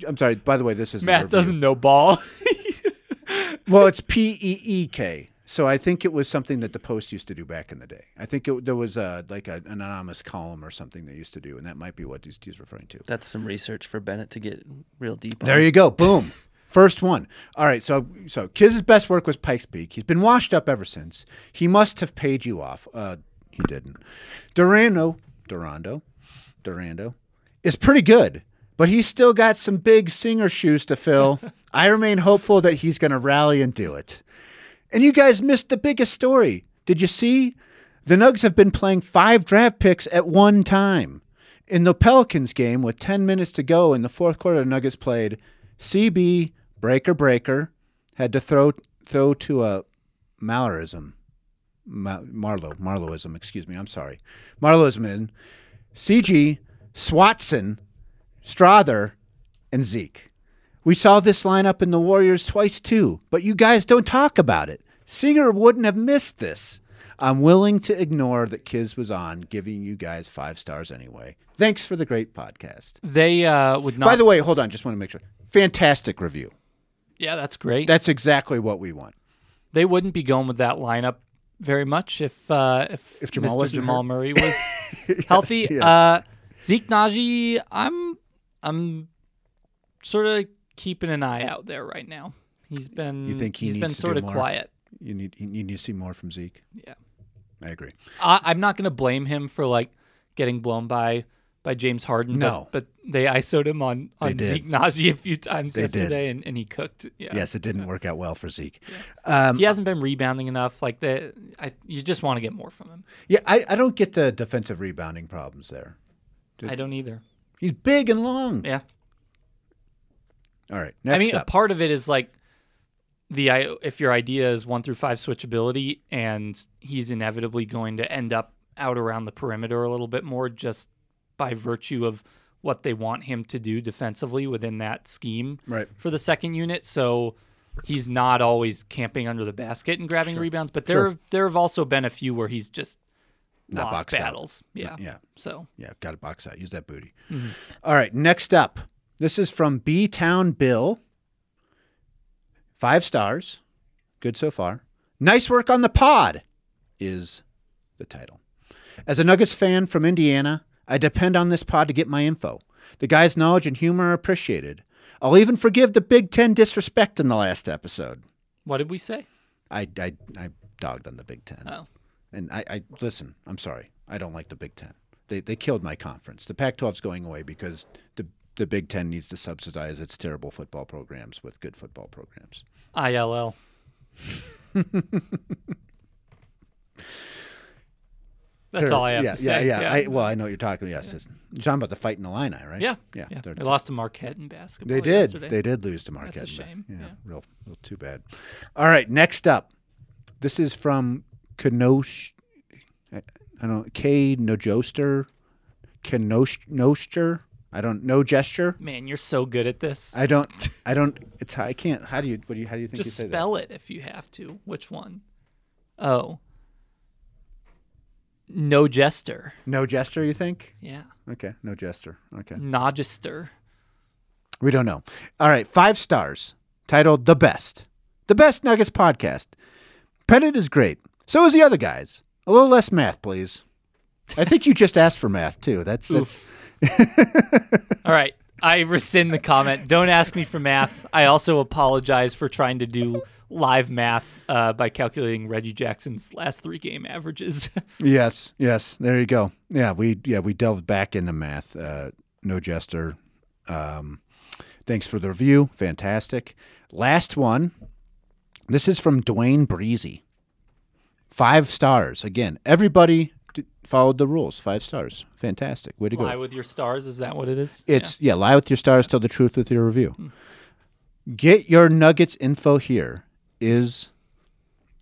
[SPEAKER 1] I'm sorry. By the way, this is
[SPEAKER 3] Matt doesn't know ball. [laughs]
[SPEAKER 1] Well, it's P E E K. So I think it was something that the Post used to do back in the day. I think it, there was a, like a, an anonymous column or something they used to do, and that might be what he's, he's referring to.
[SPEAKER 4] That's some research for Bennett to get real deep.
[SPEAKER 1] There
[SPEAKER 4] on.
[SPEAKER 1] you go. Boom. [laughs] First one. All right. So so Kiz's best work was Pike's Peak. He's been washed up ever since. He must have paid you off. Uh, he didn't. Durando, Durando, Durando is pretty good, but he's still got some big singer shoes to fill. I remain hopeful that he's going to rally and do it. And you guys missed the biggest story. Did you see? The Nugs have been playing five draft picks at one time. In the Pelicans game, with 10 minutes to go in the fourth quarter, the Nuggets played CB, Breaker Breaker, had to throw throw to a Mallorism. Ma- Marlowe, Marlowism, excuse me, I'm sorry. Marlowism in CG, Swatson, Strother, and Zeke. We saw this lineup in the Warriors twice too, but you guys don't talk about it. Singer wouldn't have missed this. I'm willing to ignore that Kiz was on, giving you guys five stars anyway. Thanks for the great podcast.
[SPEAKER 3] They uh, would not.
[SPEAKER 1] By the way, hold on, just want to make sure. Fantastic review.
[SPEAKER 3] yeah, that's great.
[SPEAKER 1] That's exactly what we want.
[SPEAKER 3] they wouldn't be going with that lineup very much if uh, if,
[SPEAKER 1] If Jamal
[SPEAKER 3] Mr.
[SPEAKER 1] wasn't
[SPEAKER 3] Jamal
[SPEAKER 1] hurt.
[SPEAKER 3] Murray
[SPEAKER 1] [laughs]
[SPEAKER 3] was healthy. Uh, Zeke Naji, I'm I'm sort of keeping an eye out there right now. He's been
[SPEAKER 1] You think he
[SPEAKER 3] has been
[SPEAKER 1] needs to do
[SPEAKER 3] sort of
[SPEAKER 1] more?
[SPEAKER 3] quiet.
[SPEAKER 1] You need you need to see more from Zeke.
[SPEAKER 3] Yeah.
[SPEAKER 1] I agree.
[SPEAKER 3] I, I'm not going to blame him for like getting blown by by James Harden. but-
[SPEAKER 1] No.
[SPEAKER 3] but, they ISO'd him on on
[SPEAKER 1] did.
[SPEAKER 3] Zeke Najee a few times
[SPEAKER 1] They did.
[SPEAKER 3] yesterday, and, and he cooked. Yeah.
[SPEAKER 1] Yes, it didn't work out well for Zeke.
[SPEAKER 3] he hasn't been rebounding enough. Like that, I, you just want to get more from him.
[SPEAKER 1] Yeah, I, I don't get the defensive rebounding problems there.
[SPEAKER 3] I don't either.
[SPEAKER 1] He's big and long.
[SPEAKER 3] Yeah,
[SPEAKER 1] All right,
[SPEAKER 3] I
[SPEAKER 1] next
[SPEAKER 3] mean, a
[SPEAKER 1] up.
[SPEAKER 3] part of it is like the I- if your idea is one through five switchability, and he's inevitably going to end up out around the perimeter a little bit more, just by virtue of what they want him to do defensively within that scheme
[SPEAKER 1] Right.
[SPEAKER 3] for the second unit. So he's not always camping under the basket and grabbing rebounds, but there have, there have also been a few where he's just
[SPEAKER 1] Not
[SPEAKER 3] lost
[SPEAKER 1] boxed out.
[SPEAKER 3] battles. Yeah.
[SPEAKER 1] yeah.
[SPEAKER 3] So
[SPEAKER 1] Yeah, got to box out. Use that booty. All right, next up. This is from B Town Bill. Five stars. Good so far. Nice work on the pod is the title. As a Nuggets fan from Indiana, I depend on this pod to get my info. The guy's knowledge and humor are appreciated. I'll even forgive the Big Ten disrespect in the last episode.
[SPEAKER 3] what did we say?
[SPEAKER 1] I, I, I dogged on the Big Ten.
[SPEAKER 3] Oh.
[SPEAKER 1] And I, I listen. I'm sorry. I don't like the Big Ten. They they killed my conference. The Pac-12's going away because the the Big Ten needs to subsidize its terrible football programs with good football programs.
[SPEAKER 3] ILL. That's
[SPEAKER 1] Ter-
[SPEAKER 3] all I have
[SPEAKER 1] yeah,
[SPEAKER 3] to say.
[SPEAKER 1] Yeah, yeah. I, well, I know what you're talking. Yes, it's- you're talking about the fight in Illini, right?
[SPEAKER 3] yeah,
[SPEAKER 1] yeah.
[SPEAKER 3] yeah.
[SPEAKER 1] they're-
[SPEAKER 3] They lost to Marquette in basketball.
[SPEAKER 1] They did.
[SPEAKER 3] yesterday.
[SPEAKER 1] They did lose to Marquette.
[SPEAKER 3] That's a
[SPEAKER 1] but,
[SPEAKER 3] shame,
[SPEAKER 1] Yeah,
[SPEAKER 3] yeah.
[SPEAKER 1] Real, real too bad. All right, next up. This is from Kenosh. I, I don't know. K Nojoster. Kenosh Noster. I don't. No gesture.
[SPEAKER 3] Man, you're so good at this.
[SPEAKER 1] I
[SPEAKER 3] [laughs]
[SPEAKER 1] don't. I don't. It's. I can't. How do you? What do you? How do you think
[SPEAKER 3] Just
[SPEAKER 1] you say
[SPEAKER 3] spell it if you have to. Which one? Oh, no jester.
[SPEAKER 1] that? No gesture. You think?
[SPEAKER 3] Yeah,
[SPEAKER 1] Okay. No gesture. Okay.
[SPEAKER 3] nogester.
[SPEAKER 1] We don't know. All right, five stars. Titled The Best. The Best Nuggets Podcast. Pettit is great. So is the other guys. A little less math, please. I think you just asked for math too. That's, that's
[SPEAKER 3] Oof.
[SPEAKER 1] [laughs]
[SPEAKER 3] All right. I rescind the comment. Don't ask me for math. I also apologize for trying to do live math uh, by calculating Reggie Jackson's last three game averages.
[SPEAKER 1] yes, yes. There you go. Yeah, we yeah we delved back into math. Uh, no jester. Um, thanks for the review. Fantastic. Last one. This is from Dwayne Breezy. Five stars again. Everybody d- followed the rules. Five stars. Fantastic. Way to go.
[SPEAKER 3] Lie with your stars. Is that what it is?
[SPEAKER 1] It's yeah. lie with your stars, tell the truth with your review. Get your Nuggets info here is,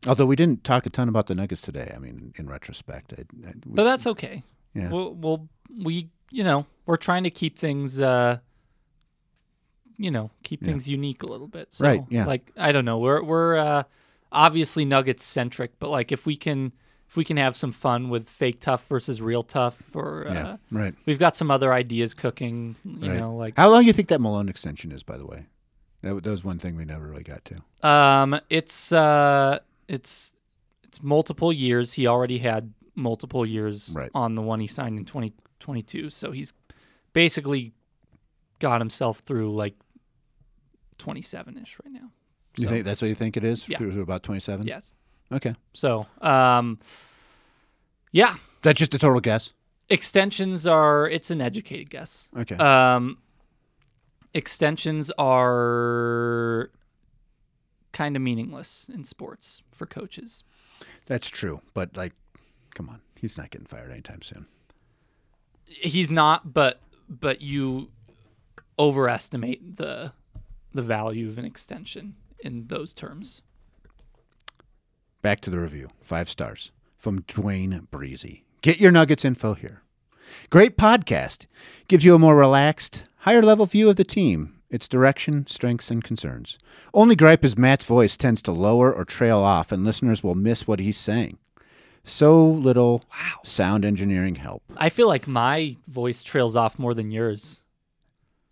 [SPEAKER 1] although we didn't talk a ton about the Nuggets today. I mean, in retrospect, I, I,
[SPEAKER 3] But that's okay.
[SPEAKER 1] Yeah.
[SPEAKER 3] We'll, we'll, we, you know, we're trying to keep things, uh, you know, keep things unique a little bit. So,
[SPEAKER 1] Right, yeah.
[SPEAKER 3] Like, I don't know. We're, we're, uh, obviously Nuggets centric, but like if we can, if we can have some fun with fake tough versus real tough or, uh,
[SPEAKER 1] yeah,
[SPEAKER 3] [laughs]
[SPEAKER 1] right.
[SPEAKER 3] We've got some other ideas cooking, you
[SPEAKER 1] right.
[SPEAKER 3] know, like
[SPEAKER 1] how long do you think that Malone extension is? By the way, that, w- that was one thing we never really got to.
[SPEAKER 3] um it's uh it's it's multiple years. He already had multiple years
[SPEAKER 1] Right.
[SPEAKER 3] on the one he signed in 2022, so he's basically got himself through like 27ish right now.
[SPEAKER 1] You think that's what you think it is?
[SPEAKER 3] Yeah.
[SPEAKER 1] Through about twenty-seven.
[SPEAKER 3] Yes.
[SPEAKER 1] Okay,
[SPEAKER 3] So, um yeah,
[SPEAKER 1] that's just a total guess.
[SPEAKER 3] extensions are it's an educated guess.
[SPEAKER 1] Okay.
[SPEAKER 3] Um, extensions are kind of meaningless in sports for coaches.
[SPEAKER 1] that's true, but like, come on, he's not getting fired anytime soon.
[SPEAKER 3] He's not, but but you overestimate the the value of an extension in those terms.
[SPEAKER 1] Back to the review. Five stars from Dwayne Breezy. Get your Nuggets info here. Great podcast. Gives you a more relaxed, higher level view of the team, its direction, strengths, and concerns. Only gripe is Matt's voice tends to lower or trail off, and listeners will miss what he's saying. So little sound engineering help.
[SPEAKER 3] I feel like my voice trails off more than yours.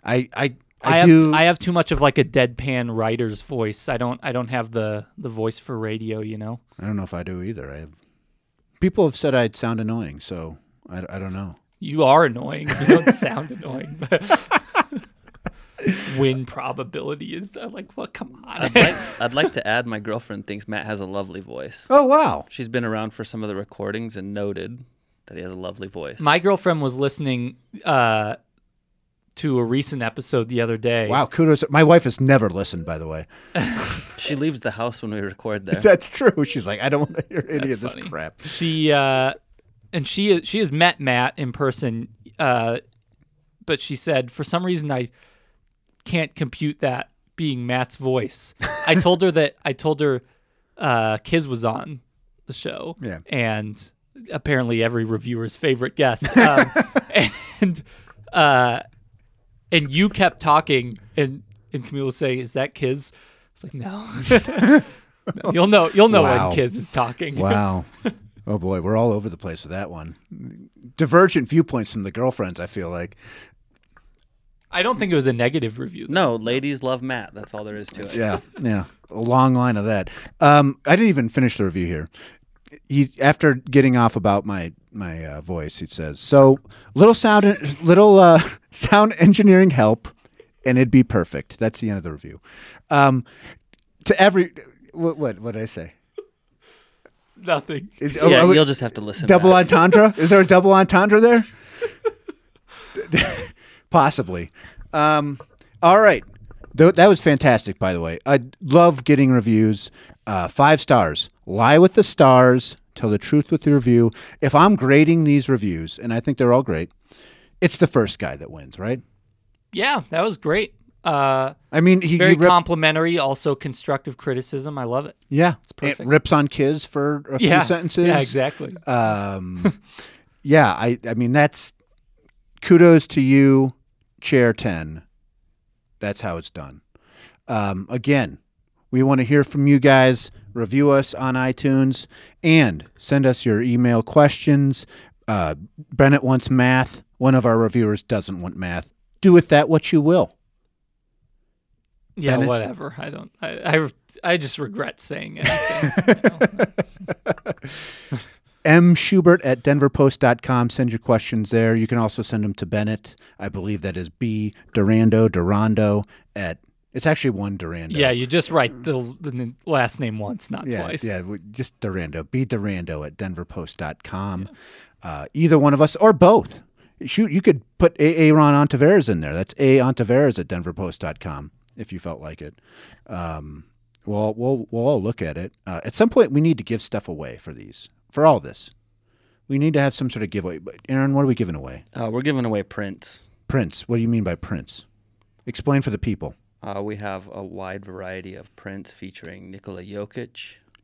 [SPEAKER 1] I I, I,
[SPEAKER 3] I, have
[SPEAKER 1] do.
[SPEAKER 3] I have too much of like a deadpan writer's voice. I don't I don't have the the voice for radio, you know.
[SPEAKER 1] I don't know if I do either. I have. People have said I'd sound annoying, so I, I don't know.
[SPEAKER 3] You are annoying. You don't [laughs] sound annoying. But win probability is uh, like, well, come on.
[SPEAKER 4] I'd like, I'd like to add my girlfriend thinks Matt has a lovely voice.
[SPEAKER 1] Oh wow!
[SPEAKER 4] She's been around for some of the recordings and noted that he has a lovely
[SPEAKER 3] [laughs]
[SPEAKER 4] voice.
[SPEAKER 3] My girlfriend was listening uh, to a recent episode the other day.
[SPEAKER 1] Wow, kudos. My wife has never listened, by the way.
[SPEAKER 4] she leaves the house when we record [laughs] there.
[SPEAKER 1] That's true. She's like, I don't want to hear any
[SPEAKER 3] That's
[SPEAKER 1] of this
[SPEAKER 3] funny.
[SPEAKER 1] crap.
[SPEAKER 3] She uh, and she she has met Matt in person, uh, but she said for some reason I can't compute that being
[SPEAKER 1] [laughs]
[SPEAKER 3] Matt's voice. I told her that I told her uh, Kiz was on the show,
[SPEAKER 1] Yeah.
[SPEAKER 3] and apparently every reviewer's
[SPEAKER 1] [laughs]
[SPEAKER 3] favorite guest. Um, and uh, and you kept talking, and and Camille was saying, "Is that Kiz?" I was like, "No." [laughs]
[SPEAKER 1] [laughs]
[SPEAKER 3] No, You'll know. You'll know
[SPEAKER 1] Wow.
[SPEAKER 3] when Kiz is talking.
[SPEAKER 1] Wow. Oh boy, we're all over the place with that one. Divergent viewpoints from the girlfriends, I feel like.
[SPEAKER 3] I don't think it was a negative review. though.
[SPEAKER 4] No, ladies love Matt. That's all there is to it.
[SPEAKER 1] Yeah, yeah. A long line of that. Um, I didn't even finish the review here. He, after getting off about my my uh, voice, he says, "So little sound, little uh, [laughs] sound engineering help, and it'd be perfect." That's the end of the review. Um, to every what what what did I say?
[SPEAKER 3] nothing.
[SPEAKER 1] Is-
[SPEAKER 4] Yeah,
[SPEAKER 1] oh, I-
[SPEAKER 4] you'll just have to listen.
[SPEAKER 1] double
[SPEAKER 4] back.
[SPEAKER 1] entendre? [laughs] Is there a double entendre there? [laughs] Possibly. Um, all right. Tho- that was fantastic, by the way. I love getting reviews. Uh, five stars. Lie with the stars. Tell the truth with your review. If I'm grading these reviews, and I think they're all great, it's the first guy that wins, right?
[SPEAKER 3] Yeah, that was great. Uh,
[SPEAKER 1] I mean, he, he
[SPEAKER 3] very
[SPEAKER 1] rip-
[SPEAKER 3] complimentary, also constructive criticism. I love it.
[SPEAKER 1] yeah, it's
[SPEAKER 3] perfect.
[SPEAKER 1] rips on kids for a
[SPEAKER 3] Yeah,
[SPEAKER 1] few sentences.
[SPEAKER 3] Yeah, exactly.
[SPEAKER 1] Um, [laughs] yeah, I, I mean, that's kudos to you, Chair 10. That's how it's done. Um, again, we want to hear from you guys. Review us on iTunes and send us your email questions. Uh, Bennett wants math. One of our reviewers doesn't want math. Do with that what you will.
[SPEAKER 3] yeah,
[SPEAKER 1] Bennett?
[SPEAKER 3] whatever. I don't. I, I. I just regret saying
[SPEAKER 1] [laughs]
[SPEAKER 3] anything.
[SPEAKER 1] M. Schubert at denverpost.com. Send your questions there. You can also send them to Bennett. I believe that is B. Durando, Durando at, it's actually one Durando.
[SPEAKER 3] yeah, you just write the, the n- last name once, not
[SPEAKER 1] yeah,
[SPEAKER 3] twice.
[SPEAKER 1] yeah, we- just Durando. Be Durando at denverpost.com. Uh, either one of us or both. Shoot, you could put A. Ron Ontiveros in there. That's A. Ontiveros at denverpost.com if you felt like it. Um, well, we'll we'll all look at it. Uh, at some point, we need to give stuff away for these, for all this. We need to have some sort of giveaway. But Aaron, what are we giving away?
[SPEAKER 4] Uh, we're giving away prints.
[SPEAKER 1] Prints. What do you mean by prints? Explain for the people.
[SPEAKER 4] Uh, we have a wide variety of prints featuring Nikola Jokic,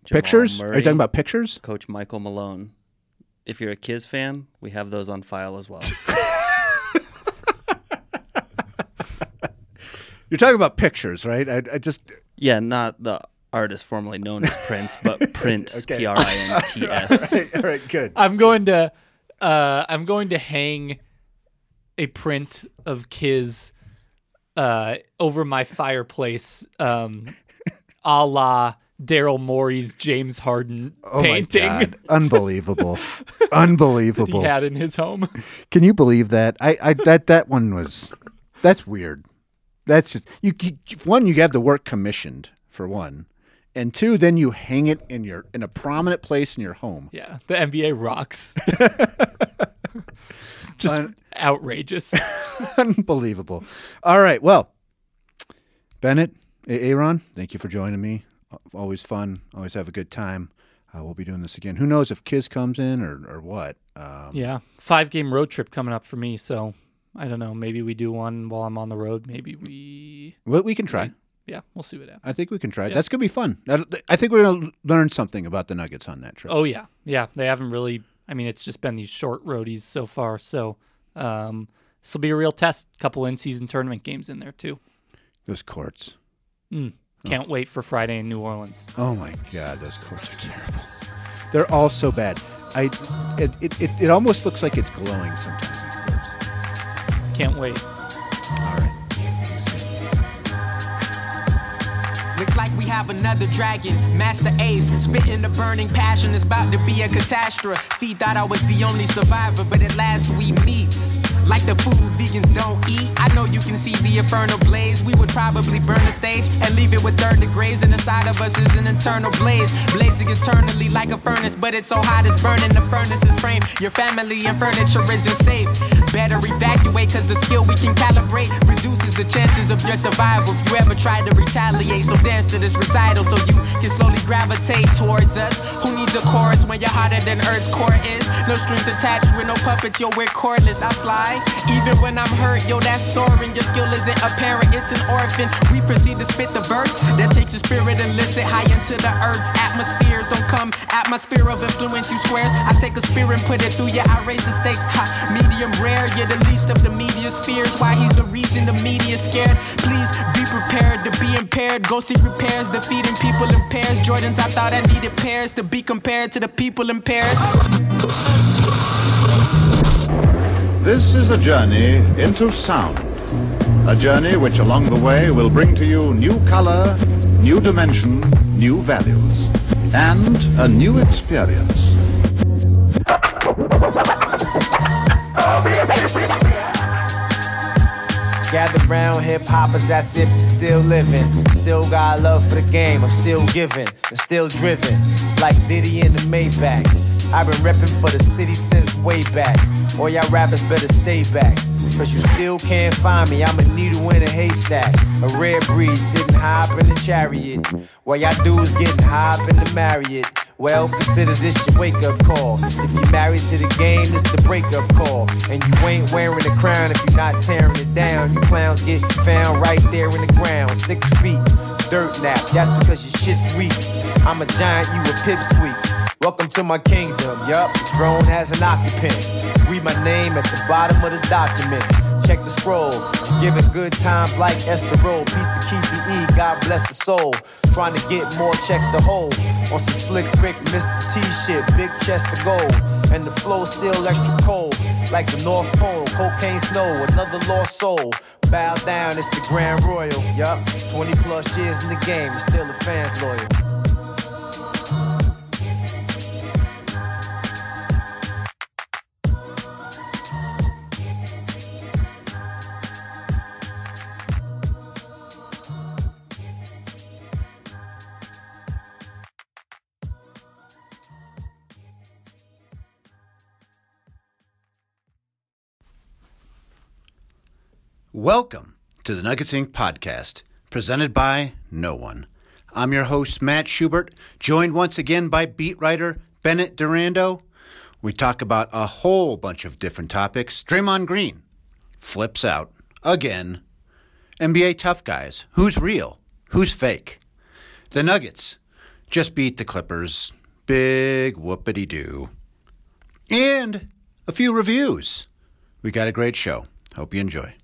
[SPEAKER 4] Jamal
[SPEAKER 1] Pictures? Are
[SPEAKER 4] Murray,
[SPEAKER 1] you talking about pictures?
[SPEAKER 4] Coach Michael Malone. If you're a Kiz fan, we have those on file as
[SPEAKER 1] [laughs]
[SPEAKER 4] well.
[SPEAKER 1] You're talking about pictures, right? I, I just [laughs]
[SPEAKER 4] yeah, not the artist formerly known as Prince, but Prince,
[SPEAKER 1] Okay.
[SPEAKER 4] P R I N T S.
[SPEAKER 1] all right, good.
[SPEAKER 3] I'm going to. Uh, I'm going to hang a print of Kiz uh, over my fireplace, um, a la Daryl Morey's James Harden
[SPEAKER 1] Oh
[SPEAKER 3] painting.
[SPEAKER 1] my god, [laughs] unbelievable, unbelievable!
[SPEAKER 3] [laughs] he had in his home. [laughs]
[SPEAKER 1] Can you believe that? I, I that that one was that's weird. That's just you, you. One, you have the work commissioned for one, and two, then you hang it in your in a prominent place in your home.
[SPEAKER 3] Yeah, the NBA
[SPEAKER 1] [laughs]
[SPEAKER 3] rocks. Just
[SPEAKER 1] Un-
[SPEAKER 3] outrageous.
[SPEAKER 1] unbelievable. All right, well, Bennett, A- Aaron, thank you for joining me. Always fun. Always have a good time. Uh, we'll be doing this again. Who knows if Kiz comes in or or what? Um,
[SPEAKER 3] yeah, five game road trip coming up for me. So I don't know. Maybe we do one while I'm on the road. Maybe we.
[SPEAKER 1] we, we can try.
[SPEAKER 3] Yeah, we'll see what happens.
[SPEAKER 1] I think we can try it. That's gonna be fun. That- I think we're gonna learn something about the Nuggets on that trip.
[SPEAKER 3] Oh yeah, yeah. They haven't really. I mean, it's just been these short roadies so far. So um, this will be a real test. Couple in season tournament games in there too.
[SPEAKER 1] Those courts.
[SPEAKER 3] Mm. Can't wait for Friday in New Orleans.
[SPEAKER 1] Oh my god, those courts are terrible. They're all so bad. I, it, it, it, it almost looks like it's glowing sometimes. These courts.
[SPEAKER 3] Can't wait.
[SPEAKER 1] All right.
[SPEAKER 5] Looks like we have another dragon. Master Ace, spitting the burning passion. It's about to be a catastrophe. Thought I was the only survivor, but at last we meet. Like the food vegans don't eat. I know you can see the the inferno blaze, we would probably burn the stage and leave it with third degrees. And inside of us is an internal blaze, blazing eternally like a furnace. But it's so hot it's burning, the furnace is framed. Your family and furniture isn't safe. Better evacuate, cause the skill we can calibrate reduces the chances of your survival. If you ever try to retaliate, so dance to this recital so you can slowly gravitate towards us. Who needs a chorus when you're hotter than Earth's core is? No strings attached with no puppets, yo, we're cordless. I fly, even when I'm hurt, yo, that's soaring. Your skill isn't apparent, it's an orphan. We proceed to spit the verse that takes your spirit and lifts it high into the earth's atmospheres. Don't come at my sphere of influence, you squares. I take a spear and put it through you, I raise the stakes. Ha, medium rare, you're the least of the media's fears. Why he's the reason the media's scared? Please be prepared to be impaired. Go see repairs, defeating people in pairs. Jordans, I thought I needed pairs to be compared to the people in pairs.
[SPEAKER 1] This is a journey into sound. A journey which along the way will bring to you new color, new dimension, new values, and a new experience.
[SPEAKER 6] Gather round hip hoppers as if it's still living. Still got love for the game, I'm still giving and still driven. Like Diddy in the Maybach. I've been reppin' for the city since way back. All y'all rappers better stay back. Cause you still can't find me. I'm a needle in a haystack. A rare breed sitting high up in the chariot. While y'all dudes getting high up in the Marriott. Well, consider this your wake up call. If you're married to the game, it's the breakup call. And you ain't wearing a crown if you're not tearing it down. You clowns get found right there in the ground, six feet. Dirt nap, that's because your shit's weak. I'm a giant, you a pipsqueak. Welcome to my kingdom, yup. The throne has an occupant. Read my name at the bottom of the document. Check the scroll. Giving good times like Esther Roll. Peace to Keith E. God bless the soul. Trying to get more checks to hold. On some slick Rick, Mr. T shit. Big chest to gold. And the flow still extra cold. Like the North Pole. Cocaine snow. Another lost soul. Bow down, it's the Grand Royal. Yup. 20 plus years in the game. and Still the fans loyal.
[SPEAKER 7] Welcome to the Nuggets Inc. podcast, presented by No One. I'm your host, Matt Schubert, joined once again by beat writer Bennett Durando. We talk about a whole bunch of different topics. Draymond Green flips out again. NBA tough guys. Who's real? Who's fake? The Nuggets just beat the Clippers. Big whoopity doo. And a few reviews. We got a great show. Hope you enjoy.